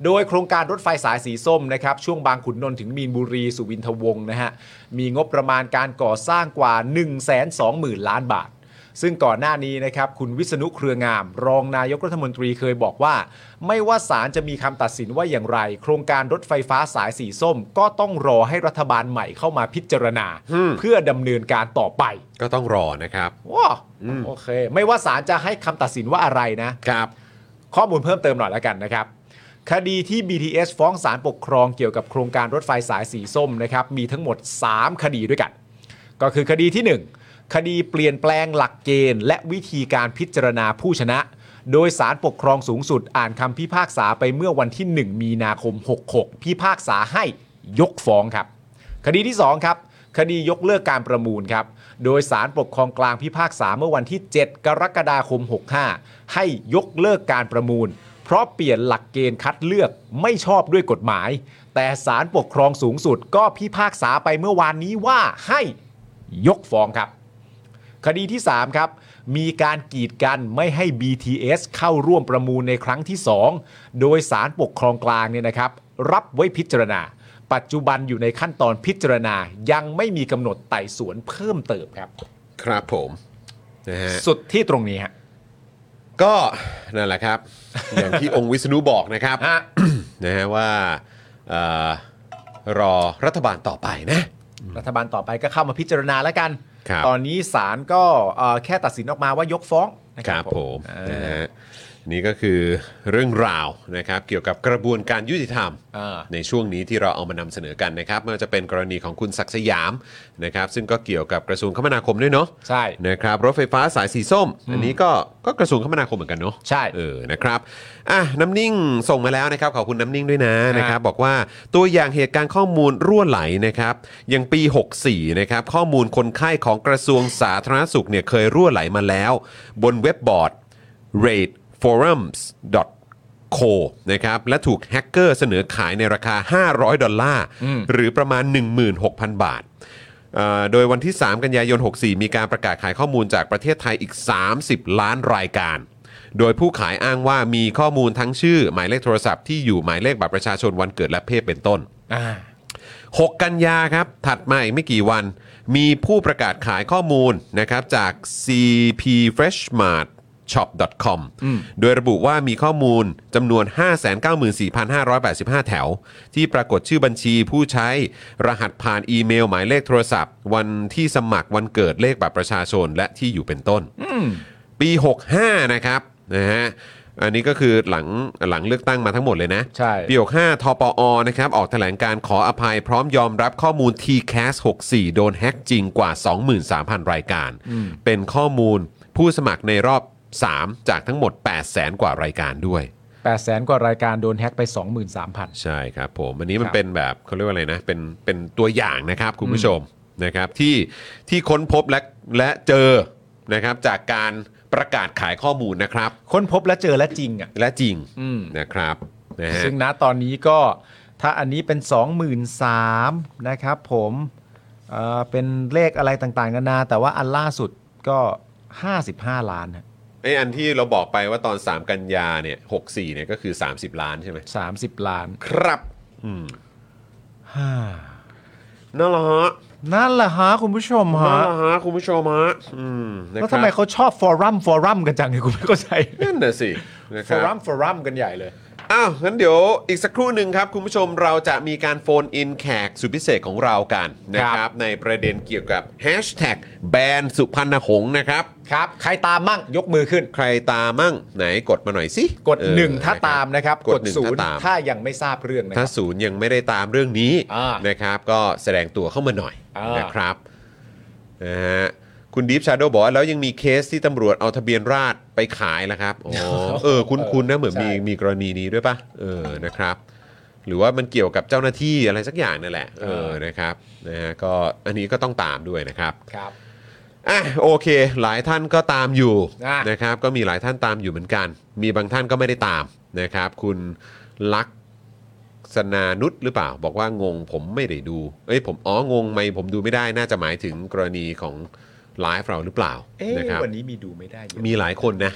B: โดยโครงการรถไฟสายสีส้มนะครับช่วงบางขุนนนท์ถึงมีนบุรีสุวินทวงศ์นะฮะมีงบประมาณการก่อสร้างกว่า 120,000 ล้านบาท ซึ่งก่อนหน้านี้นะครับคุณวิษณุเครืองาม รองนายกรัฐมนตรีเคยบอกว่า ไม่ว่าศาลจะมีคำตัดสินว่าอย่างไร โครงการรถไฟฟ้าสายสีส้ม ก็ต้องรอให้รัฐบาลใหม่เข้ามาพิจารณา
A: อืม
B: เพื่อดำเนินการต่อไป
A: ก็ต้องรอนะครับ
B: ว้า
A: อืม
B: โอเค ไม่ว่าศาลจะให้คำตัดสินว่าอะไรนะ
A: ครับ
B: ข้อมูลเพิ่มเติมหน่อยแล้วกันนะครับ คดีที่ BTS ฟ้องศาลปกครองเกี่ยวกับโครงการรถไฟสายสีส้มนะครับ มีทั้งหมด 3 คดีด้วยกัน ก็คือคดีที่ 1 คดีเปลี่ยนแปลงหลักเกณฑ์ และวิธีการพิจารณาผู้ชนะ โดยสารปกครองสูงสุดอ่านคำพิพากษาไปเมื่อวันที่ 1 มีนาคม 66 พิพากษาให้ยกฟ้องครับ คดีที่ 2 ครับ คดียกเลิกการประมูลครับ โดยสารปกครองกลางพิพากษาเมื่อวันที่ 7 กรกฎาคม 65 ให้ยกเลิกการประมูล เพราะเปลี่ยนหลักเกณฑ์คัดเลือกไม่ชอบด้วยกฎหมาย แต่สารปกครองสูงสุดก็พิพากษาไปเมื่อวานนี้ว่าให้ยกฟ้องครับ คดีที่ 3 ครับ มีการกีดกันไม่ให้ BTS เข้าร่วมประมูลในครั้งที่ 2 โดยสารปกครองกลางเนี่ยนะครับ รับไว้พิจารณา ปัจจุบันอยู่ในขั้นตอนพิจารณายังไม่มีกำหนดไต่สวนเพิ่มเติมครับ
A: ครับผมนะฮะ
B: สุดที่ตรงนี้ฮะ
A: ก็นั่นแหละครับ อย่างที่องค์วิษณุบอกนะครับ
B: ฮะ
A: นะฮะว่าเอ่อรอรัฐบาลต่อไปนะ
B: รัฐบาลต่อไปก็เข้ามาพิจารณาแล้วกัน
A: ครับ
B: ตอนนี้ศาลก็เอ่อแค่ตัดสินออกมาว่ายกฟ้องนะ
A: ค
B: ค
A: รั
B: รั
A: บบ ผม
B: เอ
A: นะ
B: อ
A: ฮะนี่ก็คือเรื่องราวนะครับเกี่ยวกับกระบวนการยุติธรรม
B: อ่า
A: ในช่วงนี้ที่เราเอามานำเสนอกันนะครับไม่ว่าจะเป็นกรณีของคุณศักดิ์สยามนะครับซึ่งก็เกี่ยวกับกระทรวงคมนาคมด้วยเนาะ
B: ใช่
A: นะครับรถไฟฟ้าสายสีส้ม อันนี้ก็ก็กระทรวงคมนาคมเหมือนกันเนาะ
B: ใช่
A: เออ นะครับ อ่ะ น้ำนิ่งส่งมาแล้วนะครับ ขอบคุณน้ำนิ่งด้วยนะ นะครับ บอกว่าตัวอย่างเหตุการณ์ข้อมูลรั่วไหลนะครับ อย่างปี 64 นะครับ ข้อมูลคนไข้ของกระทรวงสาธารณสุขเนี่ยเคยรั่วไหลมาแล้ว บนเว็บบอร์ด rateforums co นะครับ และถูกแฮกเกอร์เสนอขายในราคา 500 ดอลลาร์ หรือประมาณ 16,000 บาท เอ่อโดยวันที่ 3 กันยายน 64 มีการประกาศขายข้อมูลจากประเทศไทยอีก 30 ล้านรายการ โดยผู้ขายอ้างว่ามีข้อมูลทั้งชื่อ หมายเลขโทรศัพท์ที่อยู่หมายเลขบัตรประชาชนวันเกิดและเพศเป็นต้น
B: อ่า
A: 6 กันยาครับ ถัดมาอีกไม่กี่วัน มีผู้ประกาศขายข้อมูลนะครับจาก cpfreshmart shop.com โดยระบุว่ามีข้อมูลจำนวน 594,585 แถว ที่ปรากฏชื่อบัญชีผู้ใช้รหัสผ่านอีเมลหมายเลขโทรศัพท์ วันที่สมัครวันเกิดเลขบัตรประชาชนและที่อยู่เป็นต้น ปี 65 นะครับนะฮะอันนี้ก็คือหลังหลังเลือกตั้งมาทั้งหมดเลยนะ
B: ใช่
A: ปี 65ทปอนะครับออกแถลงการขออภัยพร้อมยอมรับข้อมูล TCAS 64 โดนแฮ็กจริงกว่า 23,000 รายการ เป็นข้อมูลผู้สมัครในรอบ 3 จากทั้งหมด 800,000 กว่ารายการด้วย
B: 8แสนกว่ารายการโดนแฮ็กไป 23,000
A: ใช่ครับผมอันนี้มัน
B: ครับ
A: เป็นแบบเขาเรียกว่าอะไรนะเป็นเป็นตัวอย่างนะครับคุณผู้ชมนะครับที่ที่ค้นพบและและเจอนะครับจากการประกาศขายข้อมูลนะครับ
B: ค้นพบและเจอและจริงอ่ะ
A: และจริง
B: อืม
A: นะครับนะฮะ
B: ซึ่งณตอนนี้ก็ถ้าอันนี้เป็น 23,000นะครับผมเอ่อเป็นเลขอะไรต่างๆ นานา แต่ว่าอันล่าสุดก็ 55 ล้านฮะ
A: ไออันที่เราบอกไปว่าตอน 3 กันยาเนี่ย64เนี่ยก็คือ 30 ล้านใช่ไหม
B: 30 ล้าน
A: ครับอืม
B: ฮ่า
A: นั่นแหละฮะ
B: นั่นแหละฮะคุณผู้ชม
A: นั่น
B: ฮะ
A: แหละฮะคุณผู้ชมฮะอืมนะค
B: แล้
A: รั
B: ว
A: บ
B: ทำไมเขาชอบฟอรัมฟอรัมกันจังเนี่ยคุณไม่เข้าใจ
A: นั่นน่ะสินะค
B: ฟอ
A: รั
B: รับ มฟอรัมกันใหญ่เลย
A: อ้าวงั้นเดี๋ยวอีกสักครู่หนึ่งครับ คุณผู้ชมเราจะมีการโฟนอินแขกสุดพิเศษของเรากันนะค
B: ครั
A: รับ
B: บ
A: ในประเด็นเกี่ยวกับแฮชแท็กแบนสุพรรณหงส์นะครับ
B: ครับ ใครตามมั่งยกมือขึ้น
A: ใครตามมั่งไหนกดมาหน่อยสิ
B: กด
A: เออ
B: หนึ่งถ้าตามนะครับ
A: กดหนึ่ง
B: ศู
A: ถ้าน
B: ย์
A: ตาม
B: ถ้ายังไม่ทราบเรื่องนะค
A: ถ้า
B: รับ
A: ศูนย์ยังไม่ได้ตามเรื่องนี้
B: อ่า
A: นะครับ ก็แสดงตัวเข้ามาหน่อย
B: อ่าน
A: นะครับนะฮะคุณดีฟชาโดบอกว่าแล้วยังมีเคสที่ตำรวจเอาทะเบียนราษฎร์ไปขายแล้วครับอ๋อ
B: [laughs]
A: เออ คุ้นๆนะเหมือนมีมีกรณีนี้ด้วยป่ะเออนะครับ หรือว่ามันเกี่ยวกับเจ้าหน้าที่อะไรสักอย่างนั่นแหละเออนะครับนะฮะก็อันนี้ก็ต้องตามด้วยนะครับ
B: ครับ
A: อ่ะโอเค หลายท่านก็ตามอยู่
B: อ่ะ
A: นะครับ ก็มีหลายท่านตามอยู่เหมือนกัน มีบางท่านก็ไม่ได้ตามนะครับ คุณลักษณานุษหรือเปล่า บอกว่างงผมไม่ได้ดูเอ้ยผมอ๋องงไหมผมดูไม่ได้น่าจะหมายถึงกรณีของไลฟ์เราหรือเปล่า
B: เอ๊ะ
A: นะครับ
B: วันนี้มีดูไม่ได้เยอะ
A: มีหลายคนนะ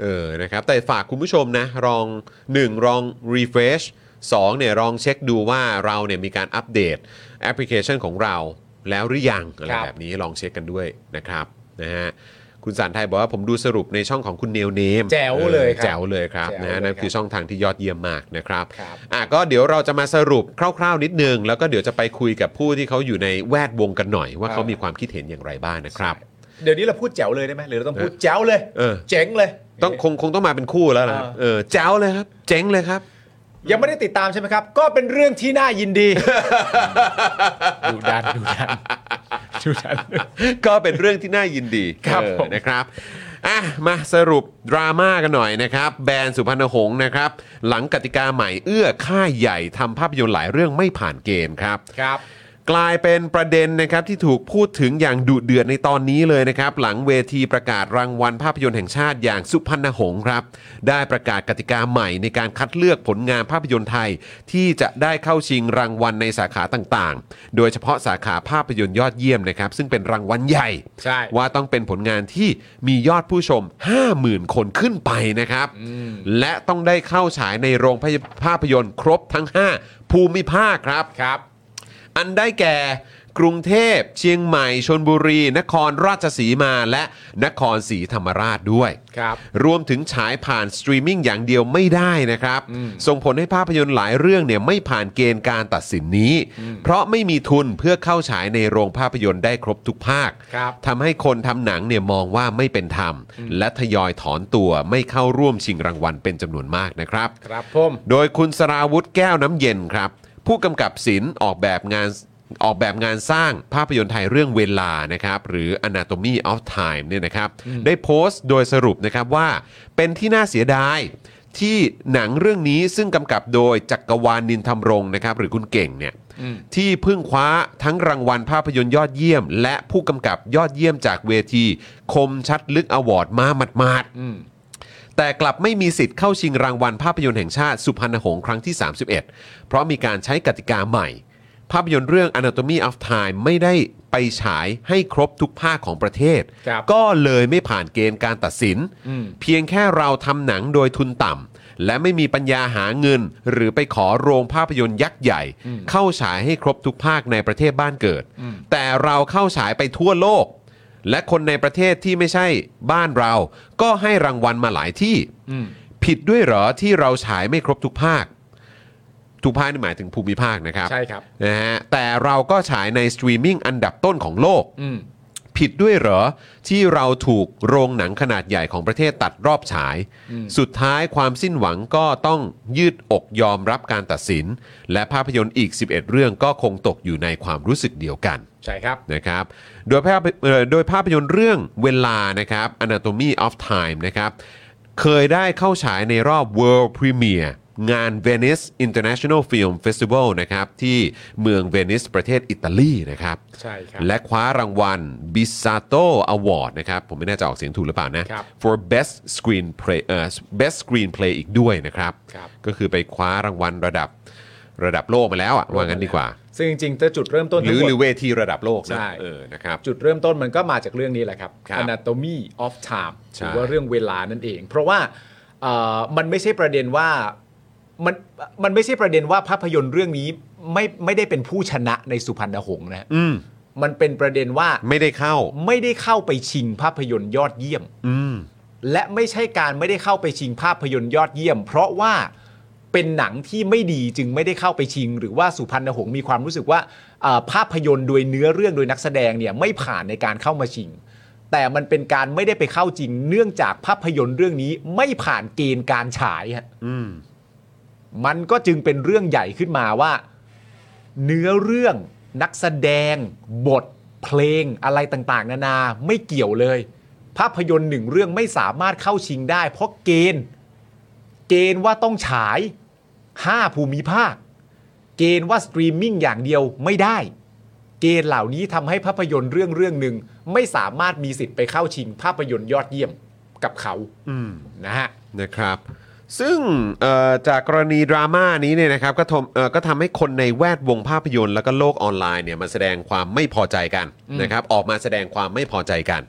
A: เออ นะครับ แต่ฝากคุณผู้ชมนะ ลอง 1 ลอง refresh 2เนี่ยลองเช็คดูว่าเราเนี่ยมีการอัปเดตแอปพลิเคชันของเราแล้วหรือยังอะไร
B: ครับ
A: แบบนี้ลองเช็คกันด้วยนะครับ นะฮะ คุณสารไทยบอกว่าผมดูสรุปในช่องของคุณเนลเนม
B: แจ๋วเลยครับ
A: แจ๋วเลยครับ
B: แจ๋ว
A: นะ
B: เลย
A: ฮะ
B: ครับ
A: นั่นคือช่องทางที่ยอดเยี่ยมมากนะครับ
B: ครับ
A: อ่ะก็เดี๋ยวเราจะมาสรุปคร่าวๆนิดนึง แล้วก็เดี๋ยวจะไปคุยกับผู้ที่เขาอยู่ในแวดวงกันหน่อย ว่าเขามีความคิดเห็นอย่างไรบ้างนะครับ
B: เดี๋ยวนี้เราพูดแจ๋วเลยได้ไหมหรือเราต้องพูดแจ๋วเลย
A: เออ
B: เจ๋งเลย
A: ต้องคงคงต้องมาเป็นคู่แล้วนะครับ
B: เออ
A: เออแจ๋วเลยครับ เจ๋งเลยครับ
B: ยังไม่ได้ติดตามใช่ไหมครับ ก็เป็นเรื่องที่น่ายิน
A: [laughs]
B: ดี ดูดันดูดันดูดัน
A: ก็เป็นเรื่องที่น่ายินดี
B: ครับ
A: เออ
B: ผม
A: นะครับอ่ะมาสรุปดราม่ากันหน่อยนะครับ แบรนด์สุพรรณหงษ์นะครับ หลังกติกาใหม่เอื้อค่ายใหญ่ทำภาพยนตร์หลายเรื่องไม่ผ่านเกณฑ์ครับ
B: ครับ
A: กลายเป็นประเด็นนะครับที่ถูกพูดถึงอย่างดุเดือดในตอนนี้เลยนะครับ หลังเวทีประกาศรางวัลภาพยนตร์แห่งชาติอย่างสุพรรณหงส์ครับ ได้ประกาศกติกาใหม่ในการคัดเลือกผลงานภาพยนตร์ไทย ที่จะได้เข้าชิงรางวัลในสาขาต่างๆ โดยเฉพาะสาขาภาพยนตร์ยอดเยี่ยมนะครับ ซึ่งเป็นรางวัลใหญ่
B: ใช่
A: ว่าต้องเป็นผลงานที่มียอดผู้ชม 50,000 คนขึ้นไปนะครับ และต้องได้เข้าฉายในโรงภาพยนตร์ครบทั้ง 5 ภูมิภาคครับ
B: ครับ
A: อันได้แก่กรุงเทพ เชียงใหม่ชนบุรี นครราชสีมาและนครศรีธรรมราชด้วย
B: ครับ
A: รวมถึงฉายผ่านสตรีมมิ่งอย่างเดียวไม่ได้นะครับ ส่งผลให้ภาพยนตร์หลายเรื่องเนี่ยไม่ผ่านเกณฑ์การตัดสินนี้ เพราะไม่มีทุนเพื่อเข้าฉายในโรงภาพยนตร์ได้ครบทุกภาค
B: ครับ
A: ทำให้คนทำหนังเนี่ยมองว่าไม่เป็นธรรม และทยอยถอนตัวไม่เข้าร่วมชิงรางวัลเป็นจำนวนมากนะครับ
B: ครับผม
A: โดยคุณสราวุธแก้วน้ำเย็นครับ ผู้กำกับศิลป์ออกแบบงานออกแบบงานสร้างภาพยนตร์ไทยเรื่องเวลานะครับ หรือ Anatomy of Time เนี่ยนะครับ ได้โพสต์โดยสรุปนะครับว่า เป็นที่น่าเสียดาย ที่หนังเรื่องนี้ซึ่งกำกับโดยจักกรวาลนินทำรงค์นะครับ หรือคุณเก่งเนี่ยที่เพิ่งคว้าทั้งรางวัลภาพยนตร์ยอดเยี่ยม และผู้กำกับยอดเยี่ยมจากเวที คมชัดลึกอวอร์ดมาหมาดๆ แต่กลับไม่มีสิทธิ์เข้าชิงรางวัลภาพยนตร์แห่งชาติสุพรรณหงส์ครั้งที่ 31 เพราะมีการใช้กติกาใหม่ ภาพยนตร์เรื่อง Anatomy of Time ไม่ได้ไปฉายให้ครบทุกภาคของประเทศ
B: ครับ
A: ก็เลยไม่ผ่านเกณฑ์การตัดสิน เพียงแค่เราทำหนังโดยทุนต่ำและไม่มีปัญญาหาเงิน หรือไปขอโรงภาพยนตร์ยักษ์ใหญ่ เข้าฉายให้ครบทุกภาคในประเทศบ้านเกิด แต่เราเข้าฉายไปทั่วโลก และคนในประเทศที่ไม่ใช่บ้านเรา ก็ให้รางวัลมาหลายที่ ผิดด้วยเหรอที่เราฉายไม่ครบทุกภาค ทุกภาคนี่หมายถึงภูมิภาคนะครับ
B: ใช่ครับ
A: นะฮะแต่เราก็ฉายในสตรีมมิ่งอันดับต้นของโลก
B: อืม
A: ผิดด้วยเหรอ ที่เราถูกโรงหนังขนาดใหญ่ของประเทศตัดรอบฉาย สุดท้ายความสิ้นหวังก็ต้องยืดอกยอมรับการตัดสิน และภาพยนตร์อีก 11 เรื่องก็คงตกอยู่ในความรู้สึกเดียวกัน
B: ใช่ครับ
A: นะครับโดยภาพเอ่อโดยภาพยนตร์เรื่องเวลานะครับ Anatomy of Time นะครับ เคยได้เข้าฉายในรอบ World Premiere งาน Venice International Film Festival นะครับ ที่เมืองเวนิสประเทศอิตาลีนะครับ
B: ใช่ครับ
A: และคว้ารางวัล Bisato Award นะครับ ผมไม่แน่ใจออกเสียงถูกหรือเปล่านะ
B: ครับ
A: for best screenplay เอ่อ best screenplay อีกด้วยนะครับ
B: ครับ
A: ก็คือไปคว้ารางวัลระดับระดับโลกมาแล้วอะว่างั้นดีกว่า
B: ซึ่งจริงๆถ้าจุดเริ่มต้น
A: หรือ
B: ทั้งมด
A: หรือเวทีระดับโลกนะ
B: ใช่
A: เออนะครับ
B: จุดเริ่มต้นมันก็มาจากเรื่องนี้แหละครับ
A: ครับ
B: Anatomy of Time
A: ใช่
B: หรือว่าเรื่องเวลานั่นเอง เพราะว่าเอ่อมันไม่ใช่ประเด็นว่ามันมันไม่ใช่ประเด็นว่าภาพยนตร์เรื่องนี้ไม่ไม่ได้เป็นผู้ชนะในสุพรรณหงษ์นะฮะ
A: อืม
B: มันเป็นประเด็นว่า
A: ไม่ได้เข้า
B: ไม่ได้เข้าไปชิงภาพยนตร์ยอดเยี่ยม
A: อืม
B: และไม่ใช่การไม่ได้เข้าไปชิงภาพยนตร์ยอดเยี่ยม เพราะว่าเป็นหนังที่ไม่ดีจึงไม่ได้เข้าไปชิง หรือว่าสุพรรณหงษ์มีความรู้สึกว่าเอ่อภาพยนตร์โดยเนื้อเรื่องโดยนักแสดงเนี่ยไม่ผ่านในการเข้ามาชิง แต่มันเป็นการไม่ได้ไปเข้าจริง เนื่องจากภาพยนตร์เรื่องนี้ไม่ผ่านเกณฑ์การฉายฮะ
A: อืม
B: มันก็จึงเป็นเรื่องใหญ่ขึ้นมาว่า เนื้อเรื่องนักแสดง บท เพลงอะไรต่างๆ นานาไม่เกี่ยวเลย ภาพยนตร์หนึ่งเรื่องไม่สามารถเข้าชิงได้ เพราะเกณฑ์ เกณฑ์ว่าต้องฉาย 5 ภูมิภาค เกณฑ์ว่าสตรีมมิ่งอย่างเดียวไม่ได้ เกณฑ์เหล่านี้ทำให้ภาพยนตร์เรื่องเรื่องหนึ่งไม่สามารถมีสิทธิ์ไปเข้าชิง ภาพยนตร์ยอดเยี่ยมกับเขา
A: อืม
B: นะฮะ
A: นะครับ ซึ่งเอ่อจากกรณีดราม่านี้เนี่ยนะครับก็ทำเอ่อก็ทำให้คนในแวดวงภาพยนตร์ แล้วก็โลกออนไลน์เนี่ยมาแสดงความไม่พอใจกันนะครับออกมาแสดงความไม่พอใจกัน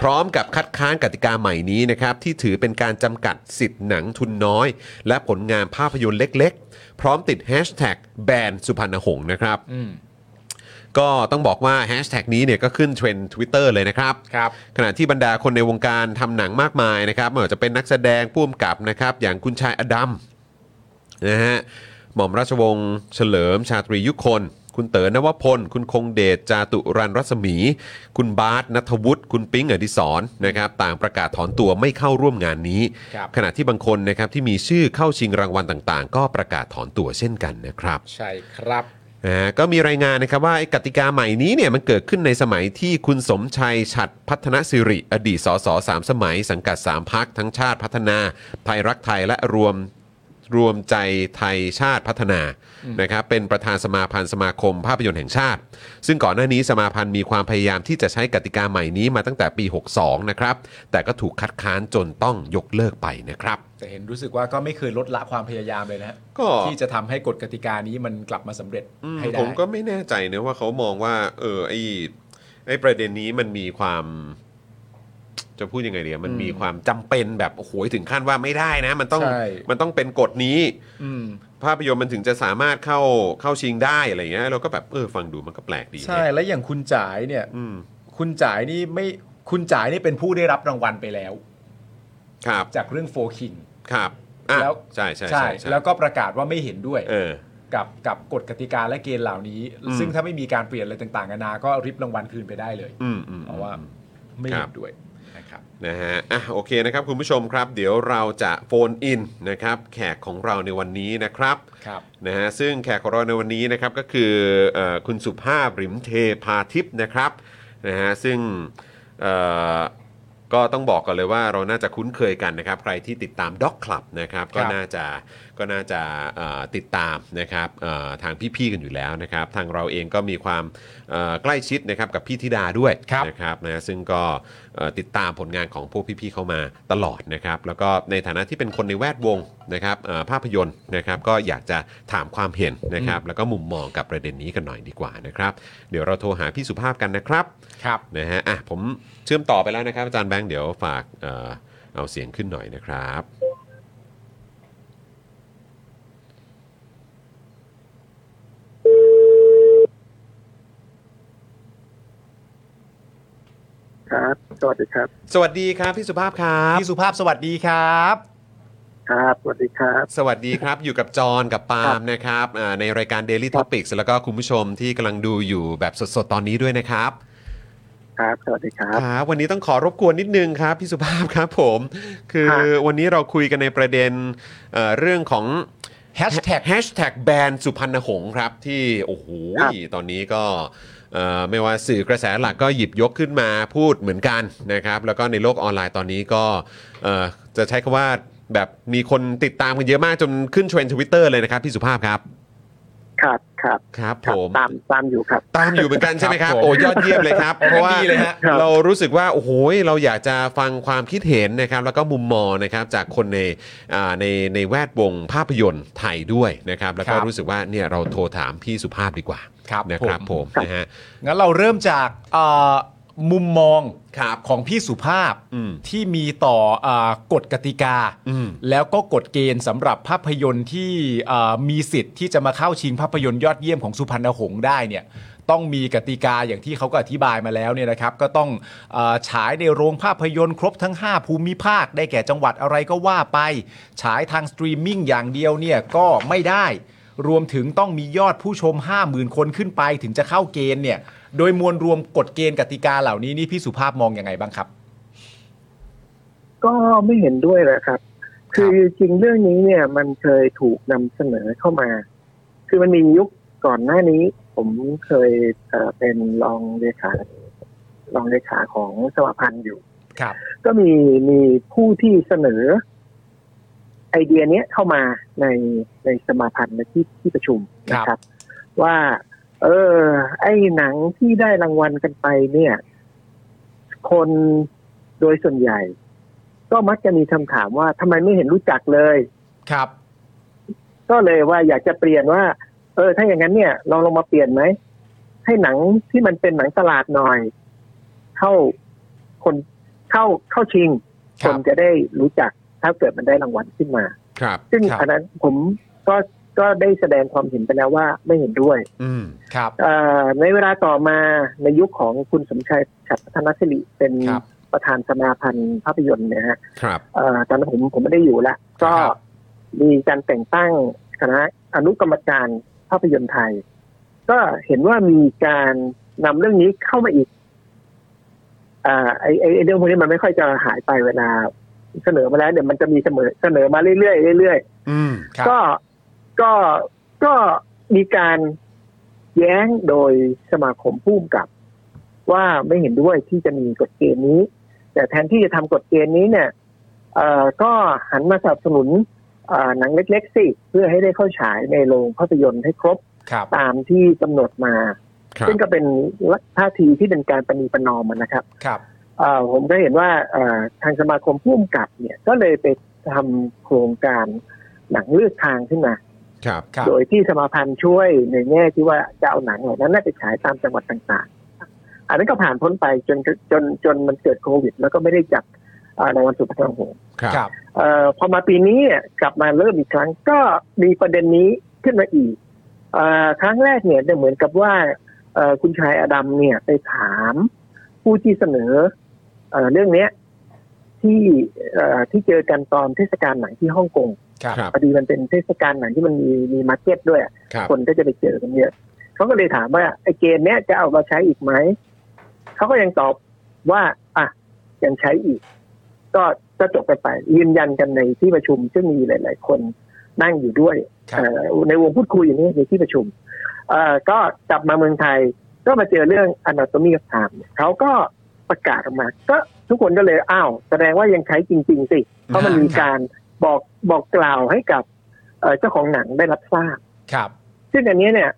A: พร้อมกับคัดค้านกติกาใหม่นี้นะครับที่ถือเป็นการจำกัดสิทธิ์หนังทุนน้อย และผลงานภาพยนตร์เล็กๆ พร้อมติดแฮชแท็กแบนสุพรรณหงษ์นะครับ ก็ต้องบอกว่าแฮชแท็กนี้เนี่ยก็ขึ้นเทรนด์ Twitter เลยนะครับ
B: ครับ
A: ขณะที่บรรดาคนในวงการทำหนังมากมายนะครับไม่ว่าจะเป็นนักแสดงผู้กำกับนะครับ อย่างคุณชายอดัมนะฮะหม่อมราชวงศ์เฉลิมชาตรียุคน คุณเต๋อนวพล คุณคงเดชจาตุรันรัศมี คุณบาสนัทวุฒิคุณปิ๊งอดิศรนะครับต่างประกาศถอนตัวไม่เข้าร่วมงานนี้
B: ครับ
A: ขณะที่บางคนนะครับที่มีชื่อเข้าชิงรางวัลต่างๆ ก็ประกาศถอนตัวเช่นกันนะครับ
B: ใช่ครับ
A: นะฮะก็มีรายงานนะครับว่าไอ้กติกาใหม่นี้เนี่ยมันเกิดขึ้นในสมัยที่คุณสมชัยฉัดพัฒนสิริ อดีตสสสามสมัย สังกัด 3พักทั้งชาติพัฒนา ไทยรักไทยและรวม รวมใจไทยชาติพัฒนานะครับเป็นประธานสมาพันธ์สมาคมภาพยนตร์แห่งชาติ ซึ่งก่อนหน้านี้สมาพันธ์มีความพยายามที่จะใช้กติกาใหม่นี้มาตั้งแต่ปี 62 นะครับ แต่ก็ถูกคัดค้านจนต้องยกเลิกไปนะครับ
B: แต่เห็นรู้สึกว่าก็ไม่เคยลดละความพยายามเลยนะฮะ
A: ก็
B: ที่จะทำให้กฎกติกานี้มันกลับมาสำเร็จ
A: อืม
B: ให้ได้
A: ผมก็ไม่แน่ใจนะว่าเขามองว่า เออไอไอประเด็นนี้มันมีความ จะพูดยังไงเดียมันมีความจำเป็นแบบโอ้โหถึงขั้นว่าไม่ได้นะ มันต้อง
B: ใช่
A: มันต้องเป็นกฎนี้
B: อืม
A: ภาพยนตร์มันถึงจะสามารถเข้าเข้าชิงได้อะไรเงี้ยเราก็แบบเออฟังดูมันก็แปลกดี
B: ใช่แล้วอย่างคุณจ๋ายเนี่ย
A: อืม
B: คุณจ๋ายนี่ไม่คุณจ๋ายนี่เป็นผู้ได้รับรางวัลไปแล้ว
A: ครับ
B: จากเรื่องโฟคิง
A: ครับอ่ะ
B: แล้ว
A: ใช่ใช่ใช่ใช่
B: แล้วก็ประกาศว่าไม่เห็นด้วย
A: เออ
B: กับกับกฎกติกาและเกณฑ์เหล่านี้
A: อืม
B: ซึ่งถ้าไม่มีการเปลี่ยนอะไรต่างๆนานาก็ริบรางวัลคืนไปได้เลย
A: อืมอืม
B: เพ
A: อืม
B: ราะว่าไม่
A: ครั
B: เห็
A: บ
B: นด้วยนะครับ
A: นะฮะ อ่ะ โอเคนะครับ คุณผู้ชมครับ เดี๋ยวเราจะโฟนอินนะครับ แขกของเราในวันนี้นะครับ
B: ครับ
A: นะฮะ ซึ่งแขกของเราในวันนี้นะครับ ก็คือเออคุณสุภาพริมเทพาทิพย์นะครับ นะฮะ ซึ่งเอ่อก็ต้องบอกก่อนเลยว่าเราน่าจะคุ้นเคยกันนะครับ ใครที่ติดตามด็อกคลับนะครับ ก็น่าจะ ก็น่าจะเอ่อติดตามนะครับเอ่อทางพี่ๆกันอยู่แล้วนะครับ ทางเราเองก็มีความเอ่อใกล้ชิดนะครับกับพี่ธิดาด้วย
B: ครับ
A: นะครับนะซึ่งก็เอ่อติดตามผลงานของพวกพี่ๆเขามาตลอดนะครับ แล้วก็ในฐานะที่เป็นคนในแวดวงนะครับเอ่อภาพยนตร์นะครับ ก็อยากจะถามความเห็นนะครับ แล้วก็มุมมองกับประเด็นนี้กันหน่อยดีกว่านะครับ เดี๋ยวเราโทรหาพี่สุภาพกันนะครับ
B: ครับ
A: นะฮะอ่ะผมเชื่อมต่อไปแล้วนะครับ อาจารย์แบงค์เดี๋ยวฝากเอ่อเอาเสียงขึ้นหน่อยนะครับ
D: ครับ สวัสดีครับ
A: สวัสดีครับพี่สุภาพครับ
B: พี่สุภาพสวัสดีครับ
D: ครับ สวัสดีครับ
A: สวัสดีครับ อยู่กับจอห์นกับปาล์มนะครับอ่าในรายการ Daily Topics แล้วก็คุณผู้ชมที่กำลังดูอยู่แบบสดๆ ตอนนี้ด้วยนะครับ
D: ครับ สวัสดีครับ
A: ครับวันนี้ต้องขอรบกวนนิดนึงครับ พี่สุภาพครับผม คือ
D: ครับ
A: วันนี้เราคุยกันในประเด็นเอ่อเรื่องของ
B: Hashtag
A: แฮชแท็กแบนสุพรรณหงส์ครับ ที่โอ้โห
D: ครับ
A: ตอนนี้ก็เอ่อไม่ว่าสื่อกระแสหลักก็หยิบยกขึ้นมาพูดเหมือนกันนะครับ แล้วก็ในโลกออนไลน์ตอนนี้ก็เอ่อจะใช้คำว่าแบบมีคนติดตามกันเยอะมากจนขึ้นเทรนด์ทวิตเตอร์เลยนะครับ พี่สุภาพครับ
D: ครับครับ
A: ครับ
D: ครั
A: ผ
D: บ
A: ม
D: ตาม ตามอยู่ครับ
A: ตามอยู่เหมือนกันใช่ไหมครับ
B: ครับผม
A: โอ้ยอดเยี่ยมเลยครับ เพราะว่า
B: ดีเลยฮะ
D: ครับ
A: เรารู้สึกว่าโอ้โหเราอยากจะฟังความคิดเห็นนะครับ แล้วก็มุมมองนะครับจากคนในอ่าในในแวดวงภาพยนตร์ไทยด้วยนะครับ แล้วก็
B: ครับ
A: รู้สึกว่าเนี่ยเราโทรถามพี่สุภาพดีกว่า
B: ครับ
A: นะครับผมนะฮะ
B: งั้นเราเริ่มจากเอ่อมุมมอง
A: ครับ
B: ของพี่สุภาพ
A: อืม
B: ที่มีต่อเออกฎกติกา
A: อืม
B: แล้วก็กฎเกณฑ์สำหรับภาพยนตร์ที่เอ่อมีสิทธิ์ที่จะมาเข้าชิงภาพยนตร์ยอดเยี่ยมของสุพรรณหงษ์ได้เนี่ยต้องมีกติกาอย่างที่เขาก็อธิบายมาแล้วเนี่ยนะครับก็ต้องเออฉายในโรงภาพยนตร์ครบทั้ง 5 ภูมิภาคได้แก่จังหวัดอะไรก็ว่าไป ฉายทางสตรีมมิ่งอย่างเดียวเนี่ยก็ไม่ได้ รวมถึงต้องมียอดผู้ชม 50,000 คนขึ้นไปถึงจะเข้าเกณฑ์เนี่ยโดยมวลรวมกฎเกณฑ์กติกาเหล่านี้นี่พี่สุภาพมองยังไงบ้างครับ
D: ก็ไม่เห็นด้วยแหละครับ คือจริงเรื่องนี้เนี่ย มันเคยถูกนำเสนอเข้ามา คือมันมียุคก่อนหน้านี้ ผมเคยเอ่อเป็นรองเลขา รองเลขาของสมาพันธ์อยู่
B: ครับ
D: ก็มีมีผู้ที่เสนอ ไอเดียเนี้ยเข้ามาในในสมาพันธ์ในที่ที่ประชุมนะค
B: ครั
D: รับ บ ว่า เออ ไอหนังที่ได้รางวัลกันไปเนี่ย คนโดยส่วนใหญ่ ก็มักจะมีคำถามว่าทำไมไม่เห็นรู้จักเลย
B: ครับ
D: ก็เลยว่าอยากจะเปลี่ยนว่า เออ ถ้าอย่างนั้นเนี่ยเราลองมาเปลี่ยนไหม ให้หนังที่มันเป็นหนังตลาดหน่อย เข้าคนเข้าเข้าชิง
B: ค
D: ครับ นจะได้รู้จักถ้าเกิดมันได้รางวัลขึ้นมา
A: ครับ
D: ซึ่ง
B: ครับ
D: อันนั้นผมก็ก็ได้แสดงความเห็นไปแล้วว่าไม่เห็นด้วย
A: อืม
B: ครับ
D: เอ่อในเวลาต่อมาในยุคของคุณสมชายฉัตรพัฒนสิริเป็น
B: ครับ
D: ประธานสมาพันธ์ภาพยนตร์เนะฮะ
A: ครับ
D: เอ่อตอนนั้นผมผมไม่ได้อยู่ละก็
B: ครับ
D: มีการแต่งตั้งคณะอนุกรรมการภาพยนตร์ไทย ก็เห็นว่ามีการนำเรื่องนี้เข้ามาอีกอ่าไอไอไอ้เรื่องพวกนี้มันไม่ค่อยจะหายไปเวลาเสนอมาแล้วเดี๋ยวมันจะมีเสมอเสนอมาเรื่อยๆเรื่อยๆ
A: อืม
B: ครับ
D: ก็ ก็ ก็มีการแย้งโดยสมาคมผู้กำกับ ว่าไม่เห็นด้วยที่จะมีกฎเกณฑ์นี้ แต่แทนที่จะทำกฎเกณฑ์นี้เนี่ยเอ่อก็หันมาสนับสนุน อ่าหนังเล็กๆสิเพื่อให้ได้เข้าฉายในโรงภาพยนตร์ให้ครบ
B: ครับ
D: ตามที่กำหนดมา
A: ครับ
D: ซึ่งก็เป็นท่าทีที่เป็นการประนีประนอมอะนะครับ
B: ครับ
D: เอ่อผมก็เห็นว่าเอ่อทางสมาคมผู้กำกับเนี่ยก็เลยไปทำโครงการหนังเลือกทางขึ้นมา
A: ครับ
B: ครับ
D: โดยที่สมาพันธ์ช่วยในแง่ที่ว่าจะเอาหนังเหล่านั้นน่ะไปฉายตามจังหวัดต่างๆ อันนั้นก็ผ่านพ้นไปจนจนจนมันเกิดโควิด แล้วก็ไม่ได้จัดเอ่อในวันสุดท้ายของผม
A: ครับ
B: ครับ
D: เอ่อพอมาปีนี้เนี่ยกลับมาเริ่มอีกครั้งก็มีประเด็นนี้ขึ้นมาอีกเอ่อครั้งแรกเนี่ยเหมือนกับว่าเอ่อคุณชายอดัมเนี่ยไปถามผู้ที่เสนอเอ่อเรื่องเนี้ยที่เอ่อที่เจอกันตอนเทศกาลหนังที่ฮ่องกง
B: ครับ
A: ครับ
D: พอดีมันเป็นเทศกาลหนังที่มันมีมีมาร์เก็ตด้วยอะ
A: ครับ
D: คนก็จะไปเจอกันเยอะเขาก็เลยถามว่าไอ้เกมเนี้ยจะเอามาใช้อีกไหม เขาก็ยังตอบว่าอ่ะยังใช้อีก ก็จะจบกันไปยืนยันกันในที่ประชุมซึ่งมีหลาย ๆ คนนั่งอยู่ด้วย
B: ครับ
D: เอ่อในวงพูดคุยอย่างนี้ในที่ประชุมเอ่อก็กลับมาเมืองไทย ก็มาเจอเรื่อง anatomy of time เขาก็ประกาศออกมา ก็ทุกคนก็เลยอ้าวแสดงว่ายังใช้จริง ๆ สิ เพราะมันมีการบอกบอกกล่าวให้กับเอ่อเจ้าของหนังได้รับทราบ
B: ครับ
D: ซึ่งอันเนี้ยเนี่ย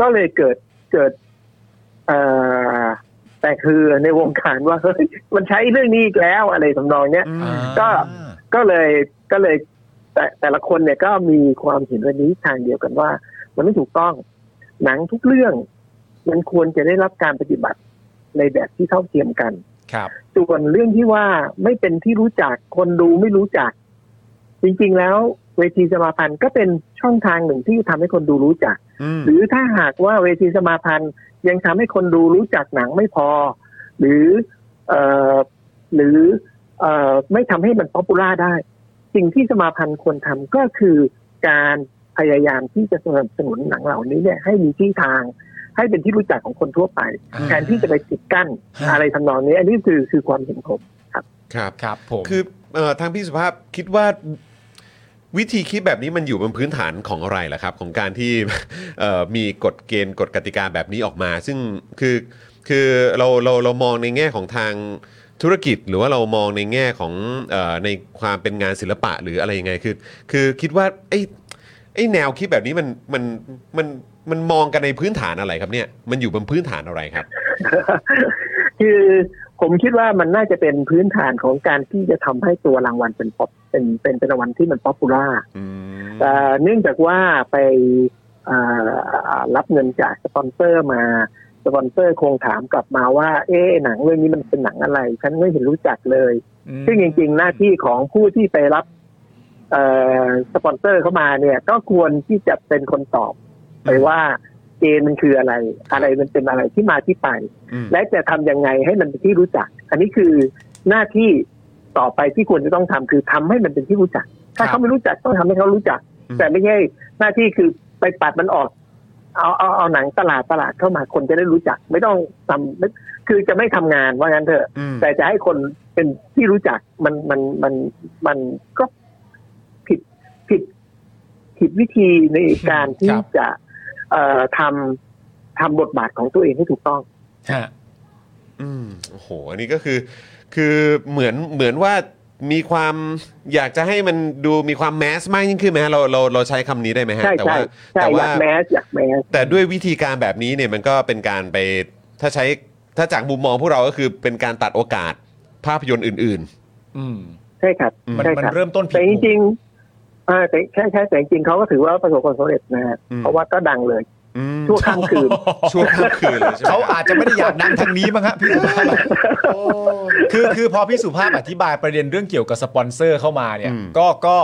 D: ก็เลยเกิดเกิดเอ่อแต่คือในวงการว่าเฮ้ยมันใช้เรื่องนี้อีกแล้วอะไรทำนองเนี้ย
A: อืม
D: ก็ ก็เลยก็เลยแต่แต่ละคนเนี่ยก็มีความเห็นวันนี้ทางเดียวกันว่า มันไม่ถูกต้องหนังทุกเรื่อง มันควรจะได้รับการปฏิบัติในแบบที่เท่าเทียมกัน
B: ครับ
D: ส่วนเรื่องที่ว่าไม่เป็นที่รู้จักคนดูไม่รู้จัก จริงๆแล้วเวทีสมาพันธ์ก็เป็นช่องทางหนึ่งที่ทำให้คนดูรู้จัก
A: อืม
D: หรือถ้าหากว่าเวทีสมาพันธ์ยังทำให้คนดูรู้จักหนังไม่พอ หรือเอ่อหรือเอ่อไม่ทำให้มันป๊อปปูล่าได้ สิ่งที่สมาพันธ์ควรทำก็คือการพยายามที่จะสนับสนุนหนังเหล่านี้เนี่ยให้มีที่ทาง ให้เป็นที่รู้จักของคนทั่วไป
B: อ่า
D: แทนที่จะไปติดกั้น
B: ฮะ
D: อะไรทำนองนี้ อันนี้คือคือความเห็นผม [laughs]
A: ครับ
B: ครับผม
A: คือเอ่อทางพี่สุภาพคิดว่าวิธีคิดแบบนี้มันอยู่บนพื้นฐานของอะไรล่ะครับ ของการที่ [laughs] เอ่อมีกฎเกณฑ์กฎกติกาแบบนี้ออกมา ซึ่งคือคือเราเราเรามองในแง่ของทางธุรกิจ หรือว่าเรามองในแง่ของเออในความเป็นงานศิลปะหรืออะไรยังไงคือ คือคิดว่าไอ้ไอ้แนวคิดแบบนี้มันมันมันมันมองกันในพื้นฐานอะไรครับเนี่ยมันอยู่บนพื้นฐานอะไรครับ
D: คือผมคิดว่ามันน่าจะเป็นพื้นฐานของการที่จะทำให้ตัวรางวัลเป็นป๊อปเป็นเป็นเป็นรางวัลที่มันป๊อปปูล่า
A: อืม
D: แต่เนื่องจากว่าไปเอ่อรับเงินจากสปอนเซอร์มาสปอนเซอร์คงถามกลับมาว่า เอ๊ะหนังเรื่องนี้มันเป็นหนังอะไร ฉันไม่เห็นรู้จักเลย ซึ่งจริงๆ หน้าที่ของผู้ที่ไปรับเอ่อสปอนเซอร์เข้ามาเนี่ย ก็ควรที่จะเป็นคนตอบไปว่าเกณฑ์มันคืออะไร อะไรมันเป็นอะไรที่มาที่ไป
A: อืม
D: และจะทำยังไงให้มันเป็นที่รู้จัก อันนี้คือหน้าที่ต่อไปที่ควรจะต้องทำคือทำให้มันเป็นที่รู้จัก
B: ค
D: ถ้า
B: รั
D: เขา
B: บ
D: ไม่รู้จักต้องทำให้เขารู้จัก แต่ไม่ใช่หน้าที่คือไปปัดมันออก เอาเอาเอาหนังตลาดตลาดเข้ามาคนจะได้รู้จัก ไม่ต้องทำไม่คือจะไม่ทำงานว่างั้นเถอะ
A: อืม
D: แต่จะให้คนเป็นที่รู้จักมันมันมันมันก็ผิดผิดผิดวิธีในการที่
B: ครับ
D: จะเอ่อทำทำบทบาทของตัวเองให้ถูกต้อง
B: ฮะ
A: อืมโอ้โห อันนี้ก็คือ คือเหมือน เหมือนว่ามีความอยากจะให้มันดูมีความแมสมากยิ่งขึ้นไหมฮะ เรา เรา เราใช้คำนี้ได้ไหมฮะ
D: ใช่
A: แต่
D: ใช่
A: ว่า
D: ใช่
A: แต่
D: อ
A: ว่า
D: ยากแมสอยากแมส
A: แต่ด้วยวิธีการแบบนี้เนี่ย มันก็เป็นการไป ถ้าใช้ ถ้าจากมุมมองพวกเรา ก็คือเป็นการตัดโอกาสภาพยนตร์อื่น
B: อืม
D: ใช่ครับ
A: อืม
B: มัน
D: ใช่
B: มัน
D: ครับ
B: เริ่มต้นผิด
D: แต่จริงๆอ่าแต่ใช่ใช่แต่จริงๆเขาก็ถือว่าประสบความสำเร็จนะฮะ
A: อืม
D: เพราะว่าก็ดังเลย
A: ๆอืม
D: ชั่วข้ามคืน
A: ชั่วข้ามคืนเลยใช่ไหม
B: เขา
A: ครับ
B: อาจจะไม่ได้อยากดังทางนี้มั้งฮะพี่สุภาพอะคือคือพอพี่สุภาพอธิบายประเด็นเรื่องเกี่ยวกับสปอนเซอร์เข้ามาเนี่ยก็ก็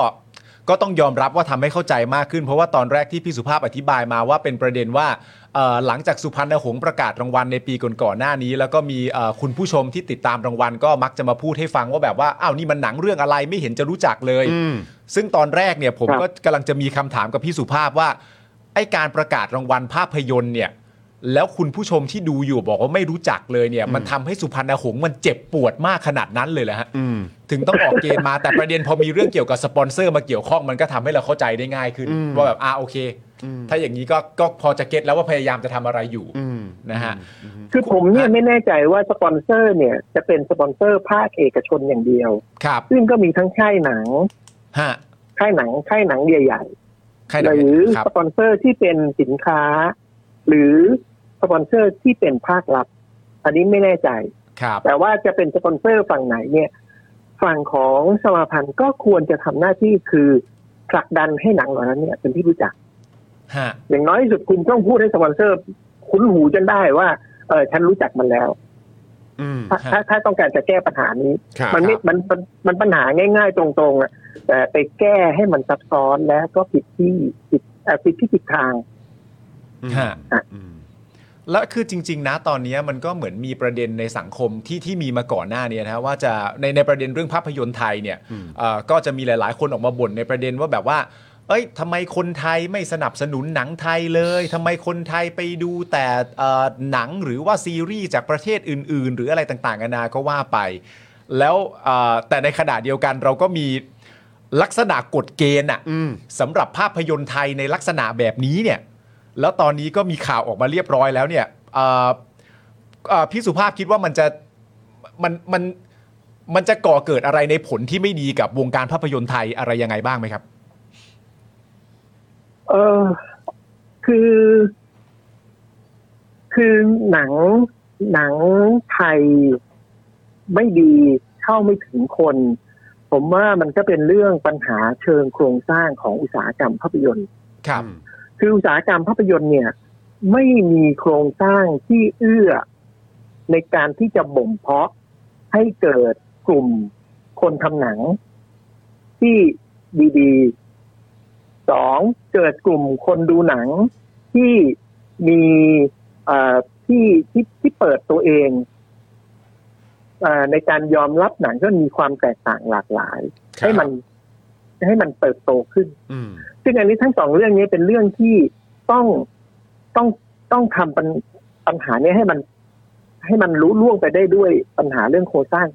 B: ก็ต้องยอมรับว่าทำให้เข้าใจมากขึ้น เพราะว่าตอนแรกที่พี่สุภาพอธิบายมาว่าเป็นประเด็นว่าเอ่อหลังจากสุพรรณหงส์ประกาศรางวัลในปีก่อนๆหน้านี้ แล้วก็มีเอ่อคุณผู้ชมที่ติดตามรางวัล ก็มักจะมาพูดให้ฟังว่าแบบว่าอ้าวนี่มันหนังเรื่องอะไรไม่เห็นจะรู้จักเลย
A: อืม
B: ซึ่งตอนแรกเนี่ยผม
D: ครับ
B: ก็กำลังจะมีคำถามกับพี่สุภาพว่า ไอการประกาศรางวัลภาพยนตร์เนี่ย แล้วคุณผู้ชมที่ดูอยู่บอกว่าไม่รู้จักเลยเนี่ย มันทำให้สุพรรณหงส์มันเจ็บปวดมากขนาดนั้นเลยเหรอฮะ
A: อืม
B: ถึงต้องออกเกณฑ์มา แต่ประเด็นพอมีเรื่องเกี่ยวกับสปอนเซอร์มาเกี่ยวข้องมันก็ทำให้เราเข้าใจได้ง่ายขึ้น ว่าแบบอ่าโอเค ถ้าอย่างนี้ก็ก็พอจะเก็ตแล้วว่าพยายามจะทำอะไรอยู่
A: อืม
B: นะฮะ
D: คือผมเนี่ยไม่แน่ใจว่าสปอนเซอร์เนี่ยจะเป็นสปอนเซอร์ภาคเอกชนอย่างเดียว
B: ครับ
D: ซึ่งก็มีทั้งค่ายหนัง
B: ฮะ
D: ค่ายหนังค่ายหนังใหญ่
B: ใคร
D: ๆ
B: นะ
D: หรือ
B: ครั
D: ส
B: บ
D: ปอนเซอร์ที่เป็นสินค้า หรือสปอนเซอร์ที่เป็นภาครัฐอันนี้ไม่แน่ใจ
B: ครับ
D: แต่ว่าจะเป็นสปอนเซอร์ฝั่งไหนเนี่ย ฝั่งของสมาพันธ์ก็ควรจะทำหน้าที่คือผลักดันให้หนังเหล่านั้นเนี่ยเป็นที่รู้จัก
B: ฮะ
D: อย่างน้อยที่สุดคุณต้องพูดให้สปอนเซอร์ คุ้นหูจนได้ว่าเออฉันรู้จักมันแล้ว
A: อืม
D: ถ้าถ้าถ้าต้องการจะแก้ปัญหานี้
A: ครับ
D: มันไม่มันมันมันปัญหาง่าย ๆ ตรงๆอะแต่ไปแก้ให้มันซับซ้อนแล้วก็ผิดที่ผิดเอ่อผิดที่ผิดทาง
A: อืม
B: ฮะ
A: อืม
B: แล้วคือจริง ๆ นะตอนนี้มันก็เหมือนมีประเด็นในสังคมที่ที่มีมาก่อนหน้าเนี้นะฮะว่าจะในในประเด็นเรื่องภาพยนตร์ไทยเนี่ย
A: อืม
B: เอ่อก็จะมีหลาย ๆ คนออกมาบ่นในประเด็นว่าแบบว่า เอ้ยทำไมคนไทยไม่สนับสนุนหนังไทยเลยทำไมคนไทยไปดูแต่เอ่อหนังหรือว่าซีรีส์จากประเทศอื่น ๆ หรืออะไรต่างๆนานาก็ว่าไป แล้วเอ่อแต่ในขณะเดียวกันเราก็มีลักษณะกฎเกณฑ์อะ
A: อืม
B: สำหรับภาพยนตร์ไทยในลักษณะแบบนี้เนี่ย แล้วตอนนี้ก็มีข่าวออกมาเรียบร้อยแล้วเนี่ยเอ่อเอ่อพี่สุภาพคิดว่ามันจะมันมันมันจะก่อเกิดอะไรในผลที่ไม่ดีกับวงการภาพยนตร์ไทยอะไรยังไงบ้างไหมครับ
D: เออคือ คือหนังหนังไทยไม่ดีเข้าไม่ถึงคน ผมว่ามันก็เป็นเรื่องปัญหาเชิงโครงสร้างของอุตสาหกรรมภาพยนตร์
B: ครับ
D: คืออุตสาหกรรมภาพยนตร์เนี่ย ไม่มีโครงสร้างที่เอื้อในการที่จะบ่มเพาะให้เกิดกลุ่มคนทำหนัง ที่ดีๆสองเกิดกลุ่มคนดูหนังที่มีเอ่อที่ที่ที่เปิดตัวเองเออในการยอมรับหนังก็มีความแตกต่างหลากหลาย
A: ครับ
D: ให้มันให้มันเติบโตขึ้น
A: อืม
D: ซึ่งอันนี้ทั้งสองเรื่องนี้เป็นเรื่องที่ต้องต้องต้องทำปัญปัญหาเนี้ให้มัน ให้มันรู้ล่วงไปได้ด้วยปัญหาเรื่องโครงสร้าง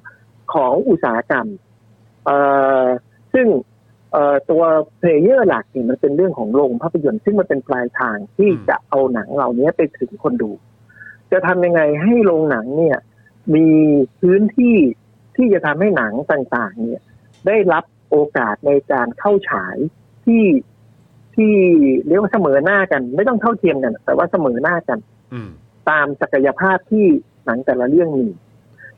D: ของอุตสาหกรรม เอ่อซึ่งเอ่อตัวเพลเยอร์หลักเนี่ยมันเป็นเรื่องของโรงภาพยนตร์ซึ่งมันเป็นปลายทางที่จะเอาหนังเหล่านี้ไปถึงคนดู จะทำยังไงให้โรงหนังเนี่ย มีพื้นที่ที่จะทำให้หนังต่างๆ เนี่ย ได้รับโอกาสในการเข้าฉาย ที่ที่เรียกว่าเสมอหน้ากัน ไม่ต้องเท่าเทียมกัน แต่ว่าเสมอหน้ากัน
A: อืม
D: ตามศักยภาพที่หนังแต่ละเรื่องมี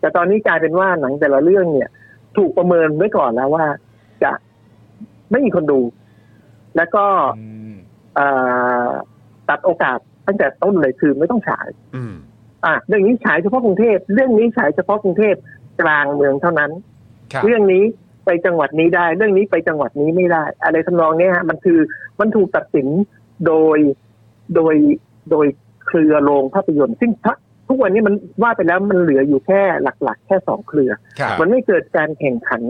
D: แต่ตอนนี้กลายเป็นว่าหนังแต่ละเรื่องเนี่ย ถูกประเมินไว้ก่อนแล้วว่าจะไม่มีคนดู แล้วก็เอ่อตัดโอกาสตั้งแต่ต้นเลยคือไม่ต้องฉาย
A: อืม
D: อ่ะเรื่องนี้ฉายเฉพาะกรุงเทพเรื่องนี้ฉายเฉพาะกรุงเทพกลางเมืองเท่านั้น
B: ครับ
D: เรื่องนี้ไปจังหวัดนี้ได้ เรื่องนี้ไปจังหวัดนี้ไม่ได้ อะไรทำนองเนี้ยฮะมันคือมันถูกตัดสินโดยโดยโดยเครือโรงภาพยนตร์ซึ่งทะทุกวันนี้มันว่าไปแล้วมันเหลืออยู่แค่หลัก ๆ แค่สองเครือ
B: ครับ
D: มันไม่เกิดการแข่งขัน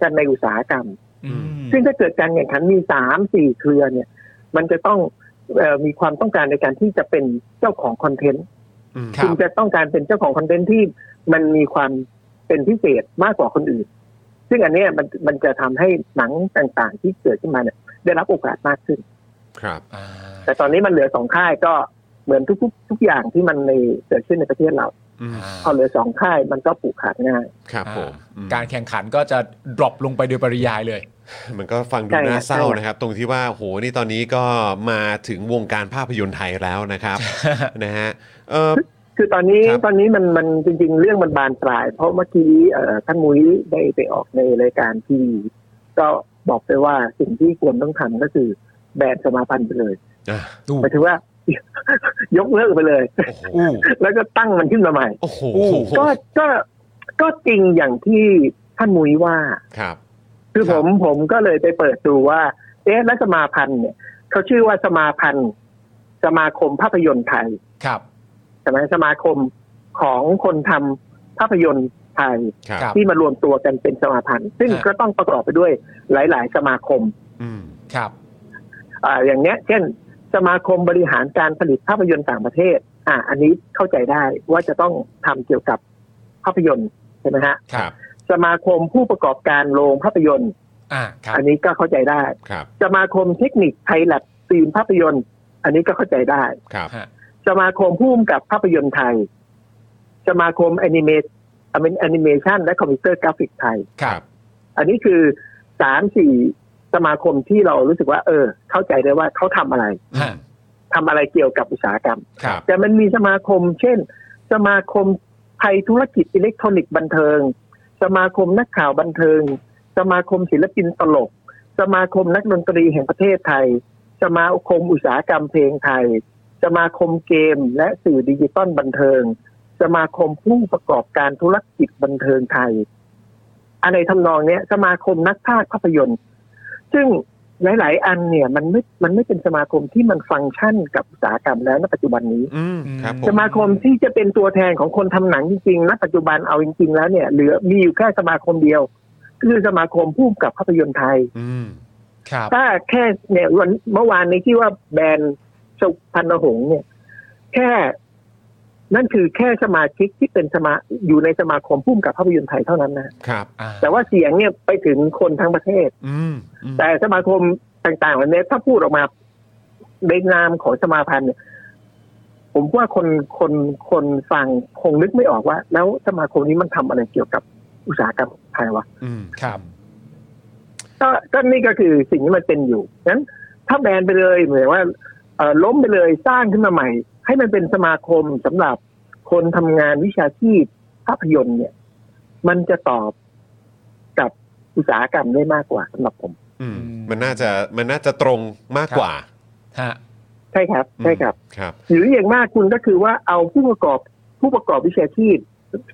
D: กันในอุตสาหกรรม
B: อืม
D: ซึ่งถ้าเกิดการแข่งขันมีสามสี่เครือเนี่ย มันจะต้องเอ่อมีความต้องการในการที่จะเป็นเจ้าของคอนเทนต์
A: อืม
B: ค
A: ค
B: รั
D: คุ
B: บ
D: ณจะต้องการเป็นเจ้าของคอนเทนต์ที่มันมีความเป็นพิเศษมากกว่าคนอื่น ซึ่งอันเนี้ยมันมันจะทำให้หนังต่างๆ ที่เกิดขึ้นมาเนี่ยได้รับโอกาสมากขึ้น
A: รับ
B: อ่า
D: แต่ตอนนี้มันเหลือสองค่ายก็เหมือนทุกๆทุกอย่างที่มันในเกิดขึ้นในประเทศเรา
A: อืม
D: พอเหลือสองค่ายมันก็ผูกขาดง่าย
A: ครับผมอืม
B: การแข่งขันก็จะดรอปลงไปโดยปริยายเลย [laughs]
A: มันก็ฟังดู
D: ใช่
A: น่าเศร้า
D: ใช่
A: นะครับ ตรงที่ว่าโหนี่ตอนนี้ก็มาถึงวงการภาพยนตร์ไทยแล้วนะครับ นะฮะเออ
D: คือตอนนี้
A: ครับ
D: ตอนนี้มันมันจริง ๆ เรื่องมันบานปลาย เพราะเมื่อกี้เอ่อท่านมุ้ยได้ไปออกในรายการทีวีก็บอกไปว่าสิ่งที่ควรต้องทำก็คือแบนสมาพันธ์ไปเลย
A: อ่ะ
B: ดู
D: หมายถึงว่า [laughs] ยกเลิกไปเลย
A: โอ้โห
B: อู้
D: แล้วก็ตั้งมันขึ้นมาใหม่
A: โอ้โห
B: อู้
D: ก็ ก็ ก็จริงอย่างที่ท่านมุ้ยว่า
A: ครับ
D: คือ
A: ค
D: ผ
A: รับ
D: ม ผมก็เลยไปเปิดดูว่า เอ๊ะแล้วสมาพันธ์เนี่ย เขาชื่อว่าสมาพันธ์ สมาคมภาพยนตร์ไทย
B: ครับ
D: ใช่ไหมสมาคมของคนทำภาพยนตร์ไทย
A: ครับ
B: ครับ
D: ที่มารวมตัวกันเป็นสมาพันธ์ ซึ่ง
B: ฮะ
D: ก็ต้องประกอบไปด้วยหลาย ๆ สมาคม
A: อืม
B: ครับ
D: อ่าอย่างเนี้ยเช่นสมาคมบริหารการผลิตภาพยนตร์ต่างประเทศ อ่า อันนี้เข้าใจได้ว่าจะต้องทำเกี่ยวกับภาพยนตร์ใช่ไหมฮะ
A: ครับ
D: สมาคมผู้ประกอบการโรงภาพยนตร์
B: อ่าครับ
D: อันนี้ก็เข้าใจได้
A: ครับ
D: สมาคมเทคนิคไทยแลบฟิล์มภาพยนตร์ อันนี้ก็เข้าใจได้
A: ครับ
B: ฮะ
D: สมาคมผู้กำกับภาพยนตร์ไทย สมาคมแอนิเมตแอนิเมชันและคอมพิวเตอร์กราฟิกไทย
B: ครับ
D: อันนี้คือสามสี่ สมาคมที่เรารู้สึกว่า เออ เข้าใจได้ว่าเขาทำอะไร
B: ฮะ
D: ทำอะไรเกี่ยวกับอุตสาหกรรม
B: ครับ
D: แต่มันมีสมาคม เช่น สมาคมไทยธุรกิจอิเล็กทรอนิกส์บันเทิง สมาคมนักข่าวบันเทิง สมาคมศิลปินตลก สมาคมนักดนตรีแห่งประเทศไทย สมาคมอุตสาหกรรมเพลงไทย สมาคมเกม และสื่อดิจิตอลบันเทิง สมาคมผู้ประกอบการธุรกิจบันเทิงไทย อะไรทำนองเนี้ย สมาคมนักภาคภาพยนตร์ ซึ่งหลาย ๆ อันเนี่ย มันไม่มันไม่เป็นสมาคมที่มันฟังก์ชันกับอุตสาหกรรมแล้วในปัจจุบันนี้
A: อืมครับผ
D: ส
A: ม
D: มาคมที่จะเป็นตัวแทนของคนทำหนังจริงๆณปัจจุบันเอาจริงๆแล้วเนี่ยเหลือมีอยู่แค่สมาคมเดียว คือสมาคมผู้กำกับภาพยนตร์ไทย
A: อืม
B: ครับ
D: ถ้าแค่เนี่ยวันเมื่อวานนี้ที่ว่าแบรนด์สุพรรณหงส์เนี่ย แค่ นั่นคือแค่สมาชิกที่เป็นสมาอยู่ในสมาคมผู้กำกับภาพยนตร์ไทยเท่านั้นนะครับ
B: อ่า
D: แต่ว่าเสียงเนี่ยไปถึงคนทั้งประเทศ
A: อืมอืม
D: แต่สมาคมต่างๆเหล่านี้ถ้าพูดออกมาในนามของสมาพันธ์เนี่ยผมว่าคนคนคนฟังคงนึกไม่ออกว่า แล้วสมาคมนี้มันทำอะไรเกี่ยวกับอุตสาหกรรมไทยวะ
A: อืม
B: ครับ
D: ก็ก็นี่ก็คือสิ่งที่มันเป็นอยู่นั้น ถ้าแบนไปเลยเหมือนว่าเอ่อล้มไปเลยสร้างขึ้นมาใหม่ ให้มันเป็นสมาคมสำหรับคนทำงานวิชาชีพภาพยนตร์เนี่ย มันจะตอบกับอุตสาหกรรมได้มากกว่าสำหรับผม
A: อืมมันน่าจะมันน่าจะตรงมากกว่า
B: ฮะ
D: ใช่ครับ ใช่ครับ
A: ครับ
D: หรืออย่างมากคุณก็คือว่าเอาผู้ประกอบผู้ประกอบวิชาชีพ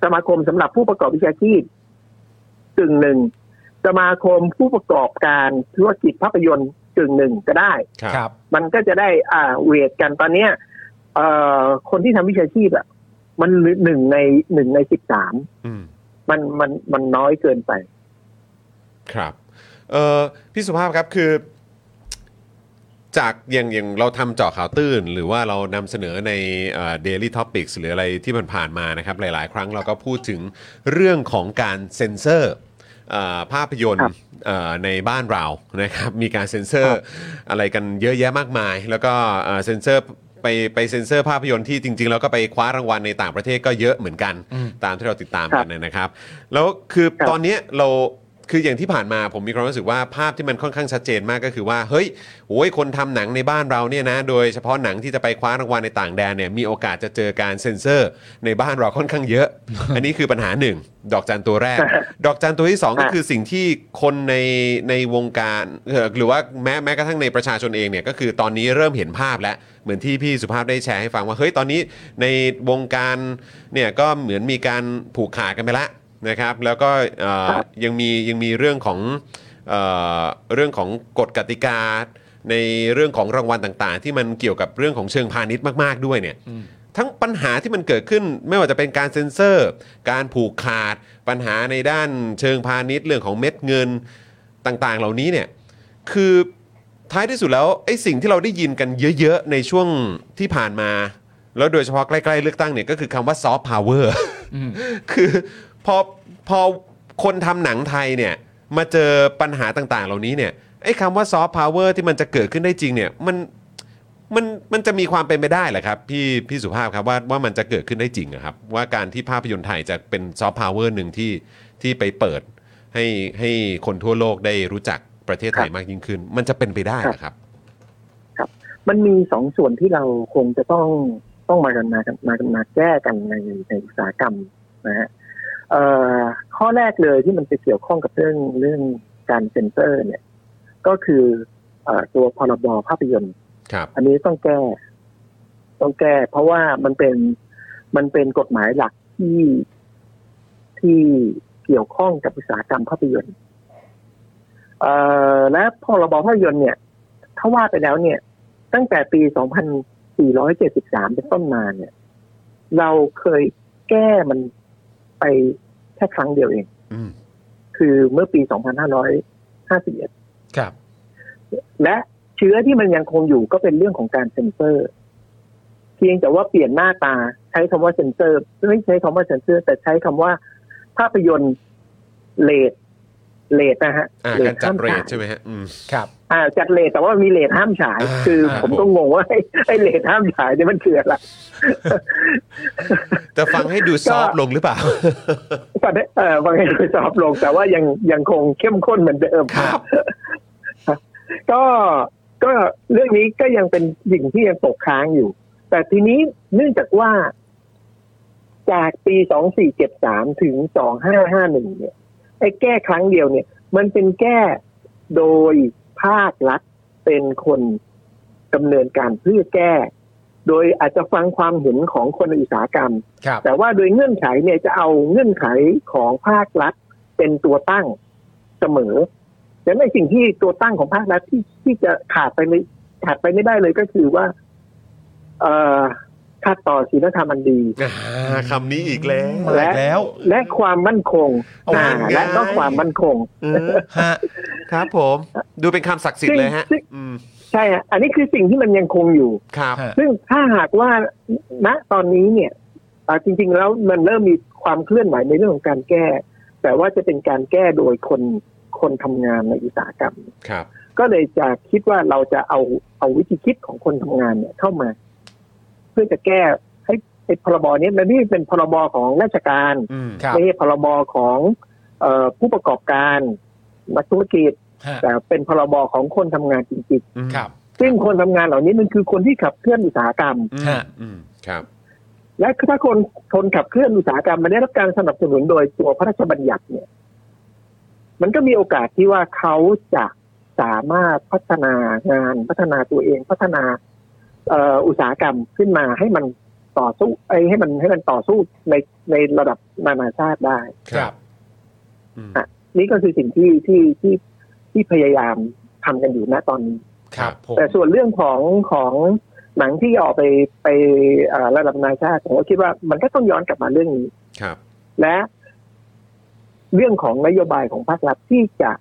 D: สมาคมสำหรับผู้ประกอบวิชาชีพกึ่งหนึ่งสมาคมผู้ประกอบการธุรกิจภาพยนตร์กึ่งหนึ่งก็ได้
A: ครับ
B: ครับ
D: มันก็จะได้อ่าเวทกันตอนเนี้ยเอ่อคนที่ทำวิชาชีพอ่ะมันหนึ่งในหนึ่งในสิบสาม
A: อืม
D: มันมันมันน้อยเกินไป
A: ครับเอ่อพี่สุภาพครับคือ จากอย่างอย่างเราทำเจาะข่าวตื้น หรือว่าเรานำเสนอในเดลี่ท็อปิกหรืออะไรที่มันผ่านมานะครับ หลาย ๆ ครั้งเราก็พูดถึงเรื่องของการเซ็นเซอร์เอ่อภาพยนต
D: ครั
A: ร์
D: บ
A: เอ่อในบ้านเรานะครับ มีการเซ็นเซอร์อะไรกันเยอะแยะมากมาย แล้วก็เอ่อเซ็นเซอร์ไปไปเซ็นเซอร์ภาพยนตร์ที่จริง ๆ แล้วก็ไปคว้ารางวัลในต่างประเทศก็เยอะเหมือนกัน ตามที่เราติดตามกันนะครับ แล้วคือ
D: ครับ
A: ตอนเนี้ยเราคืออย่างที่ผ่านมาผมมีความรู้สึกว่าภาพที่มันค่อนข้างชัดเจนมากก็คือว่า เฮ้ยโอ้ยคนทำหนังในบ้านเราเนี่ยนะโดยเฉพาะหนังที่จะไปคว้ารางวัลในต่างแดนเนี่ยมีโอกาสจะเจอการเซ็นเซอร์ในบ้านเราค่อนข้างเยอะ [laughs] อันนี้คือปัญหาหนึ่งดอกจันตัว [laughs] แรก ดอกจันตัวที่สองก็คือสิ่งที่คนในในวงการเอ่อหรือว่าแม้แม้กระทั่งในประชาชนเองเนี่ยก็คือตอนนี้เริ่มเห็นภาพแล้ว เหมือนที่พี่สุภาพได้แชร์ให้ฟังว่าเฮ้ยตอนนี้ในวงการเนี่ยก็เหมือนมีการผูกขาดกันไปละนะครับ แล้วก็เอ่อยังมียังมีเรื่องของเอ่อเรื่องของกฎกติกา ในเรื่องของรางวัลต่างๆ ที่มันเกี่ยวกับเรื่องของเชิงพาณิชย์มากๆด้วยเนี่ย ทั้งปัญหาที่มันเกิดขึ้นไม่ว่าจะเป็นการเซ็นเซอร์ การผูกขาด ปัญหาในด้านเชิงพาณิชย์เรื่องของเม็ดเงินต่างๆ เหล่านี้เนี่ยคือท้ายที่สุดแล้วไอ้สิ่งที่เราได้ยินกันเยอะๆ ในช่วงที่ผ่านมา แล้วโดยเฉพาะใกล้ๆเลือกตั้งเนี่ยก็คือคำว่าซอฟต์พาวเวอร์ คือพอพอคนทำหนังไทยเนี่ยมาเจอปัญหาต่างๆ เหล่านี้เนี่ยไอ้คำว่าซอฟต์พาวเวอร์ที่มันจะเกิดขึ้นได้จริงเนี่ยมันมันมันจะมีความเป็นไปได้เหรอครับ พี่พี่สุภาพครับว่าว่ามันจะเกิดขึ้นได้จริงเหรอครับ ว่าการที่ภาพยนตร์ไทยจะเป็นซอฟต์พาวเวอร์หนึ่งที่ที่ไปเปิดให้ให้คนทั่วโลกได้รู้จักประเทศไทยมากยิ่งขึ้น มันจะเป็นไปได้เหรอครับ
D: มันมีสองส่วนที่เราคงจะต้องต้องมากันมากันมากันมาแก้กันในในอุตสาหกรรมนะฮะเอ่อข้อแรกเลยที่มันจะเกี่ยวข้องกับเรื่องเรื่องการเซ็นเซอร์ เนี่ย ก็คือเอ่อตัวพรบภาพยนตร์
A: ครับ
D: อันนี้ต้องแก้ ต้องแก้ เพราะว่ามันเป็นมันเป็นกฎหมายหลักที่ที่เกี่ยวข้องกับอุตสาหกรรมภาพยนตร์เอ่อและพรบภาพยนตร์เนี่ยถ้าว่าไปแล้วเนี่ย ตั้งแต่ปี 2473 เป็นต้นมาเนี่ย เราเคยแก้มันไปแค่ครั้งเดียวเอง
A: อืม
D: คือเมื่อปี 2551
B: ครับ
D: และเชื้อที่มันยังคงอยู่ก็เป็นเรื่องของการเซ็นเซอร์ เพียงแต่ว่าเปลี่ยนหน้าตาใช้คำว่าเซ็นเซอร์ไม่ใช้คำว่าเซ็นเซอร์ แต่ใช้คำว่าภาพยนตร์เลดเลดนะฮะ
A: อ่า
D: เรท
A: การจัด
D: ห้ม
A: เร
D: ฉา
A: ท
D: ย
A: ใช่ไหมฮะอืม
B: ครับ
D: อ่าจัดเลดแต่ว่ามีเลดห้ามฉาย
A: อ่า
D: คือ
A: ครับ
D: ผมก็งงว่า [laughs] ไอ้ไอ้เลดห้ามฉายเนี่ยมันคืออะไร
A: จะฟังให้ดูซอฟต์ลงหรือเปล่า
D: ตอนนี้เอ่อบางทีสอบลงแต่ว่ายังยังคงเข้มข้นเหมือนเดิม
A: ครับ
D: ก็ก็เรื่องนี้ก็ยังเป็นสิ่งที่ยังตกค้างอยู่ แต่ทีนี้เนื่องจากว่า จากปี 2473 ถึง 2551 เนี่ย ไอ้แก้ครั้งเดียวเนี่ย มันเป็นแก้โดยภาครัฐเป็นคนดำเนินการเพื่อแก้ โดยอาจจะฟังความเห็นของคนในอุตสาหกรรม
B: ครับ
D: แต่ว่าโดยเงื่อนไขเนี่ยจะเอาเงื่อนไขของภาครัฐเป็นตัวตั้งเสมอดังนั้นสิ่งที่ตัวตั้งของภาครัฐที่ที่จะขาดไปไม่ขาดไปไม่ได้เลยก็คือว่า เอ่อค่าต่อศีลธรรมอันดี
A: อ่าคำนี้อีกแล้ว
B: มาอีกแล้ว
D: และความมั่นคง
A: เอา
D: อ่า
A: ไง
D: และก็ความมั่นคง
A: เออฮะครับผม ดูเป็นคำศักดิ์สิทธิ์เลยฮะ อืม
D: ใช่ฮะอันนี้คือสิ่งที่มันยังคงอยู่
A: ครับ
B: ฮะ
D: ซึ่งถ้าหากว่าณตอนนี้เนี่ยเอ่อจริง ๆ แล้วมันเริ่มมีความเคลื่อนไหวในเรื่องของการแก้ แต่ว่าจะเป็นการแก้โดยคนคนทำงานในอุตสาหกรรม
A: ครับ
D: ก็เลยจะคิดว่าเราจะเอาเอาวิธีคิดของคนทำงานเนี่ยเข้ามา เพื่อจะแก้ให้ไอ้พรบเนี้มันไม่ได้เป็นพรบของราชการ
A: อืม
B: ครับ
D: ไม่ใช่พรบของเออผู้ประกอบการนักธุรกิจ
B: ฮะ
D: แต่เป็นพรบของคนทำงานจริง
A: อืม
B: ครับ
D: ๆซึ่งคนทำงานเหล่านี้มันคือคนที่ขับเคลื่อนอุตสาหกรรม
A: อืมอืมครับ
D: และถ้าคนคนขับเคลื่อนอุตสาหกรรมมันได้รับการสนับสนุนโดยตัวพระราชบัญญัติเนี่ย มันก็มีโอกาสที่ว่าเขาจะสามารถพัฒนางานพัฒนาตัวเองพัฒนาเอ่ออุตสาหกรรมขึ้นมาให้มันต่อสู้ไอ้ยให้มันให้มันต่อสู้ในในระดับนานาชาติได้
B: ครับ
A: อืม
D: นี่ก็คือสิ่งที่ที่ที่ที่พยายามทำกันอยู่ณตอนนี้
B: ครับผม
D: แต่ส่วนเรื่องของของหนังที่ออกไปไปเอ่อระดับนานาชาติผมก็คิดว่ามันก็ต้องย้อนกลับมาเรื่องนี้
A: ครับ
D: และเรื่องของนโยบายของภาครัฐที่จะ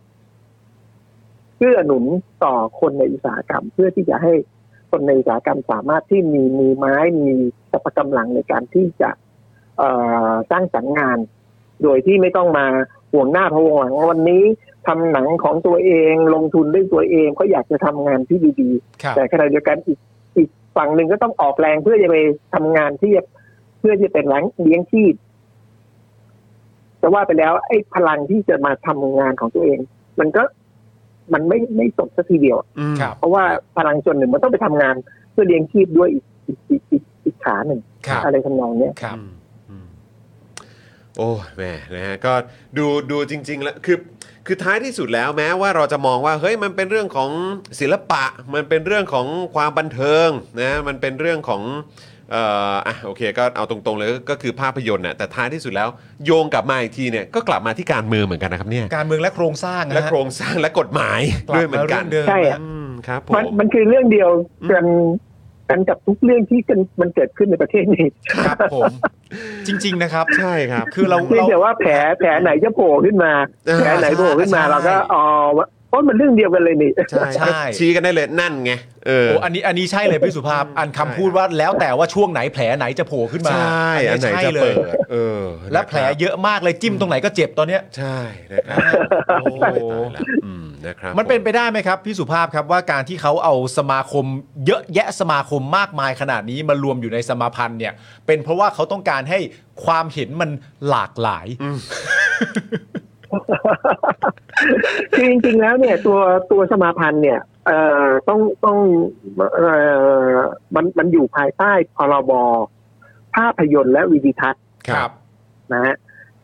D: เพื่อหนุนต่อคนในอุตสาหกรรม เพื่อที่จะให้คนในอุตสาหกรรมสามารถที่มีมือไม้มีสัพกำลังในการที่จะ เอ่อสร้างสรรค์งาน โดยที่ไม่ต้องมาห่วงหน้าพะวงหลังว่าวันนี้ทำหนังของตัวเองลงทุนด้วยตัวเองก็อยากจะทำงานที่ดีๆ
B: ครับ
D: แต่ขณะเดียวกันอีกอีกฝั่งหนึ่งก็ต้องออกแรงเพื่อจะไปทำงานที่จะเพื่อจะเป็นแรงเลี้ยงชีพแต่ว่าไปแล้ว ไอ้พลังที่จะมาทำงานของตัวเอง มันก็มันไม่ไม่สมสักทีเดียว
A: อืม
B: ครับ
D: เพราะว่าพลังส่วนหนึ่งมันต้องไปทำงาน เพื่อเลี้ยงชีพด้วยอีกอีกอีกอีกอีกขาหนึ่ง
B: ครับ
D: อะไรทำนองเนี้ย
B: ครับ
A: อืมอืมโอ้ยแหม่นะฮะก็ดูดูจริง ๆ แล้วคือคือท้ายที่สุดแล้วแม้ว่าเราจะมองว่าเฮ้ยมันเป็นเรื่องของศิลปะ มันเป็นเรื่องของความบันเทิงนะมันเป็นเรื่องของเอ่ออ่ะโอเคก็เอาตรงๆเลยก็ก็คือภาพยนตร์น่ะแต่ท้ายที่สุดแล้ว โยงกลับมาอีกทีเนี่ยก็กลับมาที่การเมืองเหมือนกันนะครับเนี่ย
B: การเมืองและโครงสร้าง
A: และ
B: นะฮะ
A: โครงสร้างและกฎหมาย
B: กลับ
A: ด้วยเหมื
B: มา
A: อนกั
B: เรื่อนงเดิม
D: ใช่
B: นะ
A: อืมครับผ
D: มัน
A: ม
D: มันคือเรื่องเดียวกันกันกับทุกเรื่องที่กันมันเกิดขึ้นในประเทศนี้
B: ครับผม จริง ๆ นะครับ
A: ใช่ครับ
B: คือเรา
D: เพียง
B: เรา
D: แต่ว่าแผลแผลไหนจะโผล่ขึ้นมา แผลไหนโผล่ขึ้นมาเราก็อ๋อว่าโอ้ยมันเรื่องเดียวกันเลยนี่ [laughs]
A: ใช่
B: ใช่
A: ก็ชี้กันได้เลยนั่นไงเออ
B: โอ้อันนี้อันนี้ใช่เลยพี่สุภาพ อันคำพูดว่าแล้วแต่ว่าช่วงไหนแผลไหนจะโผล่ขึ้นมา
A: ใช่อันไหน
B: ใช่
A: จะ
B: เล
A: เปิ
B: ย
A: ดเออ
B: และแผล
A: นะครับ
B: เยอะมากเลยจิ้มตรงไหนก็เจ็บตอนเนี้ย
A: ใช่นะครับโอ้ยตายละอืมนะครับ
B: มันเป็นไปได้ไหมครับพี่สุภาพครับว่าการที่เขาเอาสมาคมเยอะแยะสมาคมมากมายขนาดนี้มารวมอยู่ในสมาพันธ์เนี่ย เป็นเพราะว่าเขาต้องการให้ความเห็นมันหลากหลาย
D: คือจริงๆแล้วเนี่ยตัวตัวสมาพันธ์เนี่ยเอ่อต้องต้องเอ่อมันมันอยู่ภายใต้พรบภาพยนตร์และวิดีทัศน์
A: ครับ
D: นะฮะ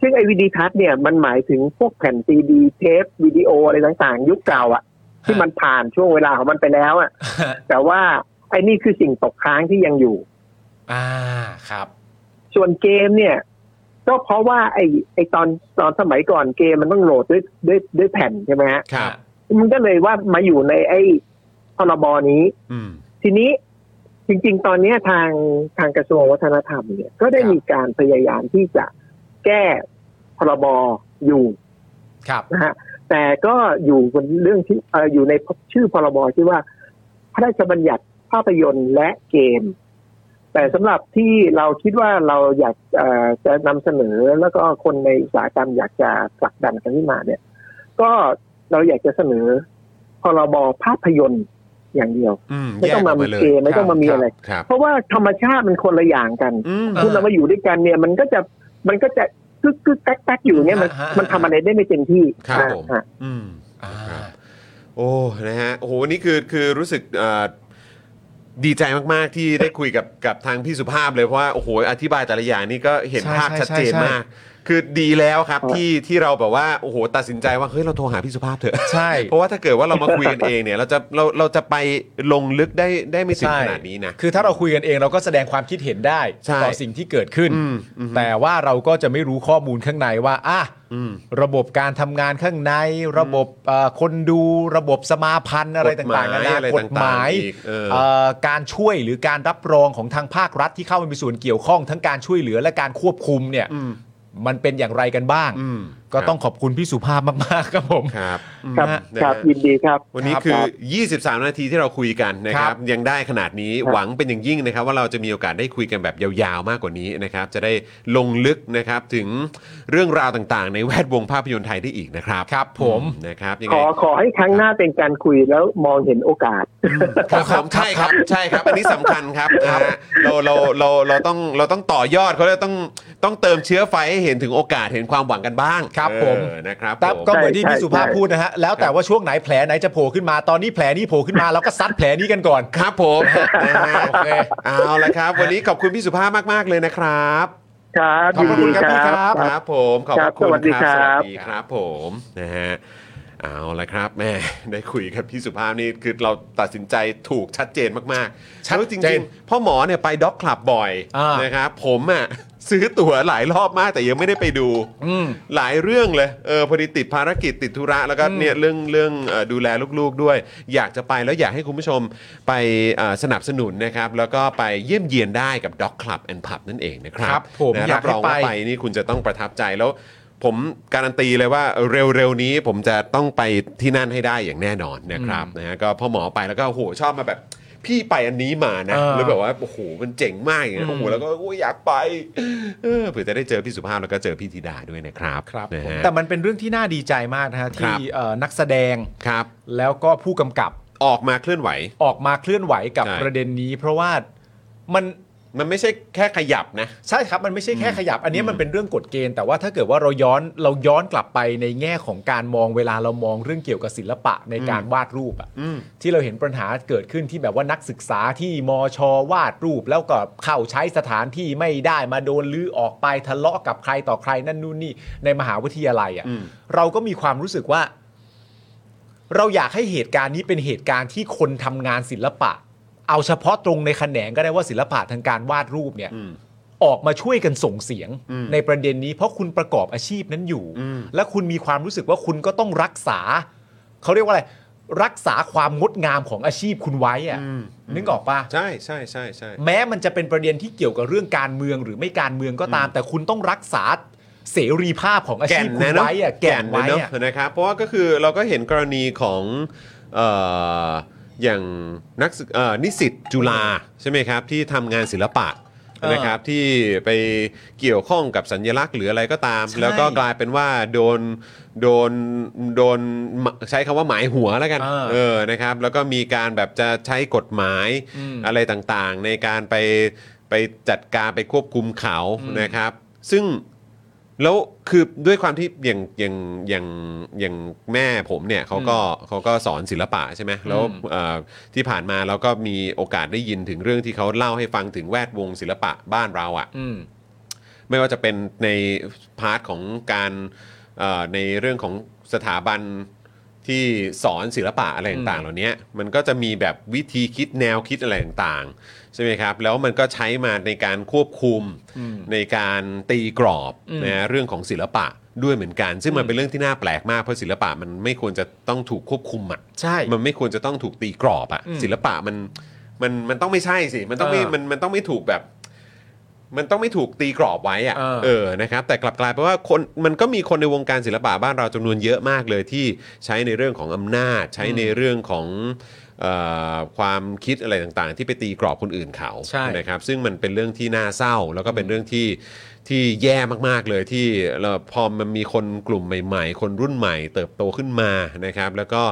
D: ซึ่งไอ้วิดีทัศน์เนี่ยมันหมายถึงพวกแผ่นซีดีเทปวิดีโออะไรต่างๆ ยุคเก่าอะที่มันผ่านช่วงเวลาของมันไปแล้วอะ
B: ฮะ
D: แต่ว่าไอ้นี่คือสิ่งตกค้างที่ยังอยู่
B: [laughs] อ่าครับ
D: ส่วนเกมเนี่ย ก็เพราะว่าไอ้ไอ้ตอนตอนสมัยก่อนเกมมันต้องโหลดด้วยด้วยด้วยแผ่นใช่ไหมฮะ
A: ครับ
D: มันก็เลยว่ามาอยู่ในไอ้พรบนี้
A: อืม
D: ทีนี้จริง ๆ ตอนเนี้ยทางทางกระทรวงวัฒนธรรมเนี่ย ก็ได้
B: ครับ
D: มีการพยายามที่จะแก้พรบอยู่
B: ครับ
D: นะฮะแต่ก็อยู่บนเรื่องที่เอ่ออยู่ในชื่อพรบที่ว่าพระราชบัญญัติภาพยนตร์และเกม แต่สำหรับที่เราคิดว่าเราอยากเอ่อจะนำเสนอแล้วก็คนในอุตสาหกรรมอยากจะผลักดันกันขึ้นมาเนี่ย ก็เราอยากจะเสนอพรบภาพยนตร์อย่างเดียว
A: อืม
D: ไม่ต้องมามี
A: แยก
D: เกมไม่ต้องมามี
A: คบ
D: อะไร
A: ครับ
D: เพราะว่าธรรมชาติมันคนละอย่างกัน
A: อืม
D: คุณเรามาอยู่ด้วยกันเนี่ย มันก็จะมันก็จะกึกกึกกักกักอยู่อย่างเงี้ยมันมันทำอะไรได้ไม่เต็มที่
A: ครับ
D: อ่า
A: ผม
D: อ่า
A: อืม
B: อ่า
A: ครับ โ โอ้นะฮะโอ้โหนี่คือคือรู้สึกเอ่อดีใจมาก ๆ ที่ได้คุยกับกับทางพี่สุภาพเลยเพราะว่าโอ้โหอธิบายแต่ละอย่างนี่ก็เห็น
B: ใช่
A: ภาพ
B: ใช่
A: ชัดเจน
B: ใช่
A: มาก คือดีแล้วครับ
D: ครับ
A: ที่ที่เราแบบว่าโอ้โหตัดสินใจว่าเฮ้ยเราโทรหาพี่สุภาพเถอะ
B: ใช่
A: เพราะว่าถ้าเกิดว่าเรามาคุยกันเองเนี่ย เราจะเราเราจะไปลงลึกได้ได้ไม่ถึงขนาดนี้นะ
B: ใช่คือถ้าเราคุยกันเองเราก็แสดงความคิดเห็นได้
A: ใช่
B: ต่อสิ่งที่เกิดขึ้น
A: อืมอืม
B: แต่ว่าเราก็จะไม่รู้ข้อมูลข้างในว่าอ่ะ
A: อืม
B: ระบบการทำงานข้างใน ระบบเอ่อคนดูระบบสมาพันธ์อะไร
A: กฎหมา
B: ต่ายงๆกันา
A: อะไร
B: กฎหมา
A: ต่าง
B: ย
A: ๆอีกเออ
B: เอ่อการช่วยหรือการรับรองของทางภาครัฐที่เข้ามามีส่วนเกี่ยวข้อง ทั้งการช่วยเหลือและการควบคุมเนี่ยมันเป็นอย่างไรกันบ้าง
A: อืม
B: ก็ต้องขอบคุณพี่สุภาพมากๆครับผม
A: ครับ
D: ครับ
B: นะฮะ
D: ครับยินดีครับ
A: วันนี้
B: ครับ
A: คือ 23 นาทีที่เราคุยกันนะค
B: ครั
A: รับ
B: บ
A: ยังได้ขนาดนี้
D: ครับ
A: หวังเป็นอย่างยิ่งนะครับ ว่าเราจะมีโอกาสได้คุยกันแบบยาวๆมากกว่านี้นะครับ จะได้ลงลึกนะครับถึงเรื่องราวต่างๆ ในแวดวงภาพยนตร์ไทยได้อีกนะครับ
B: ครับผม
A: นะครับยัง
D: ข
A: ไง
D: อขอให้ครั้งหน้าเป็นการคุยแล้วมองเห็นโอกาส
A: ครับผมใช่ครับใช่ครับ อันนี้สำคัญครับนะฮะเราเราเราเราต้องเราต้องต่อยอดเขาเราต้องต้องเติมเชื้อไฟให้เห็นถึงโอกาสเห็นความหวังกันบ้าง
B: ครับผม
A: เออนะครับ
B: ครับ
A: ผม
B: ก็เหมือนที่
D: ใช่
B: พี่สุภาพ
D: ใช่
B: พูดนะฮะแล้วแต่ว่าช่วงไหนแผลไหนจะโผล่ขึ้นมาตอนนี้แผลนี้โผล่ขึ้นมาเราก็ซัดแผลนี้กันก่อน
A: ครับผมนะฮะ
B: โอเค
A: เอาละครับ วันนี้ขอบคุณพี่สุภาพมาก ๆ เลยนะครับ
D: ครับ
A: ขอบ
D: ยิน
A: พระ
D: ดี
A: คุณครับ
D: ค
A: พี่ครับค
D: รับ
A: รับผมขอบพ
D: ครั
A: ระ
D: บ
A: คุณ
D: สวัสดี
A: ค
D: ครั
A: รับ สวัสดีครับผมนะฮะเอาละครับ [laughs] แหม่ได้คุยกับพี่สุภาพนี่คือเราตัดสินใจถูกชัดเจนมากๆ
B: ชัดเจน
A: แล้วจริงๆพ่อหมอเนี่ยไปด็อกคลับบ่อย
B: อ่าน
A: นะครับผมอ่ะซื้อตั๋วหลายรอบมากแต่ยังไม่ได้ไปดู
B: อืม
A: หลายเรื่องเลยเออพอดีติดภารกิจติดธุระแล้วก็เนี่ยเรื่องเรื่องเอ่อดูแลลูกๆด้วย อยากจะไปแล้วอยากให้คุณผู้ชมไปเอ่อสนับสนุนนะครับแล้วก็ไปเยี่ยมเยียนได้กับด็อกคลับแอนด์พับนั่นเองนะครั
B: ครับผม
A: นะ
B: อยา
A: รับรอ
B: กให้
A: งว่า
B: ไป
A: ไป นี่คุณจะต้องประทับใจแล้ว ผมการันตีเลยว่าเร็วๆนี้ผมจะต้องไปที่นั่นให้ได้อย่างแน่นอนนะครับนะฮะก็พ่อหมอไปแล้วก็โอ้โหชอบมาแบบ พี่ไปอันนี้มานะ
B: เออ
A: หรือแบบว่าโอ้โหมันเจ๋งมากอย่างเงี้ยโอ้โหแล้วก็โอ้ยอยากไปเออเผื่อจะได้เจอพี่สุภาพแล้วก็เจอพี่ธิดาด้วยนะครับ
B: ครับ
A: นะ
B: ผม
A: ฮะ
B: แต่มันเป็นเรื่องที่น่าดีใจมากนะฮะ
A: ครั
B: ที่
A: บ
B: เอ่อนักแสดง
A: ครับ
B: แล้วก็ผู้กำกับ
A: ออกมาเคลื่อนไหว
B: ออกมาเคลื่อนไหวกับ
A: ใช่
B: ประเด็นนี้ เพราะว่ามัน
A: มันไม่ใช่แค่ขยับนะ
B: ใช่ครับมันไม่ใช่แค่ขยับ อันนี้มันเป็นเรื่องกฎเกณฑ์แต่ว่าถ้าเกิดว่าเราย้อนเราย้อนกลับไปในแง่ของการมองเวลาเรามองเรื่องเกี่ยวกับศิลปะในการวาดรูปอะ
A: อืม
B: ที่เราเห็นปัญหาเกิดขึ้นที่แบบว่านักศึกษาที่มชวาดรูป แล้วก็เข้าใช้สถานที่ไม่ได้มาโดนลื้อออกไปทะเลาะกับใครต่อใครนั่นนู่นนี่ในมหาวิทยาลัยอะ
A: อืม
B: เราก็มีความรู้สึกว่า เราอยากให้เหตุการณ์นี้เป็นเหตุการณ์ที่คนทำงานศิลปะ เอาเฉพาะตรงในแขนงก็ได้ว่าศิลปะทางการวาดรูปเนี่ย
A: อืม
B: ออกมาช่วยกันส่งเสียง
A: อืม
B: ในประเด็นนี้เพราะคุณประกอบอาชีพนั้นอยู่
A: อืม
B: และคุณมีความรู้สึกว่าคุณก็ต้องรักษา เขาเรียกว่าอะไร รักษาความงดงามของอาชีพคุณไว้อะนึกออกปะ
A: ใช่ใช่ใช่ใช่
B: แม้มันจะเป็นประเด็นที่เกี่ยวกับเรื่องการเมืองหรือไม่การเมืองก็ตาม แต่คุณต้องรักษาเสรีภาพของอา
A: แก่
B: ชี
A: น
B: พคุณ
A: นะเนาะ
B: ไว้อะแก่นไว้
A: เนาะ
B: อะ
A: นะครับเพราะว่าก็คือเราก็เห็นกรณีของเอ่ออย่างนักศึกเอ่อนิสิตจุฬาใช่ไหมครับที่ทำงานศิลปะ
B: เออ
A: นะครับที่ไปเกี่ยวข้องกับสัญลักษณ์หรืออะไรก็ตาม
B: ใช่
A: แล้วก็กลายเป็นว่าโดนโดนโดนใช้คำว่าหมายหัวแล้วกัน
B: เออ
A: เออนะครับแล้วก็มีการแบบจะใช้กฎหมาย อะไรต่างๆ ในการไปไปจัดการไปควบคุมเขานะครับ ซึ่งแล้วคือด้วยความที่อย่างอย่างอย่างอย่างแม่ผมเนี่ยเขาก็เขาก็สอนศิลปะใช่ไหมแล้วเอ่อที่ผ่านมาเราก็มีโอกาสได้ยินถึงเรื่องที่เขาเล่าให้ฟังถึงแวดวงศิลปะบ้านเราอ่ะ
B: อืม
A: ไม่ว่าจะเป็นในพาร์ทของการเอ่อในเรื่องของสถาบันที่สอนศิลปะอะไรต่างๆ เหล่านี้มันก็จะมีแบบวิธีคิดแนวคิดอะไรต่างๆ ใช่ไหมครับ แล้วมันก็ใช้มาในการควบคุมในการตีกรอบ
B: อืม
A: นะเรื่องของศิลปะด้วยเหมือนกัน ซึ่งมันเป็นเรื่องที่น่าแปลกมากเพราะศิลปะมันไม่ควรจะต้องถูกควบคุมอ่ะ
B: ใช่
A: มันไม่ควรจะต้องถูกตีกรอบอะ
B: อืม
A: ศิลปะมันมันมันต้องไม่ใช่สิมันต้องไม่
B: เออ
A: มันมันต้องไม่ถูกแบบ มันต้องไม่ถูกตีกรอบไว้อะ
B: เออ
A: เออนะครับ แต่กลับกลายเป็นว่าคนมันก็มีคนในวงการศิลปะบ้านเราจำนวนเยอะมากเลยที่ใช้ในเรื่องของอำนาจ ใช้ในเรื่องของเอ่อความคิดอะไรต่างๆ ที่ไปตีกรอบคนอื่นเขา
B: ใช่
A: นะครับ ซึ่งมันเป็นเรื่องที่น่าเศร้า แล้วก็เป็นเรื่องที่ที่แย่มากๆเลยที่เราพอมันมีคนกลุ่มใหม่ ๆ คนรุ่นใหม่ เติบโตขึ้นมานะครับ แล้วก็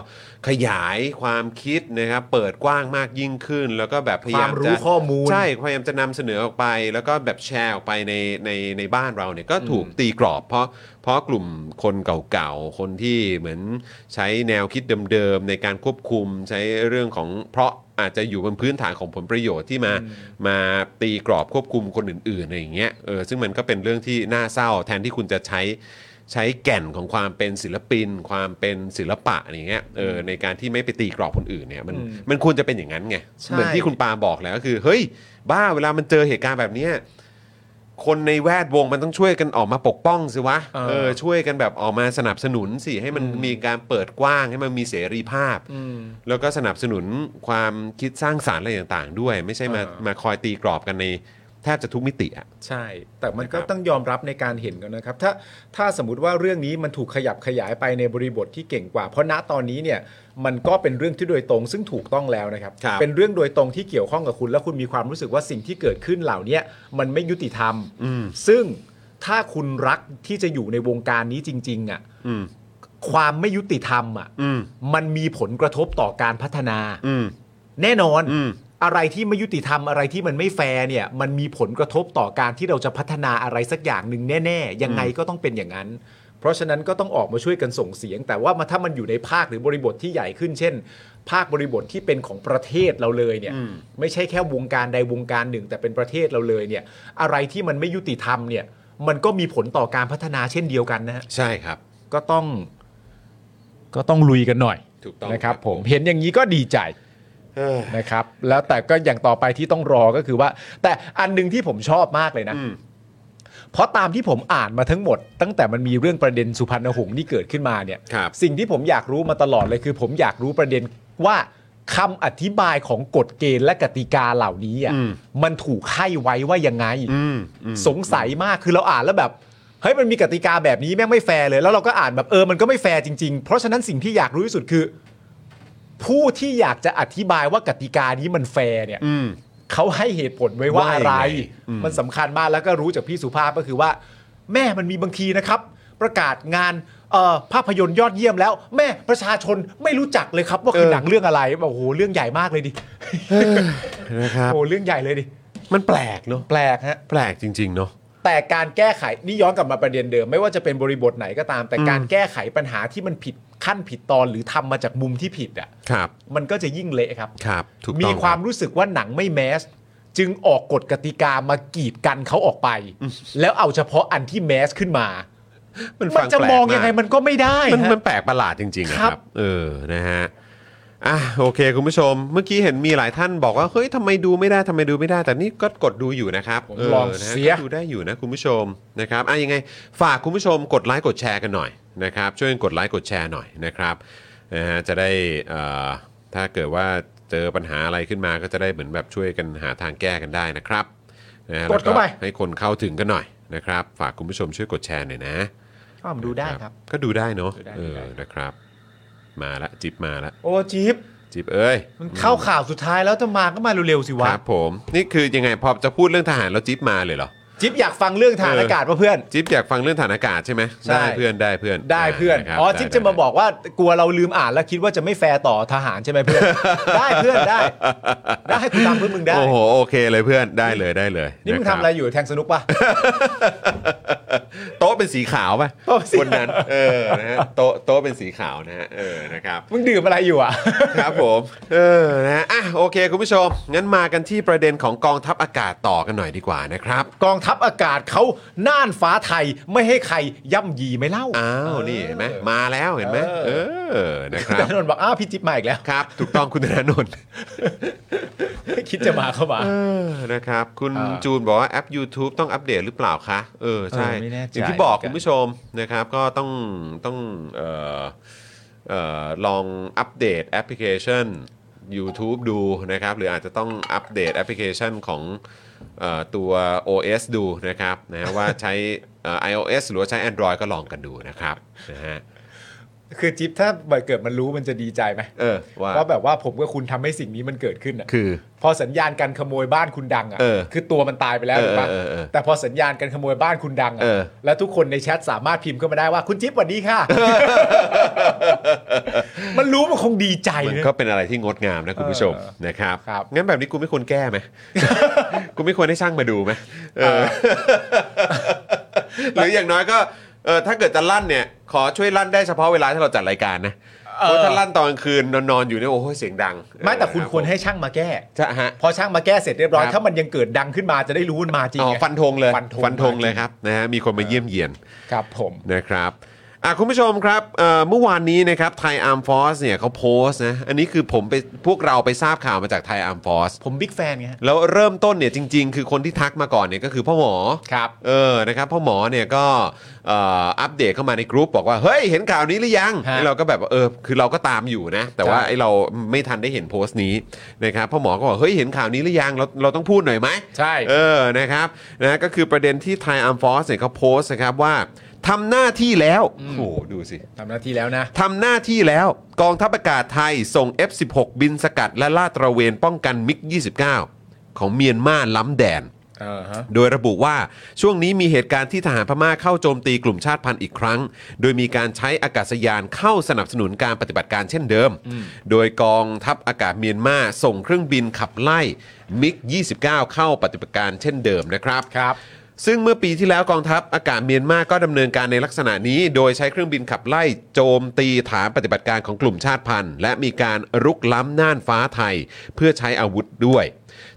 A: ขยายความคิดนะครับ เปิดกว้างมากยิ่งขึ้น แล้วก็แบบพยา
B: คาย
A: วาม ม
B: รู้
A: จะ
B: ข้อมูล
A: ใช่พยายามจะนำเสนอออกไป แล้วก็แบบแชร์ออกไปในในในบ้านเราเนี่ยก็ถูกตีกรอบ เพราะเพ พาะกลุ่มคนเก่าๆ คนที่เหมือนใช้แนวคิดเดิมๆ ในการควบคุมใช้เรื่องของเพราะอาจจะอยู่บนพื้นฐานของผลประโยชน์ที่มามาตีกรอบควบคุมคนอื่นๆอะไรอย่างเงี้ยเออซึ่งมันก็เป็นเรื่องที่น่าเศร้าแทนที่คุณจะใช้ ใช้แก่นของความเป็นศิลปิน ความเป็นศิลปะอะไรเงี้ยเออในการที่ไม่ไปตีกรอบคนอื่นเนี่ยมัน
B: อืม
A: มันควรจะเป็นอย่างนั้นไง
B: ใช่
A: เหมือนที่คุณปาบอกแหล้วก็คือ เฮ้ย บ้าเวลามันเจอเหตุการณ์แบบเนี้ยคนในแวดวงมันต้องช่วยกันออกมาปกป้องสิวะ
B: เออ
A: เออช่วยกันแบบออกมาสนับสนุนสิให้มันมีการเปิดกว้างให้มันมีเสรีภาพ
B: อืม
A: แล้วก็สนับสนุนความคิดสร้างสารรค์อะไรต่างๆ ด้วย ไม่ใช่มา
B: เออ
A: มาคอยตีกรอบกันในแทบจะทุกมิติอะ
B: ใช่ แต่มันก็
A: นะครับ
B: ต้องยอมรับในการเห็นกันนะครับ ถ้าถ้าสมมติว่าเรื่องนี้มันถูกขยับขยายไปในบริบทที่เก่งกว่า เพราะณตอนนี้เนี่ยมันก็เป็นเรื่องที่โดยตรงซึ่งถูกต้องแล้วนะครับ
A: ครับ
B: เป็นเรื่องโดยตรงที่เกี่ยวข้องกับคุณ และคุณมีความรู้สึกว่าสิ่งที่เกิดขึ้นเหล่าเนี้ยมันไม่ยุติธรรม ซึ่งถ้าคุณรักที่จะอยู่ในวงการนี้จริง ๆ อ่ะ
A: อืม
B: ความไม่ยุติธรรมอ่ะ
A: อืม
B: มันมีผลกระทบต่อการพัฒนา
A: อืม
B: แน่นอน
A: อืม
B: อะไรที่ไม่ยุติธรรมอะไรที่มันไม่แฟร์เนี่ย มันมีผลกระทบต่อการที่เราจะพัฒนาอะไรสักอย่างหนึ่งแน่ ๆ ยังไงก็ต้องเป็นอย่างนั้น เพราะฉะนั้นก็ต้องออกมาช่วยกันส่งเสียง แต่ว่ามาถ้ามันอยู่ในภาคหรือบริบทที่ใหญ่ขึ้น เช่น ภาคบริบทที่เป็นของประเทศเราเลยเนี่ย ไม่ใช่แค่วงการใดวงการหนึ่ง แต่เป็นประเทศเราเลยเนี่ย อะไรที่มันไม่ยุติธรรมเนี่ย มันก็มีผลต่อการพัฒนาเช่นเดียวกันนะฮะ
A: ใช่ครับ
B: ก็ต้อง ก็ต้องลุยกันหน่อย
A: ถูกต้อง
B: นะครับ
A: ครับ
B: ผมเห็นอย่างนี้ก็ดีใจ
A: เออ
B: นะครับแล้วแต่ก็อย่างต่อไปที่ต้องรอก็คือว่า แต่อันหนึงที่ผมชอบมากเลยนะ
A: อืม
B: เพราะตามที่ผมอ่านมาทั้งหมด ตั้งแต่มันมีเรื่องประเด็นสุพรรณหงส์ที่เกิดขึ้นมาเนี่ย
A: ครับ
B: สิ่งที่ผมอยากรู้มาตลอดเลยคือ ผมอยากรู้ประเด็นว่าคำอธิบายของกฎเกณฑ์และกติกาเหล่านี้อ่ะมันถูกให้ไว้ว่ายังไง
A: อืมอืม
B: สงสัยมากคือเราอ่านแล้วแบบเฮ้ยมันมีกติกาแบบนี้แม่งไม่แฟร์เลย แล้วเราก็อ่านแบบเออมันก็ไม่แฟร์จริงๆ เพราะฉะนั้นสิ่งที่อยากรู้ที่สุดคือ ผู้ที่อยากจะอธิบายว่ากติกานี้มันแฟร์เนี่ย
A: อืม
B: เขาให้เหตุผลไว้ว่า
A: ว่ายังไง
B: อะไร
A: อืม
B: มันสำคัญมากแล้วก็รู้จากพี่สุภาพก็คือว่า แม่มันมีบางทีนะครับ ประกาศงานเอ่อภาพยนตร์ยอดเยี่ยมแล้ว แม่ประชาชนไม่รู้จักเลยครับว่าคือหนังเรื่องอะไรแบบโอ้โหเรื่องใหญ่มากเลยดิ
A: นะครับ
B: โอ้โหเรื่องใหญ่เลยดิ
A: มันแปลกเนาะ
B: แปลกฮะ
A: แปลกจริง ๆ เนาะ
B: แต่การแก้ไขนี่ย้อนกลับมาประเด็นเดิม ไม่ว่าจะเป็นบริบทไหนก็ตาม แต่การแก้ไขปัญหาที่มันผิดขั้นผิดตอนหรือทำมาจากมุมที่ผิดอ่ะ
A: ครับ
B: มันก็จะยิ่งเละครับ
A: ครับถูกต้อง
B: มีความ
A: รับ
B: รู้สึกว่าหนังไม่แมส จึงออกกฎกติกามากีดกันเขาออกไป แล้วเอาเฉพาะอันที่แมสขึ้นมา
A: มัน
B: มั
A: ฟั
B: น
A: ง
B: จะ
A: แปลก
B: มองยังไง
A: ม
B: มันก็ไม่ได้
A: ัน
B: ฮะ
A: มันแปลกประหลาดจริงๆอะค
B: ครั
A: รับ บ เออนะฮะอ่ะโอเค คุณผู้ชม เมื่อกี้เห็นมีหลายท่านบอกว่าเฮ้ยทำไมดูไม่ได้ทำไมดูไม่ได้ แต่นี่ก็กดดูอยู่นะครับ
B: ผมลอง
A: นะฮะ
B: เสีย
A: ก็ดูได้อยู่นะคุณผู้ชมนะครับอ่ะยังไง ฝากคุณผู้ชมกดไลค์กดแชร์กันหน่อยนะครับช่วยกันกดไลค์กดแชร์หน่อยนะครับนะฮะจะได้เอ่อถ้าเกิดว่าเจอปัญหาอะไรขึ้นมาก็จะได้เหมือนแบบช่วยกันหาทางแก้กันได้นะครับนะฮะ
B: กดเข้าไป
A: แล้วให้คนเข้าถึงกันหน่อยนะครับ ฝากคุณผู้ชมช่วยกดแชร์หน่อยนะ
B: อ้อมดูได้ครับ
A: ก็ดูได้เนาะ
B: ดูได้
A: เอ
B: ดู
A: อ
B: ได้
A: นะครับ มาละจิบมาละ
B: โอ้จิ๊บ
A: จิบเอ้ย
B: มันเข้าข่าวสุดท้ายแล้วจะมาก็มาเร็วๆ
A: คว
B: สิะ
A: รับผม นี่คือยังไงพอจะพูดเรื่องทหารแล้วจิบมาเลยเหรอ
B: จิ๊บอยากฟังเรื่องฐานอากาศป่ะเพื่อน
A: จิบอยากฟังเรื่องฐานอากาศใช่ไหม
B: ใช่
A: ได้เพื่อนได้เพื่อน
B: ได้เพื่อน
A: ะครับ
B: อ๋อจิ๊บจะมาบอกว่ากลัวเราลืมอ่านแล้วคิดว่าจะไม่แฟร์ต่อทหารใช่ไหม
A: [laughs]
B: เพื่อน ได้เพื่อนได้ ได้กูทำเพื่อมึงได้
A: โอ้โหโอเคเลยเพื่อนได้เลยได้เลย
B: นี่มึง
A: ค
B: ทำ
A: บ
B: อะไรอยู่แทงสนุกป่ะ
A: โต๊ะเป็นสีขาวป่ะ
B: โต๊ะเป็นสี
A: วันนั้น เออนะฮะโต๊ะโต๊ะเป็นสีขาวนะฮะเออนะครับ
B: มึงดื่มอะไรอยู่อ่ะ [laughs]
A: ครับผมเออนะฮะอ่ะโอเคคุณผู้ชม งั้นมากันที่ประเด็นของกองทัพอากาศต่อกันหน่อยดีกว่านะครับ
B: กองทัพอากาศเขาน่านฟ้าไทยไม่ให้ใครย่ำยีไม่เล่า
A: อ้าวนี่เห็นไหมมาแล้วเห็นไหมเออนะค
B: คุณ
A: รับ
B: ธนนท์บอกอ้าวพี่จิ๊บมาอีกแล้ว
A: ครับ ถูกต้องคุณธนาโนนท์
B: [laughs] คิดจะมาเข้ามา
A: เออนะครับ คุณ
B: อ่า
A: จูนบอกว่าแอป YouTube ต้องอัปเดตหรือเปล่าคะเออใช่
B: เออไม่แน่ใจ
A: อย่างที่บอก
B: เหมือนกัน
A: คุณผู้ชมนะครับ ก็ต้องต้องเอ่อเอ่อลองอัปเดตแอปพลิเคชัน YouTube ดูนะครับ หรืออาจจะต้องอัปเดตแอปพลิเคชันของเอ่อตัว OS ดูนะครับนะว่าใช้เอ่อ iOS หรือว่าใช้ Android ก็ลองกันดูนะครับนะฮะ
B: คือจิ๊บถ้าเกิดมันรู้มันจะดีใจไหม
A: เออว่า
B: ว่าแบบว่าผมกับคุณทำให้สิ่งนี้มันเกิดขึ้นอ่ะ
A: คือ
B: พอสัญญาณการขโมยบ้านคุณดัง
A: เออ
B: อะ่ะคือตัวมันตายไปแล้ว
A: เออ
B: ถูกปะ
A: เออเออ
B: แต่พอสัญญาณการขโมยบ้านคุณดัง
A: เออ
B: อะ่ะแล้วทุกคนในแชทสามารถพิมพ์เข้ามาได้ว่าคุณจิ๊บสวัสดีค่ะ มันรู้มันคงดีใจ
A: มัน
B: นะ
A: ก็เป็นอะไรที่งดงามนะคุณผู้ชม
B: เออ
A: นะครับ
B: ครับ
A: งั้นแบบนี้กูไม่ควรแก้ไหม
B: [laughs]
A: กูไม่ควรให้ช่างมาดูไหมเออ หรืออย่างน้อยก็ เ เออถ้าเกิดจะลั่นเนี่ย ขอช่วยลั่นได้เฉพาะเวลาที่เราจัดรายการนะเพราะถ้าลั่นตอนกลางคืนนอนๆอยู่เนี่ยโอ้โหเสียงดัง
B: ไม่แต่คุณ
A: เออ
B: ควรให้ช่างมาแก้
A: ใช่ฮะ
B: พอช่างมาแก้เสร็จเรียบร้อย
A: ครับ
B: ถ้ามันยังเกิดดังขึ้นมาจะได้รู้มันมาจริง
A: อ๋อ
B: ไง
A: ฟันธงเลย
B: ฟันธง
A: ฟันธงเลยครับนะฮะมีคนมาเยี่ยมเยียน
B: ครับผม
A: นะครับอ่ะคุณผู้ชมครับเอ่อเมื่อวานนี้นะครับไทอาร์มฟอสเนี่ยเขาโพสต์นะ อันนี้คือผมไปพวกเราไปทราบข่าวมาจากไทอาร์มฟอส
B: ผมบิ๊กแฟนไงฮะ
A: แล้วเริ่มต้นเนี่ยจริง ๆ คือคนที่ทักมาก่อนเนี่ยก็คือพ่อหมอ
B: ครับ
A: เออ นะครับพ่อหมอเนี่ยก็เอ่ออัปเดตเข้ามาในกรุ๊ปบอกว่า เฮ้ย เห็นข่าวนี้หรือยัง
B: ฮะ
A: ไอ้เราก็แบบว่าเออ คือเราก็ตามอยู่นะ แต่ว่า
B: ใช่
A: ไอ้เราไม่ทันได้เห็นโพสต์นี้นะครับ พ่อหมอก็บอก เฮ้ย เห็นข่าวนี้หรือยัง เราเราต้องพูดหน่อยไหม
B: ใช่
A: เออ นะครับ นะ ก็คือประเด็นที่ไทอัมฟอสเนี่ยเขาโพสต์นะครับว่าทำหน้าที่แล้ว โอ้โห ดูสิ
B: ทำหน้าที่แล้วนะ
A: ทำหน้าที่แล้วกองทัพอากาศไทยส่ง F16 บินสกัดและลาดตระเวนป้องกันมิก 29 ของเมียนมาล้ำแดน
B: เออฮะ
A: โดยระบุว่าช่วงนี้มีเหตุการณ์ที่ทหารพม่าเข้าโจมตีกลุ่มชาติพันธุ์อีกครั้ง โดยมีการใช้อากาศยานเข้าสนับสนุนการปฏิบัติการเช่นเดิม โดยกองทัพอากาศเมียนมาส่งเครื่องบินขับไล่มิก 29 เข้าปฏิบัติการเช่นเดิมนะครับ
B: ครับ
A: ซึ่งเมื่อปีที่แล้วกองทัพอากาศเมียนมาก็ดำเนินการในลักษณะนี้ โดยใช้เครื่องบินขับไล่โจมตีฐานปฏิบัติการของกลุ่มชาติพันธุ์ และมีการรุกล้ำน่านฟ้าไทย เพื่อใช้อาวุธด้วย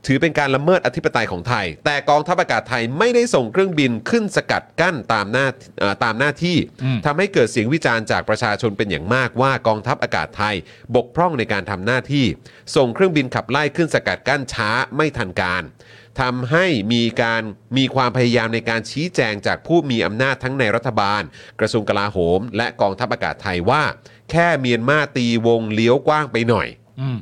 A: ถือเป็นการละเมิดอธิปไตยของไทย แต่กองทัพอากาศไทยไม่ได้ส่งเครื่องบินขึ้นสกัดกั้นตามหน้าเอ่อตามหน้าที่ทำให้เกิดเสียงวิจารณ์จากประชาชนเป็นอย่างมากว่ากองทัพอากาศไทยบกพร่องในการทำหน้าที่ ส่งเครื่องบินขับไล่ขึ้นสกัดกั้นช้าไม่ทันการ ทำให้มีการมีความพยายามในการชี้แจงจากผู้มีอำนาจทั้งในรัฐบาล กระทรวงกลาโหม และกองทัพอากาศไทยว่า แค่เมียนมาตีวงเลี้ยวกว้างไปหน่อย
B: อืม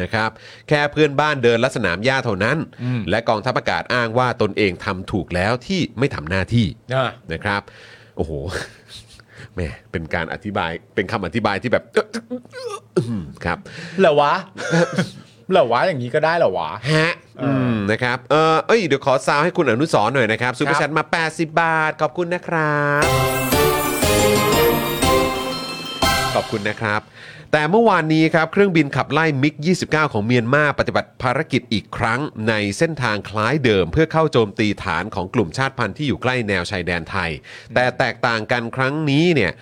A: นะครับ แค่เพื่อนบ้านเดินลัดสนามหญ้าเท่านั้น
B: อืม
A: และกองทัพอากาศอ้างว่าตนเองทำถูกแล้วที่ไม่ทำหน้าที่
B: อ่า
A: นะครับ โอ้โห [laughs] แหม่เป็นการอธิบาย เป็นคำอธิบายที่แบบ [coughs] ครับ
B: เหรอวะ
A: [laughs]
B: เหรอวะอย่างนี้ก็ได้เหรอวะ
A: ฮะอืมนะครับ เออเอ้ย เดี๋ยวขอซาวให้คุณอนุสรณ์หน่อยนะครับซูเปอร์แชทมา 80 บาท ขอบคุณนะครับ ขอบคุณนะครับ แต่เมื่อวานนี้ครับ เครื่องบินขับไล่มิก 29 ของเมียนมาปฏิบัติภารกิจอีกครั้งในเส้นทางคล้ายเดิม เพื่อเข้าโจมตีฐานของกลุ่มชาติพันธุ์ที่อยู่ใกล้แนวชายแดนไทย แต่แตกต่างกันครั้งนี้เนี่ย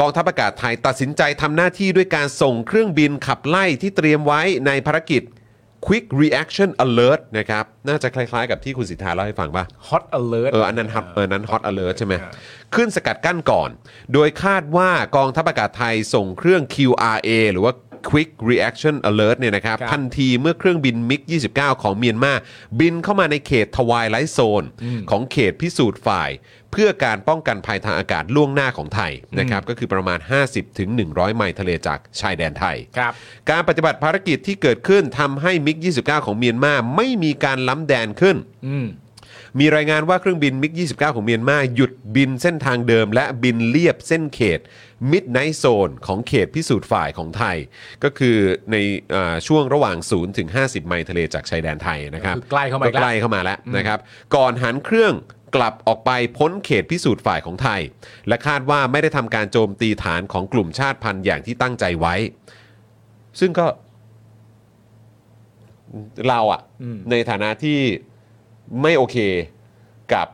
A: กองทัพอากาศไทยตัดสินใจทำหน้าที่ด้วยการส่งเครื่องบินขับไล่ที่เตรียมไว้ในภารกิจ Quick Reaction Alert นะครับ น่าจะคล้ายๆกับที่คุณสิทธาเล่าให้ฟังป่ะ
B: hot alert
A: เอออันนั้นฮอตเออนั้นฮอตอเลอร์ใช่ไหมขึ้นสกัดกั้นก่อน โดยคาดว่ากองทัพอากาศไทยส่งเครื่อง QRA หรือว่า Quick Reaction Alert เนี่ยนะครับ
B: ครับ
A: ทันทีเมื่อเครื่องบินมิก 29 ของเมียนมาบินเข้ามาในเขตทวายไลท์โซน ของเขตพิสูจน์ฝ่าย เพื่อการป้องกันภัยทางอากาศล่วงหน้าของไทยนะครับก็คือประมาณ 50-100 ไมล์ทะเลจากชายแดนไทย
B: ครับ
A: การปฏิบัติภารกิจที่เกิดขึ้นทำให้มิก 29 ของเมียนมาไม่มีการล้ำแดนขึ้น
B: อืม
A: มีรายงานว่าเครื่องบินมิก 29 ของเมียนมาหยุดบินเส้นทางเดิม และบินเลียบเส้นเขต Midnight Zone ของเขตพิสูจน์ฝ่ายของไทย ก็คือในเอ่อช่วงระหว่าง 0 ถึง 50 ไมล์ทะเลจากชายแดนไทยนะครับ
B: ก็คือใกล้เข้ามาอีกแล้ว
A: ใกล้เข้ามาแล้วนะครับ ก่อนหันเครื่องกลับออกไปพ้นเขตพิสูจน์ฝ่ายของไทย และคาดว่าไม่ได้ทำการโจมตีฐานของกลุ่มชาติพันธุ์อย่างที่ตั้งใจไว้ ซึ่งก็เราอะ
B: อืม
A: ในฐานะที่ไม่โอเคกับ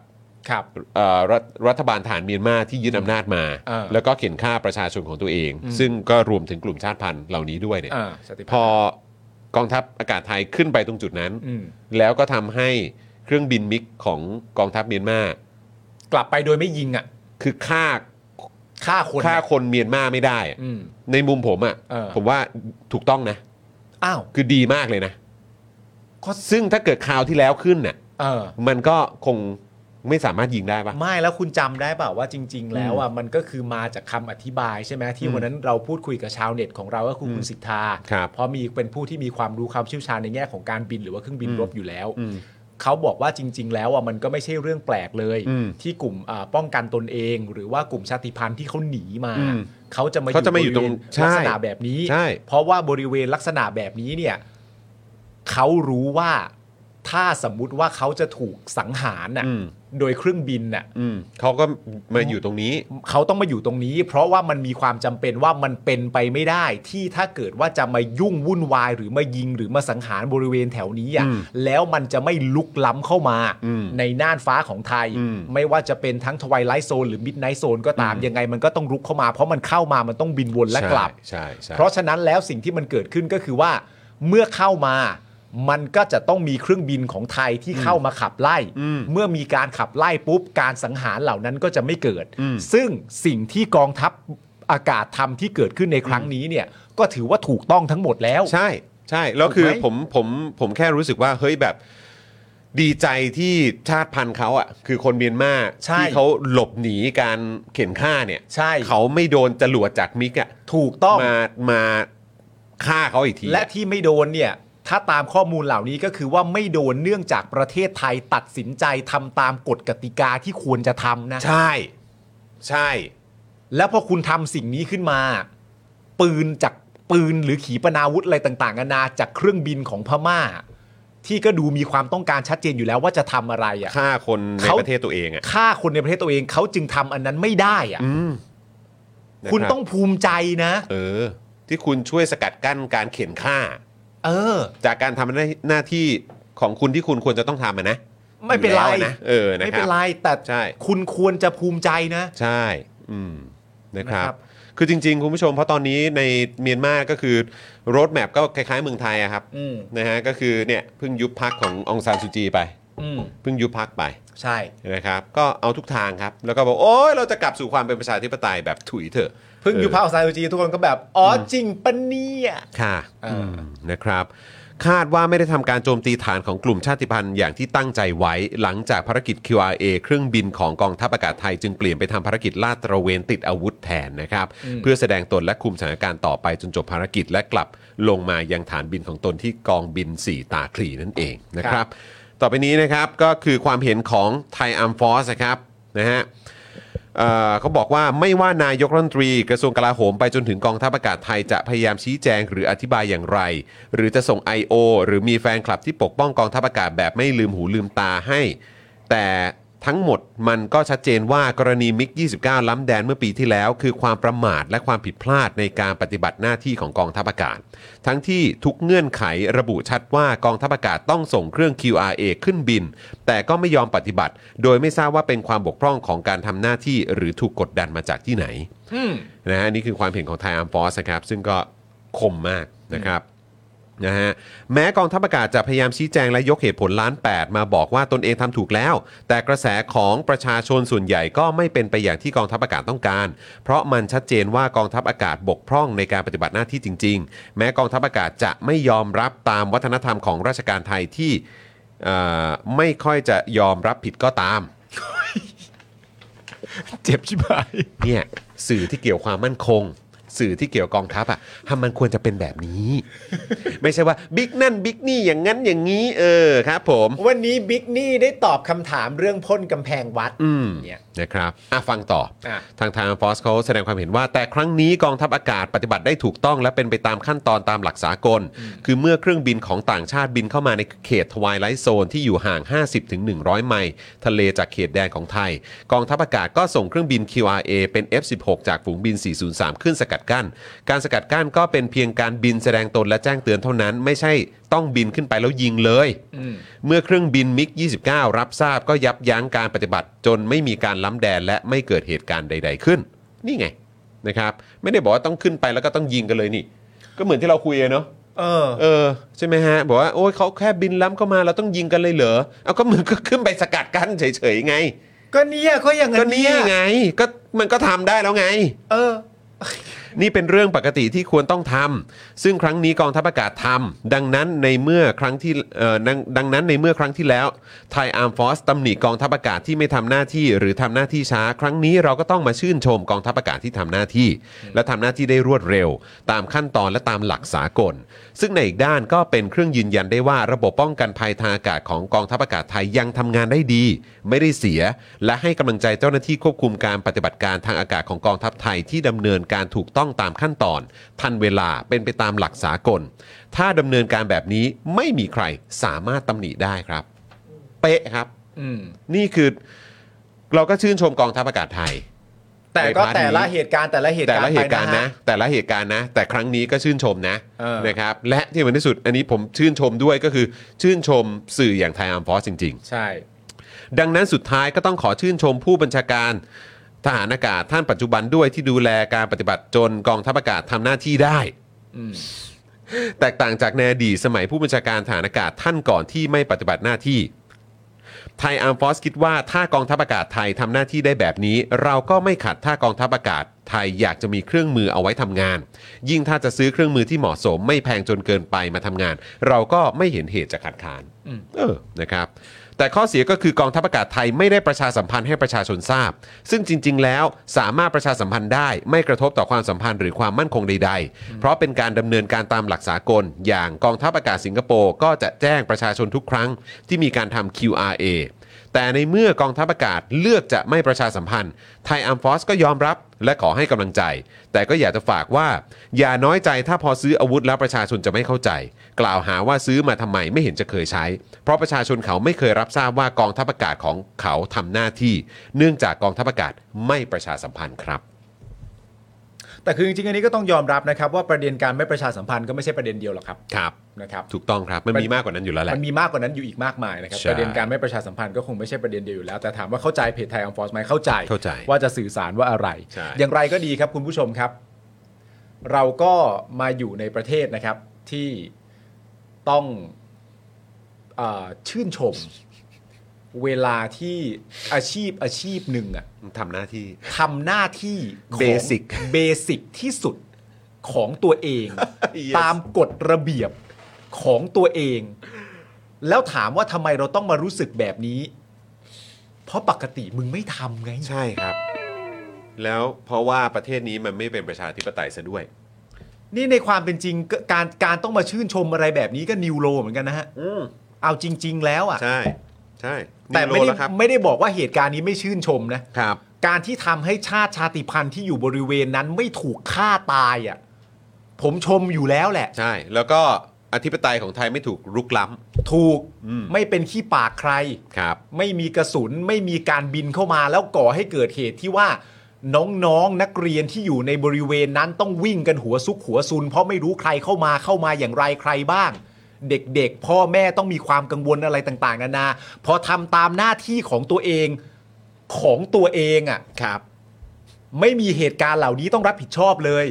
B: ครับ
A: เอ่อรัฐรัฐบาลฐานเมียนมาที่ยึดอำนาจมา
B: เออ
A: แล้วก็เข็นฆ่าประชาชนของตัวเอง ซึ่งก็รวมถึงกลุ่มชาติพันธุ์เหล่านี้ด้วยเนี่ย
B: อ่าสติ
A: พ
B: ภาพ
A: อกองทัพอากาศไทยขึ้นไปตรงจุดนั้น
B: อืม
A: แล้วก็ทำให้เครื่องบินมิกของกองทัพเมียนมาก
B: ลับไปโดยไม่ยิงอ่ะ
A: คือฆ่า
B: ฆ่าคน
A: ฆ่า
B: อ่ะ
A: คนเมียนมาไม่ได้อะ
B: อืม
A: ในมุมผมอะ
B: เออ
A: ผมว่าถูกต้องนะ
B: อ้าว
A: คือดีมากเลยนะ ซึ่งถ้าเกิดคราวที่แล้วขึ้นน่ะ
B: เออ
A: มันก็คงไม่สามารถยิงได้ปะ
B: ไม่แล้วคุณจำได้เปล่าว่าจริง ๆ แล้วอ่ะมันก็คือมาจากคำอธิบายใช่ไหมที่วันนั้นเราพูดคุยกับชาวเน็ตของเราก็คือคุณสิทธา
A: ครับ
B: เพราะมีเป็นผู้ที่มีความรู้ความเชี่ยวชาญในแง่ของการบินหรือว่าเครื่องบิน
A: อืม
B: รบอยู่แล้ว
A: อืม
B: เขาบอกว่าจริง ๆ แล้วอ่ะมันก็ไม่ใช่เรื่องแปลกเลย
A: อืม
B: ที่กลุ่มอ่าป้องกันตนเอง หรือว่ากลุ่มชาติพันธุ์ที่เขาหนีมา
A: อืม
B: เขาจะมา
A: เขาจะมาอยู่ตรง
B: บริเวณ
A: ใช่
B: ลักษณะแบบนี้
A: ใช่
B: เพราะว่าบริเวณลักษณะแบบนี้เนี่ยเขารู้ว่า ถ้าสมมุติว่าเขาจะถูกสังหารน่ะ
A: อืม
B: โดยเครื่องบินน่ะ
A: อืมเขาก็มาอยู่ตรงนี้
B: เขาต้องมาอยู่ตรงนี้ เพราะว่ามันมีความจำเป็นว่ามันเป็นไปไม่ได้ ที่ถ้าเกิดว่าจะมายุ่งวุ่นวาย หรือมายิงหรือมาสังหารบริเวณแถวนี้อ่ะ
A: อืม
B: แล้วมันจะไม่ลุกล้ำเข้ามา
A: อืม
B: ในน่านฟ้าของไทย
A: อืม
B: ไม่ว่าจะเป็นทั้งทวายไลท์โซนหรือมิดไนท์โซนก็ตาม
A: อืม
B: ยังไงมันก็ต้องลุกเข้ามา เพราะมันเข้ามามันต้องบินวนและกลับ
A: ใช่ใช่ใช่
B: เพราะฉะนั้นแล้วสิ่งที่มันเกิดขึ้นก็คือว่า เมื่อเข้ามา มันก็จะต้องมีเครื่องบินของไทยที่เข้ามาขับไล่ เมื่อมีการขับไล่ปุ๊บ การสังหารเหล่านั้นก็จะไม่เกิด ซึ่งสิ่งที่กองทัพอากาศทำที่เกิดขึ้นในครั้งนี้เนี่ย ก็ถือว่าถูกต้องทั้งหมดแล้ว
A: ใช่ใช่แล้วคือ
B: ถูกไหม
A: ผมผมผมแค่รู้สึกว่าเฮ้ยแบบดีใจที่ชาติพันธุ์เขาอ่ะคือคนเมียนมาที่เขาหลบหนีการเข็นฆ่าเนี่ย
B: ใช่
A: เขาไม่โดนจรวดจากมิกอ่ะ
B: ถูกต้อง
A: มามาฆ่าเขาอีกที
B: และที่ไม่โดนเนี่ย ถ้าตามข้อมูลเหล่านี้ก็คือว่าไม่โดนเนื่องจากประเทศไทยตัดสินใจทำตามกฎกติกาที่ควรจะทำนะ
A: ใช่ ใช่
B: แล้วพอคุณทำสิ่งนี้ขึ้นมา ปืนจากปืนหรือขีปนาวุธอะไรต่างๆนานาจากเครื่องบินของพม่า ที่ก็ดูมีความต้องการชัดเจนอยู่แล้วว่าจะทำอะไรอะ่ะ
A: ฆ่าคนใน
B: เขา
A: ประเทศตัวเองอ่ะ
B: ฆ่าคนในประเทศตัวเองเขาจึงทำอันนั้นไม่ได้อะ่ะ
A: อืม
B: คุณ
A: นะรับ
B: ต้องภูมิใจนะ
A: เออ ที่คุณช่วยสกัดกั้นการเข็นฆ่า
B: เออ
A: จากการทำหน้าหน้าที่ของคุณที่คุณควรจะต้องทำอะนะ
B: ไม่เป็นไร
A: อยู่แล้วอะนะเออนะ
B: ไม่
A: ค
B: เป็นไร
A: รับ
B: แต่
A: ใช่
B: คุณควรจะภูมิใจนะ
A: ใช่ อืมนะครับ
B: นะครับ
A: คือจริง ๆ คุณผู้ชมเพราะตอนนี้ในเมียนมาก็คือรถแมพก็คล้ายๆเมืองไทยอะครับ
B: อืม
A: นะฮะก็คือเนี่ยเพิ่งยุบพักขององซานซูจีไป
B: อืม
A: เพิ่งยุบพักไป
B: ใช่
A: นะครับก็เอาทุกทางครับ แล้วก็บอก โอ้ยเราจะกลับสู่ความเป็นประชาธิปไตยแบบถุยเถอะ
B: เพิ่งอยู่
A: เออ
B: ภาคซาอุจีทุกคนก็แบบ อ๋ออจริงปะเนี่ย
A: ค่ะ
B: เอออื
A: มนะครับ คาดว่าไม่ได้ทำการโจมตีฐานของกลุ่มชาติพันธุ์อย่างที่ตั้งใจไว้ หลังจากภารกิจ QRA เครื่องบินของกองทัพอากาศไทย จึงเปลี่ยนไปทำภารกิจลาดตระเวนติดอาวุธแทนนะครับ เพื่อแสดงตนและคุมสถานการณ์ต่อไปจนจบภารกิจและกลับลงมายังฐานบินของตนที่กองบิน 4 ตาคลีนั่นเองนะครับ ต่อไปนี้นะครับก็คือความเห็นของไทยอัมฟอสนะครับนะฮะ เอ่อเขาบอกว่าไม่ว่านายกรัฐมนตรีกระทรวงกลาโหมไปจนถึงกองทัพอากาศไทยจะพยายามชี้แจงหรืออธิบายอย่างไร หรือจะส่ง I.O. หรือมีแฟนคลับที่ปกป้องกองทัพอากาศแบบไม่ลืมหูลืมตาให้ แต่ทั้งหมดมันก็ชัดเจนว่ากรณีมิก 29 ล้ำแดนเมื่อปีที่แล้ว คือความประมาทและความผิดพลาดในการปฏิบัติหน้าที่ของกองทัพอากาศ ทั้งที่ทุกเงื่อนไขระบุชัดว่ากองทัพอากาศต้องส่งเครื่อง QRA ขึ้นบิน แต่ก็ไม่ยอมปฏิบัติ โดยไม่ทราบว่าเป็นความบกพร่องของการทำหน้าที่หรือถูกกดดันมาจากที่ไหนนะฮะนี่คือความเห็นของไทยอัมฟอสครับซึ่งก็คมมากนะครับ นะฮะแม้กองทัพอากาศจะพยายามชี้แจงและยกเหตุผลล้าน 8 มาบอกว่าตนเองทำถูกแล้ว แต่กระแสของประชาชนส่วนใหญ่ก็ไม่เป็นไปอย่างที่กองทัพอากาศต้องการ เพราะมันชัดเจนว่ากองทัพอากาศบกพร่องในการปฏิบัติหน้าที่จริง ๆ แม้กองทัพอากาศจะไม่ยอมรับตามวัฒนธรรมของราชการไทยที่เอ่อไม่ค่อยจะยอมรับผิดก็ตาม
B: เจ็บชิบหาย
A: เนี่ยสื่อที่เกี่ยวความมั่นคง สื่อที่เกี่ยวกองทัพอ่ะทำมันควรจะเป็นแบบนี้ ไม่ใช่ว่าบิ๊กนั่นบิ๊กนี่อย่างนั้นอย่างนี้ เออครับผม
B: วันนี้บิ๊กนี่ได้ตอบคำถามเรื่องพ่นกำแพงวัด
A: อืม
B: เนี่ย
A: นะครับอ่ะฟังต่อ
B: อ่ะ
A: ทางทางฟอสเขาแสดงความเห็นว่า แต่ครั้งนี้กองทัพอากาศปฏิบัติได้ถูกต้องและเป็นไปตามขั้นตอนตามหลักสากล คือเมื่อเครื่องบินของต่างชาติบินเข้ามาในเขตทวายไลท์โซนที่อยู่ห่าง 50-100 ไมล์ทะเลจากเขตแดนของไทย กองทัพอากาศก็ส่งเครื่องบิน QRA เป็น F16 จากฝูงบิน 403 ขึ้นสกัดกั้น การสกัดกั้นก็เป็นเพียงการบินแสดงตนและแจ้งเตือนเท่านั้น ไม่ใช่ต้องบินขึ้นไปแล้วยิงเลย เมื่อเครื่องบินมิก 29 รับทราบก็ยับยั้งการปฏิบัติจนไม่มีการล้ำแดนและไม่เกิดเหตุการณ์ใด ๆ ขึ้น นี่ไงนะครับไม่ได้บอกว่าต้องขึ้นไปแล้วก็ต้องยิงกันเลยนี่ ก็เหมือนที่เราคุยอะเนาะ
B: เออ
A: เออใช่ไหมฮะ บอกว่าโอ้ยเขาแค่บินล้ำเข้ามาเราต้องยิงกันเลยเหรอเอาก็มึงก็ขึ้นไปสกัดกั้นเฉยๆไง
B: ก็เนี่ยก็อย่าง
A: ก็
B: นั้น
A: นี่ไงก็มันก็ทำได้แล้วไง
B: เออ
A: นี่เป็นเรื่องปกติที่ควรต้องทำ ซึ่งครั้งนี้กองทัพอากาศทำ ดังนั้นในเมื่อครั้งที่เอ่อดังดังนั้นในเมื่อครั้งที่แล้วไทยอาร์มฟอสตำหนิกองทัพอากาศที่ไม่ทำหน้าที่หรือทำหน้าที่ช้า ครั้งนี้เราก็ต้องมาชื่นชมกองทัพอากาศที่ทำหน้าที่ และทำหน้าที่ได้รวดเร็ว ตามขั้นตอนและตามหลักสากล ซึ่งในอีกด้านก็เป็นเครื่องยืนยันได้ว่าระบบป้องกันภัยทางอากาศของกองทัพอากาศไทยยังทำงานได้ดี ไม่ได้เสีย และให้กำลังใจเจ้าหน้าที่ควบคุมการปฏิบัติการทางอากาศของกองทัพไทยที่ดำเนินการถูกต้อง ต้องตามขั้นตอน ทันเวลาเป็นไปตามหลักสากล ถ้าดำเนินการแบบนี้ไม่มีใครสามารถตำหนิได้ครับ เป๊ะครับ
B: อืม
A: นี่คือเราก็ชื่นชมกองทัพอากาศไทย
B: แต่ก็แต่ละเหตุการณ์แต่ละเหตุ
A: แต่
B: การณ์
A: ละเหตุการณ์
B: ไป
A: นะ แต่ละเหตุการณ์นะ แต่ครั้งนี้ก็ชื่นชมนะ
B: เออ
A: นะครับ และที่มันที่สุดอันนี้ผมชื่นชมด้วยก็คือชื่นชมสื่ออย่างไทยอาร์มฟอสจริง ๆ
B: ใช่
A: ดังนั้นสุดท้ายก็ต้องขอชื่นชมผู้บัญชาการทหารอากาศท่านปัจจุบันด้วยที่ดูแลการปฏิบัติจนกองทัพอากาศทำหน้าที่ได้
B: อืม
A: แตกต่างจากในอดีตสมัยผู้บัญชาการทหารอากาศท่านก่อนที่ไม่ปฏิบัติหน้าที่ ไทยอาร์มฟอสคิดว่าถ้ากองทัพอากาศไทยทำหน้าที่ได้แบบนี้ เราก็ไม่ขัดถ้ากองทัพอากาศไทยอยากจะมีเครื่องมือเอาไว้ทำงาน ยิ่งถ้าจะซื้อเครื่องมือที่เหมาะสม ไม่แพงจนเกินไปมาทำงาน เราก็ไม่เห็นเหตุจะขัดขาน
B: อืม
A: เออนะครับ แต่ข้อเสียก็คือกองทัพอากาศไทยไม่ได้ประชาสัมพันธ์ให้ประชาชนทราบ ซึ่งจริง ๆ แล้วสามารถประชาสัมพันธ์ได้ ไม่กระทบต่อความสัมพันธ์หรือความมั่นคงใด ๆ เพราะเป็นการดำเนินการตามหลักสากล อย่างกองทัพอากาศสิงคโปร์ก็จะแจ้งประชาชนทุกครั้งที่มีการทำ QRA แต่ในเมื่อกองทัพอากาศเลือกจะไม่ประชาสัมพันธ์ไทยอัมฟอสก็ยอมรับและขอให้กำลังใจ แต่ก็อยากจะฝากว่า อย่าน้อยใจถ้าพอซื้ออาวุธแล้วประชาชนจะไม่เข้าใจ กล่าวหาว่าซื้อมาทำไมไม่เห็นจะเคยใช้ เพราะประชาชนเขาไม่เคยรับทราบว่ากองทัพอากาศของเขาทำหน้าที่ เนื่องจากกองทัพอากาศไม่ประชาสัมพันธ์ครับ
B: แต่คือจริงๆอันนี้ก็ต้องยอมรับนะครับ ว่าประเด็นการไม่ประชาสัมพันธ์ก็ไม่ใช่ประเด็นเดียวหรอกครับ
A: ครับ
B: นะครับ
A: ถูกต้องครับมันมีมากกว่านั้นอยู่แล้วแหละ
B: มันมีมากกว่านั้นอยู่อีกมากมายนะครับ
A: ใช่
B: ประเด็นการไม่ประชาสัมพันธ์ก็คงไม่ใช่ประเด็นเดียวอยู่แล้วแต่ถามว่าเข้าใจเพจไทยอัมฟอร์สไหมเข้าใจ
A: เข้าใจ
B: ว่าจะสื่อสารว่าอะไร
A: ใช่
B: อย่างไรก็ดีครับคุณผู้ชมครับ เราก็มาอยู่ในประเทศนะครับ ที่ต้องเออชื่นชม เวลาที่อาชีพอาชีพหนึ่งอะ
A: ทำหน้าที่
B: ทำหน้าที่ของ
A: Basic
B: เบสิกที่สุดของตัวเอง
A: [laughs] Yes
B: ตามกฎระเบียบของตัวเอง แล้วถามว่าทำไมเราต้องมารู้สึกแบบนี้ เพราะปกติมึงไม่ทำไง
A: ใช่ครับ แล้วเพราะว่าประเทศนี้มันไม่เป็นประชาธิปไตยซะด้วย
B: นี่ในความเป็นจริงก็การการต้องมาชื่นชมอะไรแบบนี้ก็นิวโรเหมือนกันนะฮะ
A: อืม
B: เอาจริง ๆ แล้วอะ
A: ใช่ ใช่
B: แต่ไม่
A: นิวโร
B: ได้
A: แล้วครับ
B: ไม่ได้บอกว่าเหตุการณ์นี้ไม่ชื่นชมนะ
A: ครับ
B: การที่ทำให้ชาติชาติพันธุ์ที่อยู่บริเวณนั้นไม่ถูกฆ่าตายอะผมชมอยู่แล้วแหละ
A: ใช่ แล้วก็อธิปไตยของไทยไม่ถูกรุกล้
B: ถูก
A: อืม
B: ไม่เป็นขี้ปากใคร
A: ำครับ
B: ไม่มีกระสุนไม่มีการบินเข้ามาแล้วก่อให้เกิดเหตุที่ว่า น้องๆนนักเรียนที่อยู่ในบริเวณนั้นต้องวิ่งกันหัวซุกหัวซุน เพราะไม่รู้ใครเข้ามาเข้ามาอย่างไรใครบ้าง เด็กๆ พ่อแม่ต้องมีความกังวลอะไรต่าง ๆ นานาพอทำตามหน้าที่ของตัวเองของตัวเองอะ่ะ
A: ครับ
B: ไม่มีเหตุการณ์เหล่านี้ต้องรับผิดชอบเลย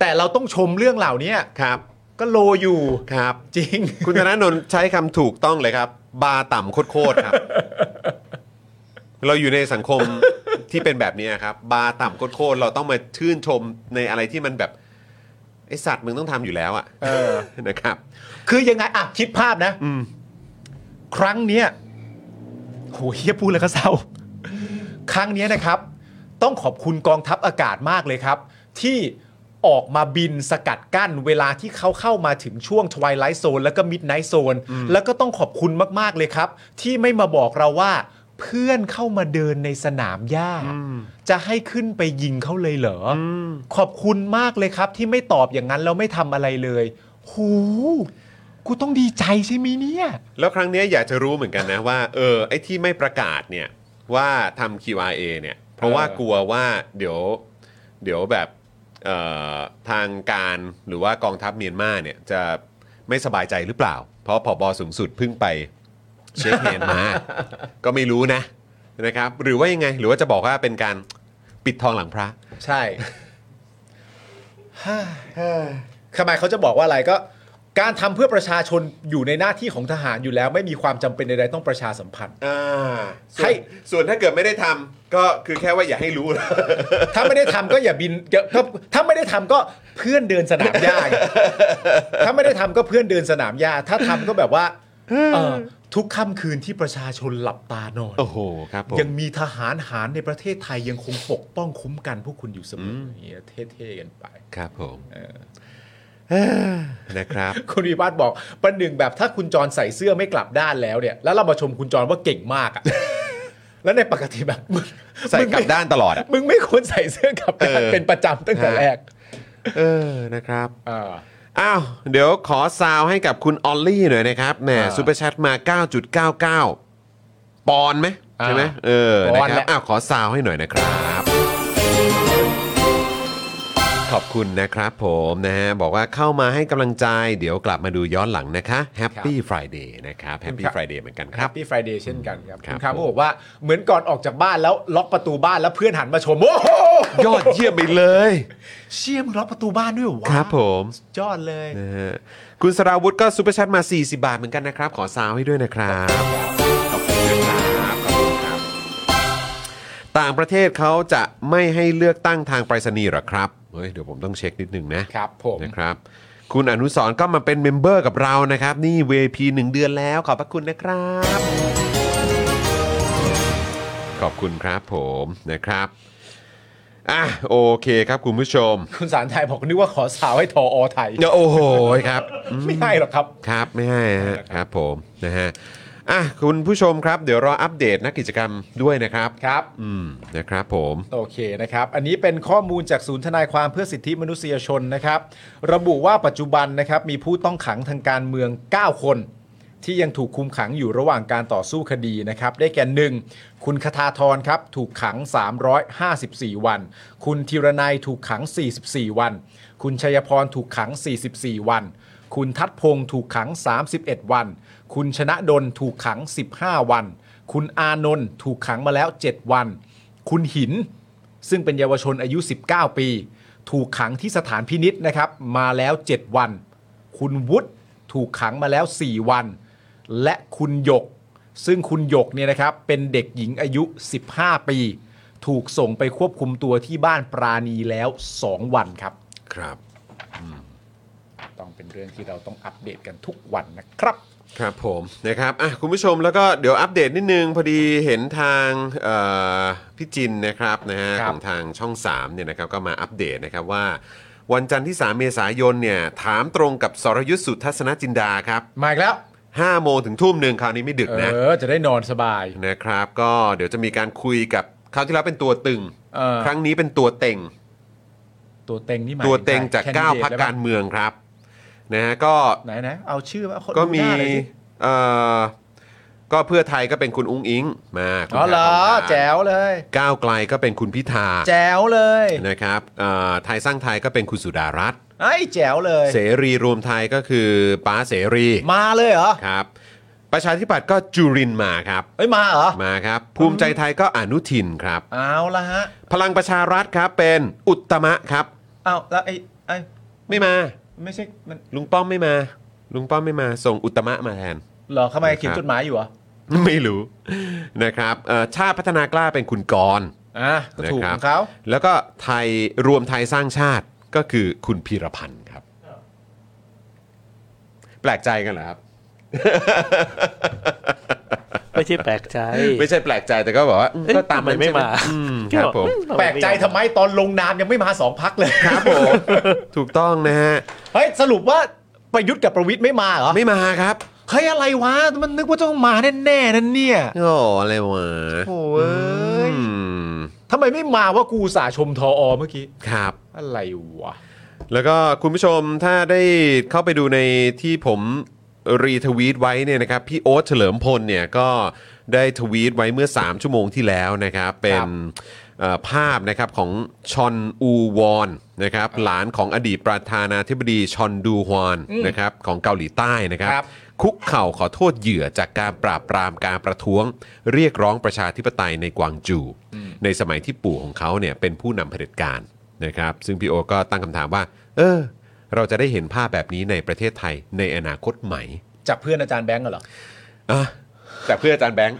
B: แต่เราต้องชมเรื่องเหล่านี้
A: ครับ
B: ก็โลอยู่
A: ครับ
B: จริง
A: คุณธนาโนนใช้คำถูกต้องเลยครับ บาต่ำโคตรๆครับ
B: [laughs]
A: เราอยู่ในสังคมที่เป็นแบบนี้ครับ บาต่ำโคตรๆเราต้องมาชื่นชมในอะไรที่มันแบบไอสัตว์มึงต้องทำอยู่แล้วอะ
B: เออ
A: นะครับ
B: คือยังไงอ่ะคิดภาพนะครั้งเนี้ยโหเฮียพูดเลยก็เศร้า ครั้งเนี้ยนะครับ ต้องขอบคุณกองทัพอากาศมากเลยครับ ที่ออกมาบินสกัดกั้น เวลาที่เขาเข้ามาถึงช่วง Twilight Zone แล้วก็ Midnight Zone แล้วก็ต้องขอบคุณมาก ๆ เลยครับ ที่ไม่มาบอกเราว่า เพื่อนเข้ามาเดินในสนามหญ้า จะให้ขึ้นไปยิงเขาเลยเหรออขอบคุณมากเลยครับ ที่ไม่ตอบอย่างนั้นแล้วไม่ทำอะไรเลย หู กูต้องดีใจใช่ไหมเนี่ย
A: แล้วครั้งเนี้ยอยากจะรู้เหมือนกันนะว่า เออ ไอ้ที่ไม่ประกาศเนี่ย ว่าทำ QRA เนี่ย เพราะว่ากลัวว่าเดี๋ยว เดี๋ยวแบบเอ่อทางการหรือว่ากองทัพเมียนมาเนี่ย จะไม่สบายใจหรือเปล่า เพราะผบสูงสุดเพิ่งไปเช็คแฮนด์มา ก็ไม่รู้นะนะครับ หรือว่ายังไง หรือว่าจะบอกว่าเป็นการปิดทองหลังพระ
B: ใช่ ทำไมเขาจะบอกว่าอะไรก็ การทำเพื่อประชาชนอยู่ในหน้าที่ของทหารอยู่แล้ว ไม่มีความจำเป็นใดๆต้องประชาสัมพันธ์
A: อ่า
B: ใช่
A: ใช่วนส่วนถ้าเกิดไม่ได้ทำก็คือแค่ว่าอย่าให้ [laughs] รู้
B: ถ้าไม่ได้ทำก็อย่าบินก็ก็ถ้าไม่ได้ทำก็เพื่อนเดินสนามหญ้าไงถ้าไม่ได้ทำก็เพื่อนเดินสนามหญ้าถ้าทำก็แบบว่าเอ่อทุกค่ำคืนที่ประชาชนหลับตานอน
A: โอ้โหครับผม
B: ยังมีทหารหารในประเทศไทยยังคงปกป้องคุ้มกันพวกคุณอยู่เสมออย่างเงี้ยเท่ๆกันไป
A: ครับผมนะครับ
B: คุณวิวัฒน์บอกประหนึ่งแบบถ้าคุณจรใส่เสื้อไม่กลับด้านแล้วเนี่ย แล้วเรามาชมคุณจรว่าเก่งมาก
A: [laughs]
B: อะ แล้วใน [laughs] ปกติแบบมึง
A: ใส่กลับด้านตลอดอะ
B: มึงไม่ควรใส่เสื้อกลับด้าน
A: เออ
B: เป็นประจำตั้งแต่แรก
A: เออนะครับ
B: เออ
A: อ้าว เดี๋ยวขอซาวให้กับคุณออลลี่หน่อยนะครับแหม
B: อ่า
A: ซูเปอร์แชทมา 9.99 ปอนด์ไหมใช่ไหม
B: อ่า
A: เออ
B: ป
A: นะ
B: อนด์
A: ครับ
B: แหละ
A: อ้าวขอซาวให้หน่อยนะครับ ขอบคุณนะครับผมนะฮะ บอกว่าเข้ามาให้กำลังใจเดี๋ยวกลับมาดูย้อนหลังนะคะ Happy Friday นะครับ Happy Friday เหมือนกันค
B: ค
A: รั
B: รับ บพี่ไฟเดย์เช่นกันครับ
A: ครับ
B: ณคาโมบอกว่าเหมือนก่อนออกจากบ้านแล้วล็อกประตูบ้านแล้วเพื่อนหันมาชม โอ้โห
A: ยอดเยี่ยมไปเลย
B: เชี่ยมงล็อกประตูบ้านด้วยเหอวะ
A: ครับผม
B: ยอดเลย
A: นะฮะคุณสราวุธก็ซูเปอร์แชทมา 40 บาทเหมือนกันนะครับ ขอซาวให้ด้วยนะครับขอบคุณนะครับขอบคุณครับ ต่างประเทศเขาจะไม่ให้เลือกตั้งทางไปรษณีย์เหรอครับเฮ้ยเดี๋ยวผมต้องเช็คนิดนึงนะครับ
B: ผม
A: นะครับ คุณอนุสรณ์ก็มาเป็นเมมเบอร์กับเรานะครับ นี่ VP หนึ่งเดือนแล้ว ขอบพระคุณนะครับ ขอบคุณครับผมนะครับอ่ะโอเคครับคุณผู้ชม
B: คุณสารไทยบอกนึกว่าขอสาวให้ทออไทย
A: โอ้โหครับ
B: ไม่ให้หรอกครับ
A: ครับไม่ให้ฮะครับผมนะฮะอ่ะคุณผู้ชมครับ เดี๋ยวรออัปเดตนักกิจกรรมด้วยนะครับ
B: ครับ
A: อืมนะครับผม
B: โอเคนะครับ อันนี้เป็นข้อมูลจากศูนย์ทนายความเพื่อสิทธิมนุษยชนนะครับ ระบุว่าปัจจุบันนะครับมีผู้ต้องขังทางการเมือง 9 คน ที่ยังถูกคุมขังอยู่ระหว่างการต่อสู้คดีนะครับ ได้แก่หนึ่งคุณคทาธรครับ ถูกขัง 354 วัน คุณธีรนัยถูกขัง 44 วัน คุณชัยพรถูกขัง 44 วัน คุณทัดพงศ์ถูกขัง 31 วัน คุณชนะดลถูกขัง 15 วัน คุณอานนท์ถูกขังมาแล้ว 7 วัน คุณหิน ซึ่งเป็นเยาวชนอายุ 19 ปี ถูกขังที่สถานพินิษนะครับ มาแล้ว 7 วัน คุณวุฒิถูกขังมาแล้ว 4 วัน และคุณหยก ซึ่งคุณหยกเนี่ยนะครับ เป็นเด็กหญิงอายุ 15 ปี ถูกส่งไปควบคุมตัวที่บ้านปราณีแล้ว 2 วันครับ
A: ครับ
B: ต้องเป็นเรื่องที่เราต้องอัปเดตกันทุกวันนะครับ
A: ครับผมนะครับอ่ะคุณผู้ชมแล้วก็เดี๋ยวอัปเดตนิดนึง พอดีเห็นทางเอ่อพี่จินนะครับนะฮะ
B: ครั
A: ข
B: บ
A: องทางช่อง3เนี่ยนะครับก็มาอัปเดตนะครับว่า วันจันทร์ที่ 3 เมษายนเนี่ยถามตรงกับสรยุทธสุทัศนจินดาครับ
B: มาอีกแล้ว
A: 5โมงถึงทุ่มหนึ่งคราวนี้ไม่ดึก
B: เอ
A: นะ
B: อจะได้นอนสบาย
A: นะครับก็เดี๋ยวจะมีการคุยกับคราวที่แล้วเป็นตัวตึง
B: เออ
A: ครั้งนี้เป็นตัวเต็ง
B: ตัวเต็งนี่หมาย
A: ตัวเต็งจาก
B: แคนดิดต
A: 9พัก
B: ได้
A: กา
B: ปะ
A: รเมืองครับนะฮะก็
B: ไหนนะเอาชื่อมาคน
A: ก็
B: ดูห
A: มี
B: น้าหน่อยสิ
A: เอ่อก็เพื่อไทยก็เป็นคุณอุ้งอิงมาคุณ
B: อ๋อเหรอ
A: แพทองทาน
B: แจ๋วเลย
A: ก้าวไกลก็เป็นคุณพิธา
B: แจ๋วเลย
A: นะครับเอ่อไทยสร้างไทยก็เป็นคุณสุดารัตน์
B: ไอ้แจ๋วเลย
A: เสรีรวมไทยก็คือป้าเสรี
B: มาเลยเหรอ
A: ครับ ประชาธิปัตย์ก็จุรินทร์มาครับ
B: เอ้ยมาเหรอ
A: มาครับ ภูมิใจไทยก็อนุทินครับ
B: เอาละฮะ
A: พลังประชารัฐครับเป็นอุตตมะครับ
B: เอาแล้วไอ้ไอ้
A: ไม่มา
B: ไม่ใช่มัน
A: ลุงป้อมไม่มา ลุงป้อมไม่มาส่งอุตตมะมาแทน [laughs]
B: เหรอทำไม
A: นะครับ
B: เขียนจดหมายอยู่เหรอ
A: ไม่รู้นะครับเอ่อชาติพัฒนากล้าเป็นคุณกรณ์
B: อ่ะก็ถูก
A: นะค
B: ข
A: รั
B: องเขา
A: แล้วก็ไทยรวมไทยสร้างชาติก็คือคุณพีรพันธ์ครับ แปลกใจกันเหรอครับ
C: ไม่ใช่แปลกใจ
A: ไม่ใช่แปลกใจแต่ก็บอกว่าอืม
C: เอ๊ะ
A: ก็ตาม
C: ทำไมไม่มา
A: อืมค
C: พี่
A: รั
C: อบ ก
A: ผม
C: อืทำไม
B: แปลกใจทำไมตอนลงนามยังไม่มาสองพักเลย
A: ครับผมถูกต้องนะฮะ
B: เฮ้ยสรุปว่าประยุทธ์กับประวิทย์ไม่มาเหรอ
A: ไม่มาครับ
B: เฮ้ยอะไรวะมันนึกว่าต้องมาแน่ๆนั่นเนี่ย
A: โอ้อะไรวะ
B: โอ้เอ้ย
A: อืม
B: ทำไมไม่มาว่ากูอุตสาห์ชมทออเมื่อกี้
A: ครับ
B: อะไรวะ
A: แล้วก็คุณผู้ชมถ้าได้เข้าไปดูในที่ผมรีทวีตไว้เนี่ยนะครับพี่โอ๊ตเฉลิมพลเนี่ยก็ได้ทวีตไว้เมื่อ 3 ชั่วโมงที่แล้วนะครับ เป็นเอ่อภาพนะครับของชอนอูวอนนะครับหลานของอดีตประธานาธิบดีชอนดูฮวอนนะครับของเกาหลีใต้นะครับ คุกเข่าขอโทษเหยื่อจากการปราบปรามการประท้วง เรียกร้องประชาธิปไตยในกวางจู ในสมัยที่ปู่ของเขาเนี่ยเป็นผู้นำเผด็จการนะครับ ซึ่งพี่โอก็ตั้งคำถามว่า เออ เราจะได้เห็นภาพแบบนี้ในประเทศไทยในอนาคตไหม
B: จากเพื่อนอาจารย์แบงก์เหรอ
A: อ่ะแต่เพื่ออาจารย์แบงค์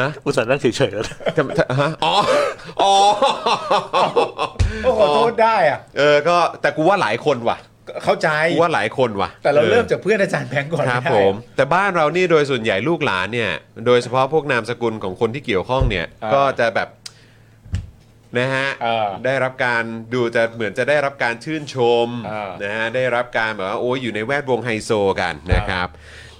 A: ฮะ
C: อุตส่าห์นั่งเฉยๆแล้ว
A: ทำทำฮะอ๋ออ๋อ
B: โอ้ขอโทษได้อ่ะ
A: เออก็แต่กูว่าหลายคนว่ะ
B: เข้าใจ
A: กูว่าหลายคนว่ะ
B: แต่เราเริ่มจากเพื่อนอาจารย์แบงก์ก่อน
A: ครับ
B: ไม่ได้
A: ผมแต่บ้านเรานี่โดยส่วนใหญ่ลูกหลานเนี่ย โดยเฉพาะพวกนามสกุลของคนที่เกี่ยวข้องเนี่ย ก็จะแบบ นะฮะ
B: เออ
A: ได้รับการดูจะเหมือนจะได้รับการชื่นชม
B: เออ
A: นะฮะได้รับการแบบว่าโอ้ยอยู่ในแวดวงไฮโซกันนะครับ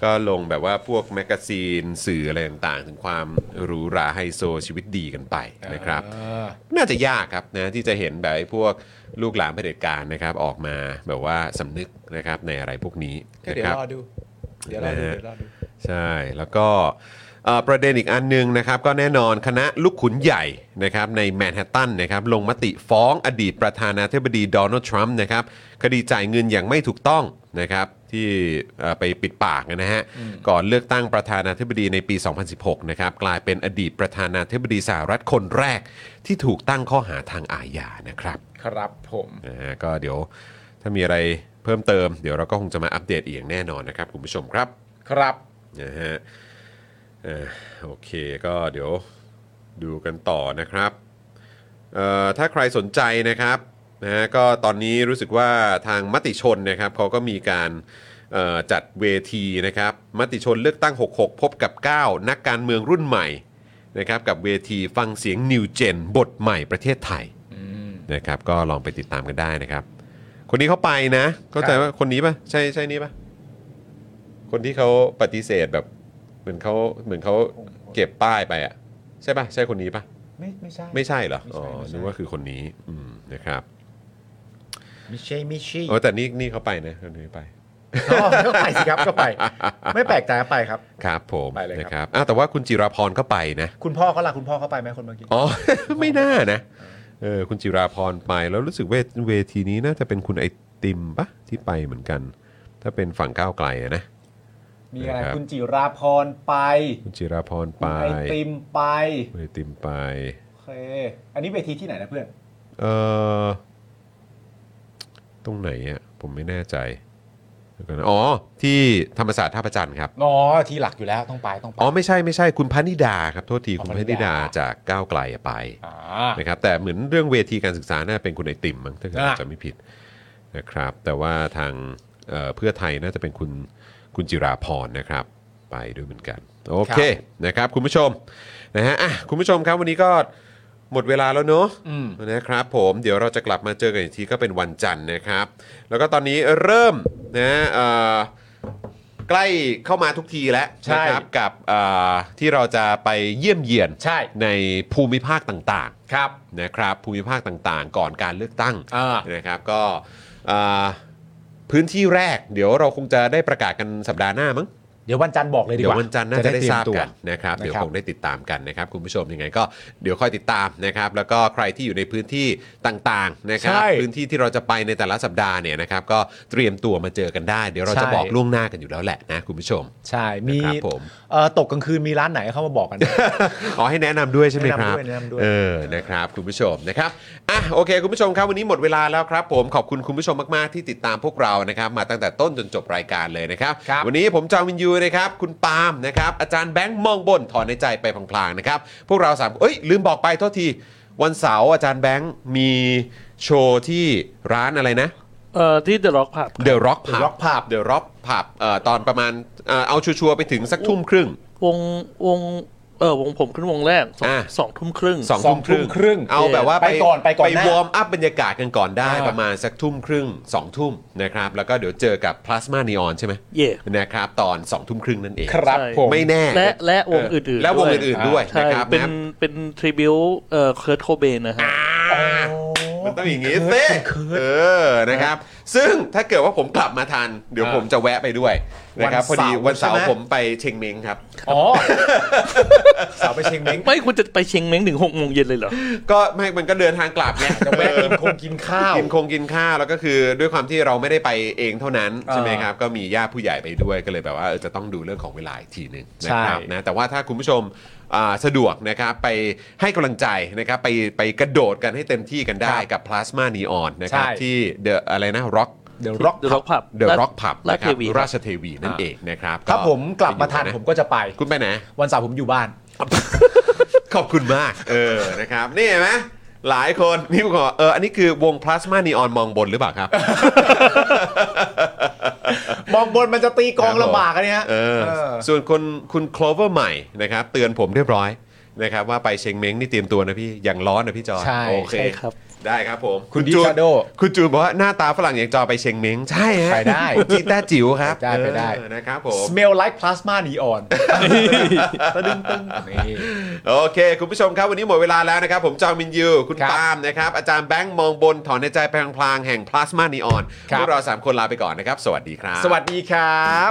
A: ก็ลงแบบว่าพวกแมกกาซีนสื่ออะไรต่างๆ ถึงความหรูหราไฮโซชีวิตดีกันไปนะครับ
B: เออ
A: น่าจะยากครับนะที่จะเห็นแบบไอ้พวกลูกหลานเผด็จการนะครับออกมาแบบว่าสำนึกนะครับในอะไรพวกนี้
B: ก็
A: นะ
B: เดี๋ย
A: คว รับ
B: รอดู เดี๋ยวรอ
A: นะ
B: ดู
A: ฮะ
B: เดี๋ยวรอดู
A: ใช่แล้วก็เอ่อประเด็นอีกอันหนึงนะครับ ก็แน่นอนคณะลูกขุนใหญ่นะครับในแมนฮัตตันนะครับลงมติฟ้องอดีตประธานาธิบดีโดนัลด์ทรัมป์นะครับคดีจ่ายเงินอย่างไม่ถูกต้องนะครับที่เอ่อไปปิดปากนะฮะก่อนเลือกตั้งประธานาธิบดีในปี 2016นะครับกลายเป็นอดีตประธานาธิบดีสหรัฐคนแรกที่ถูกตั้งข้อหาทางอาญานะครับ
B: ครับผม
A: นะฮะก็เดี๋ยวถ้ามีอะไรเพิ่มเติม เดี๋ยวเราก็คงจะมาอัปเดตอีกอย่างแน่นอนนะครับ คุณผู้ชมครับ
B: ครับ
A: นะฮะเอ่อโอเคก็เดี๋ยวดูกันต่อนะครับเอ่อถ้าใครสนใจนะครับนะฮะก็ตอนนี้รู้สึกว่าทางมติชนนะครับเขาก็มีการเอ่อจัดเวทีนะครับมติชนเลือกตั้ง 66 พบกับ 9 นักการเมืองรุ่นใหม่นะครับกับเวทีฟังเสียงนิวเจนบทใหม่ประเทศไทย นะครับก็ลองไปติดตามกันได้นะครับ คนนี้เขาไปนะเข้าใจว่าคนนี้ปะใช่ใช่นี่ปะคนที่เขาปฏิเสธแบบ เหมือนเขาเหมือนเขาเก็บป้ายไปอ่ะ ใช่ปะใช่คนนี้ปะ
B: ไม่ไม่ใช่
A: ไม่ใช่เหรออ๋อ
B: ไม่ใช่
A: นึกว่าคือคนนี้อืมนะครับ
B: ไม่ใช่ไม่ใช่
A: โอ้แต่นี่นี่เขาไปนะคนนี้ไป
B: อ๋อก็ไปสิครับ
A: [laughs]
B: ก็ไป ไม่แปลกใจก็ไปครับ
A: ครับผม
B: ไปเลยครับ
A: นะครับอ้าวแต่ว่าคุณจิราพรก็ไปนะ
B: คุณพ่อเขาล่ะคุณพ่อเขาไปไหมคนเมื่อกี้
A: อ๋ [laughs] อ ไม่น่านะเออคุณจิราพรไปแล้วรู้สึกเวทเวทีนี้น่าจะเป็นคุณไอติมปะที่ไปเหมือนกัน ถ้าเป็นฝั่งก้าวไกลอะนะ
B: มีอะไร
A: นะครับ
B: คุณจิราพรไป
A: คุณจิราพร
B: คุ
A: ไป
B: ณไอติมไป
A: คุณไอติมไป
B: โอเคอันนี้เวทีที่ไหนนะเพื่อน
A: เออตรงไหนอ่ะผมไม่แน่ใจเดี๋ยวก่อนนะอ๋อ ที่ธรรมศาสตร์ท่าประจันทร์ครับ
B: อ๋อที่หลักอยู่แล้วต้องไปต้องไป
A: อ๋อ ไม่ใช่ไม่ใช่คุณพนิดาครับ โทษที
B: อ๋อ
A: คุณ
B: พ
A: พ
B: นิดา
A: นิดาจากก้าวไกลอะไป
B: อ่า
A: นะครับ แต่เหมือนเรื่องเวทีการศึกษาน่าเป็นคุณไอติมมั้งถ้าเกิด
B: อ่ะ
A: จะไม่ผิดนะครับ แต่ว่าทางเอ่อเพื่อไทยน่าจะเป็นคุณคุณจิราพรนะครับ ไปด้วยเหมือนกัน โอเคนะครับ คุณผู้ชมนะฮะอ่ะคุณผู้ชมครับวันนี้ก็หมดเวลาแล้วเนอะ
B: อืม
A: นะครับผมเดี๋ยวเราจะกลับมาเจอกันอีกทีก็เป็นวันจันทร์นะครับ แล้วก็ตอนนี้เริ่มนะเอ่อใกล้เข้ามาทุกทีแล้ว
B: ใช่
A: นะครับกับเอ่อที่เราจะไปเยี่ยมเยียน
B: ใช่
A: ในภูมิภาคต่าง
B: ครับ
A: ๆนะครับภูมิภาคต่างๆ ก่อนการเลือกตั้ง
B: อ่า
A: นะครับก็เอ่อพื้นที่แรก เดี๋ยวเราคงจะได้ประกาศกันสัปดาห์หน้ามั้ง
B: เดี๋ยววันจันทร์บอกเลยดีก
A: เดี๋ย
B: ว่า
A: ววันจันทร์น่าจะได้ทราบกันนะครับ
B: นะครับ
A: เดี๋ยวคงได้ติดตามกันนะครับ คุณผู้ชมยังไงก็เดี๋ยวคอยติดตามนะครับ แล้วก็ใครที่อยู่ในพื้นที่ต่างๆนะครับ
B: ใช่
A: พื้นที่ที่เราจะไปในแต่ละสัปดาห์เนี่ยนะครับ ก็เตรียมตัวมาเจอกันได้ เดี๋ยวเราจะ
B: ใช่
A: บอกล่วงหน้ากันอยู่แล้วแหละนะคุณผู้ชม
B: ใช่มี
A: นะครับผม
B: เอ่อตกกลางคืนมีร้านไหนเข้ามาบอกกันนะ
A: อ๋อให้แนะนำด้วยใช่ไหมครับ
B: แนะนำด้วยแนะนำด้วย
A: เออนะครับคุณผู้ชมนะครับอ่ะโอเค คุณผู้ชมครับวันนี้หมดเวลาแล้วครับผมขอบคุณคุณผู้ชมมากๆที่ติดตามพวกเรานะครับ มาตั้งแต่ต้นจนจบรายการเลยนะครับ
B: ครับ
A: วันนี้ผมจางวินยูนะครับ คุณปาล์มนะครับ อาจารย์แบงค์มองบนถอนในใจไปพลางๆนะครับ พวกเราสามเอ้ยลืมบอกไปโทษที วันเสาร์อาจารย์แบงค์มีโชว์ที่ร้านอะไรนะ
C: เอ่อที่เดอะร็อกผับ
A: The Rock Pub
B: The Rock Pub
A: เดอะร็อกผับเอ่อตอนประมาณเอ่อเอาชัวร์ๆไปถึงสักทุ่มครึ่ง
C: วงวงเออวงผมขึ้นวงแรกสอง
A: อ่ะ
C: สองทุ่มครึ่ง
A: สองทุ่มครึ่ง
B: สองทุ่มครึ่ง
A: เอาแบบว่า
B: ไปก่อนไปก่อน
A: ไป
B: หน้าว
A: อร์มอัพบรรยากาศกันก่อนได้
B: อ่า
A: ประมาณสักทุ่มครึ่งสองทุ่มนะครับ แล้วก็เดี๋ยวเจอกับพลาสมานีออนใช่ไหม
C: Yeah
A: นะครับ ตอนสองทุ่มครึ่งนั่นเอง
B: ครับ
C: ใช่
B: ผม
A: ไม่แน่
C: และและวง
A: เ
C: อื่นๆ
A: และวง
C: ด้ย
A: อื่นๆด้วย
C: ใช่
A: นะครับ
C: เป็น
A: นะ
C: เป็นทริบิวเอ่อเคิร์ทโคเบนนะฮะ
A: มันต้องอย่างงี้เต้เออนะครับ ซึ่งถ้าเกิดว่าผมกลับมาทัน เดี๋ยว
B: อ่า
A: ผมจะแวะไปด้วยนะครับพ
B: วั
A: อน
B: เสาร์
A: ดีวันเสาร์
B: ใช่ไหม
A: ผมไปเชยงเม้งครับ
B: อ๋อ
A: [laughs]
B: สาวไปเชียงเม้ง
C: ไม่คุณจะไปเชียงเม้งถึงหกโมงเย็นเลยเหรอ
A: ก็ไม่มันก็เดินทางกลับเนี่ย
B: จะแวะกินคงกินข้าว
A: กินคงกินข้าวแล้วก็คือด้วยความที่เราไม่ได้ไปเองเท่านั้น
B: เออ
A: ใช่ไหมครับก็มีญาติผู้ใหญ่ไปด้วยก็เลยแบบว่าเออจะต้องดูเรื่องของเวลาอีกทีหนึ่ง
B: ใช่
A: นะครับนะแต่ว่าถ้าคุณผู้ชมอ่าสะดวกนะครับไปให้กำลังใจนะครับไปไปกระโดดกันให้เต็มที่กันได้
B: ครับ
A: กับพลาสมานีออนนะครับ
B: ใช่
A: ที่เดอะอะไรนะร็อก
B: เดี๋ยวร็อก
C: The Rock Pub
A: เดอะร็อกผับ
C: ราชเทวีครับ
A: ราชเทวีนั่น
B: อ่า
A: เองนะครับ
B: ถ้าผมกลับมาทัน
A: ไปอยู่ะ
B: ผมก็จะไป
A: คุณไปไหน
B: วันเสาร์ผมอยู่บ้าน
A: ขอบคุณมาก เออ นะครับ นี่เห็นไหมหลายคน นี่ผมขอเออ อันนี้คือวงพลาสมานีออนมองบนหรือเป
B: [laughs]
A: ล่าครับ
B: มองบนมันจะตีกองลำบากอันเนี้ย
A: เออ
B: เออ
A: ส่วนคนคุณ clover ใหม่นะครับ เตือนผมเรียบร้อย นะครับว่าไปเชยงเม้งนี่เตรียมตัวนะพี่อย่างร้อนนะพี่จอ
B: ใช่
A: โอเค
C: ใช่ครับ
A: ได้ครับผม
B: คุณดิ
A: จูน
B: คาโด
A: คุณจูนบอกว่าหน้าตาฝรั่งอย่างจอไปเชยงเม้งใช่ฮะ
B: ไปได้
A: จีต้าจิ๋วครับ
B: ไปได้ไปได้
A: เออนะครับผม
B: smell like plasma neon ตะดึงตึง [laughs] นี่
A: โอเค คุณผู้ชมครับ วันนี้หมดเวลาแล้วนะครับ ผมจางมินยู คุณ
B: ครับ
A: ปาล์มนะครับ อาจารย์แบงค์มองบน ถอนในใจพลางๆแห่งพลาสมานีออน
B: ครับ
A: พวกเรา 3 คนลาไปก่อนนะครับ สวัสดีครับ
B: สวัสดีครับ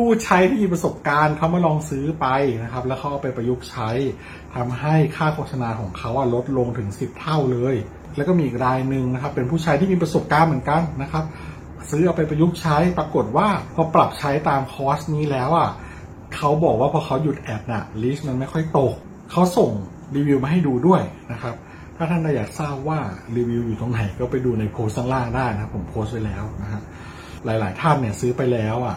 E: ผู้ใช้ที่มีประสบการณ์เขามาลองซื้อไปนะครับ แล้วเขาเอาไปประยุกต์ใช้ทำให้ค่าโฆษณาของเขาอะลดลงถึง 10 เท่าเลย แล้วก็มีอีกรายหนึ่งนะครับ เป็นผู้ใช้ที่มีประสบการณ์เหมือนกันนะครับ ซื้อเอาไปประยุกต์ใช้ปรากฏว่าพอปรับใช้ตามคอร์สนี้แล้วอ่ะเขาบอกว่าพอเขาหยุดแอดน่ะลิสต์มันไม่ค่อยตกเขาส่งรีวิวมาให้ดูด้วยนะครับ ถ้าท่านอยากทราบว่ารีวิวอยู่ตรงไหนก็ไปดูในโพสต์ข้างล่างได้นะครับผมโพสต์ไว้แล้วนะฮะ หลาย ๆ ท่านเนี่ยซื้อไปแล้วอ่ะ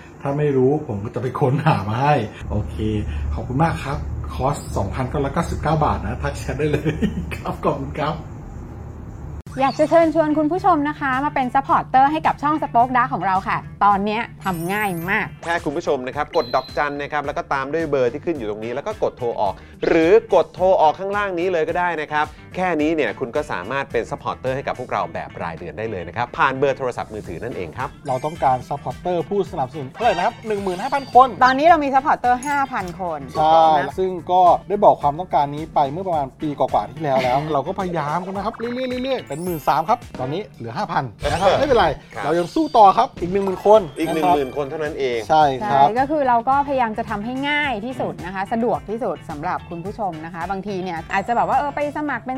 E: ถ้าไม่รู้ผมก็จะไปค้นหามาให้ โอเค ขอบคุณมากครับ คอร์ส 2,999 บาทนะ ทักแชทได้เลย ครับ ขอบคุณครับ
F: อยากจะเชิญชวนคุณผู้ชมนะคะ มาเป็นซัพพอร์ตเตอร์ให้กับช่องสป็อคดาของเราค่ะ ตอนเนี้ยทำง่ายมาก
A: แค่คุณผู้ชมนะครับ กดดอกจันนะครับ แล้วก็ตามด้วยเบอร์ที่ขึ้นอยู่ตรงนี้ แล้วก็กดโทรออก หรือกดโทรออกข้างล่างนี้เลยก็ได้นะครับ แค่นี้เนี่ยคุณก็สามารถเป็นซัพพอร์ตเตอร์ให้กับพวกเราแบบรายเดือนได้เลยนะครับ ผ่านเบอร์โทรศัพท์มือถือนั่นเองครับ
E: เราต้องการซัพพอร์ตเตอร์ผู้สนับสนุนเท่าไหร่นะครับ 15,000 คน
F: ตอนนี้เรามีซัพพอร์ตเตอร์5,000 คน
E: ใช่
F: นะ
E: ซึ่งก็ได้บอกความต้องการนี้ไปเมื่อประมาณปีกว่าๆที่แล้วแล้ว [laughs] เราก็พยายามกันนะครับ เรื่อยๆเรื่อยๆเป็น 1 3ื่นครับ ตอนนี้เหลือ 5,000นะครับ ไม่เป็นไร
A: ครับ
E: เรายังสู้ต่อครับอีก 10,000 คน
A: อีก1
E: ะครับ
A: 0,000คนเท่านั้นเอง
E: ใช่ค
F: ใช่
E: รับ
F: ก็คือเราก็พยายามจะทำให้ง่ายที่สุดนะคะ สะดวกที่สุดสำหรับคุณผู้ชมนะคะ บางทีเนี่ยอาจจะแบบว่าเออไปสมัครเป็น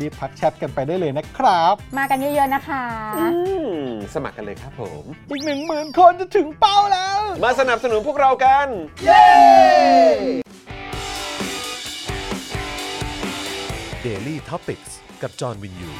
E: รีบทักแชทกันไปได้เลยนะครับ
F: มากันเยอะๆนะคะ
A: อืมสมัครกันเลยครับผม
E: อีก 1 0,000 คนจะถึงเป้าแล้ว
A: มาสนับสนุนพวกเรากัน เย้
G: Daily t o p i c กกับจอห์นวินยู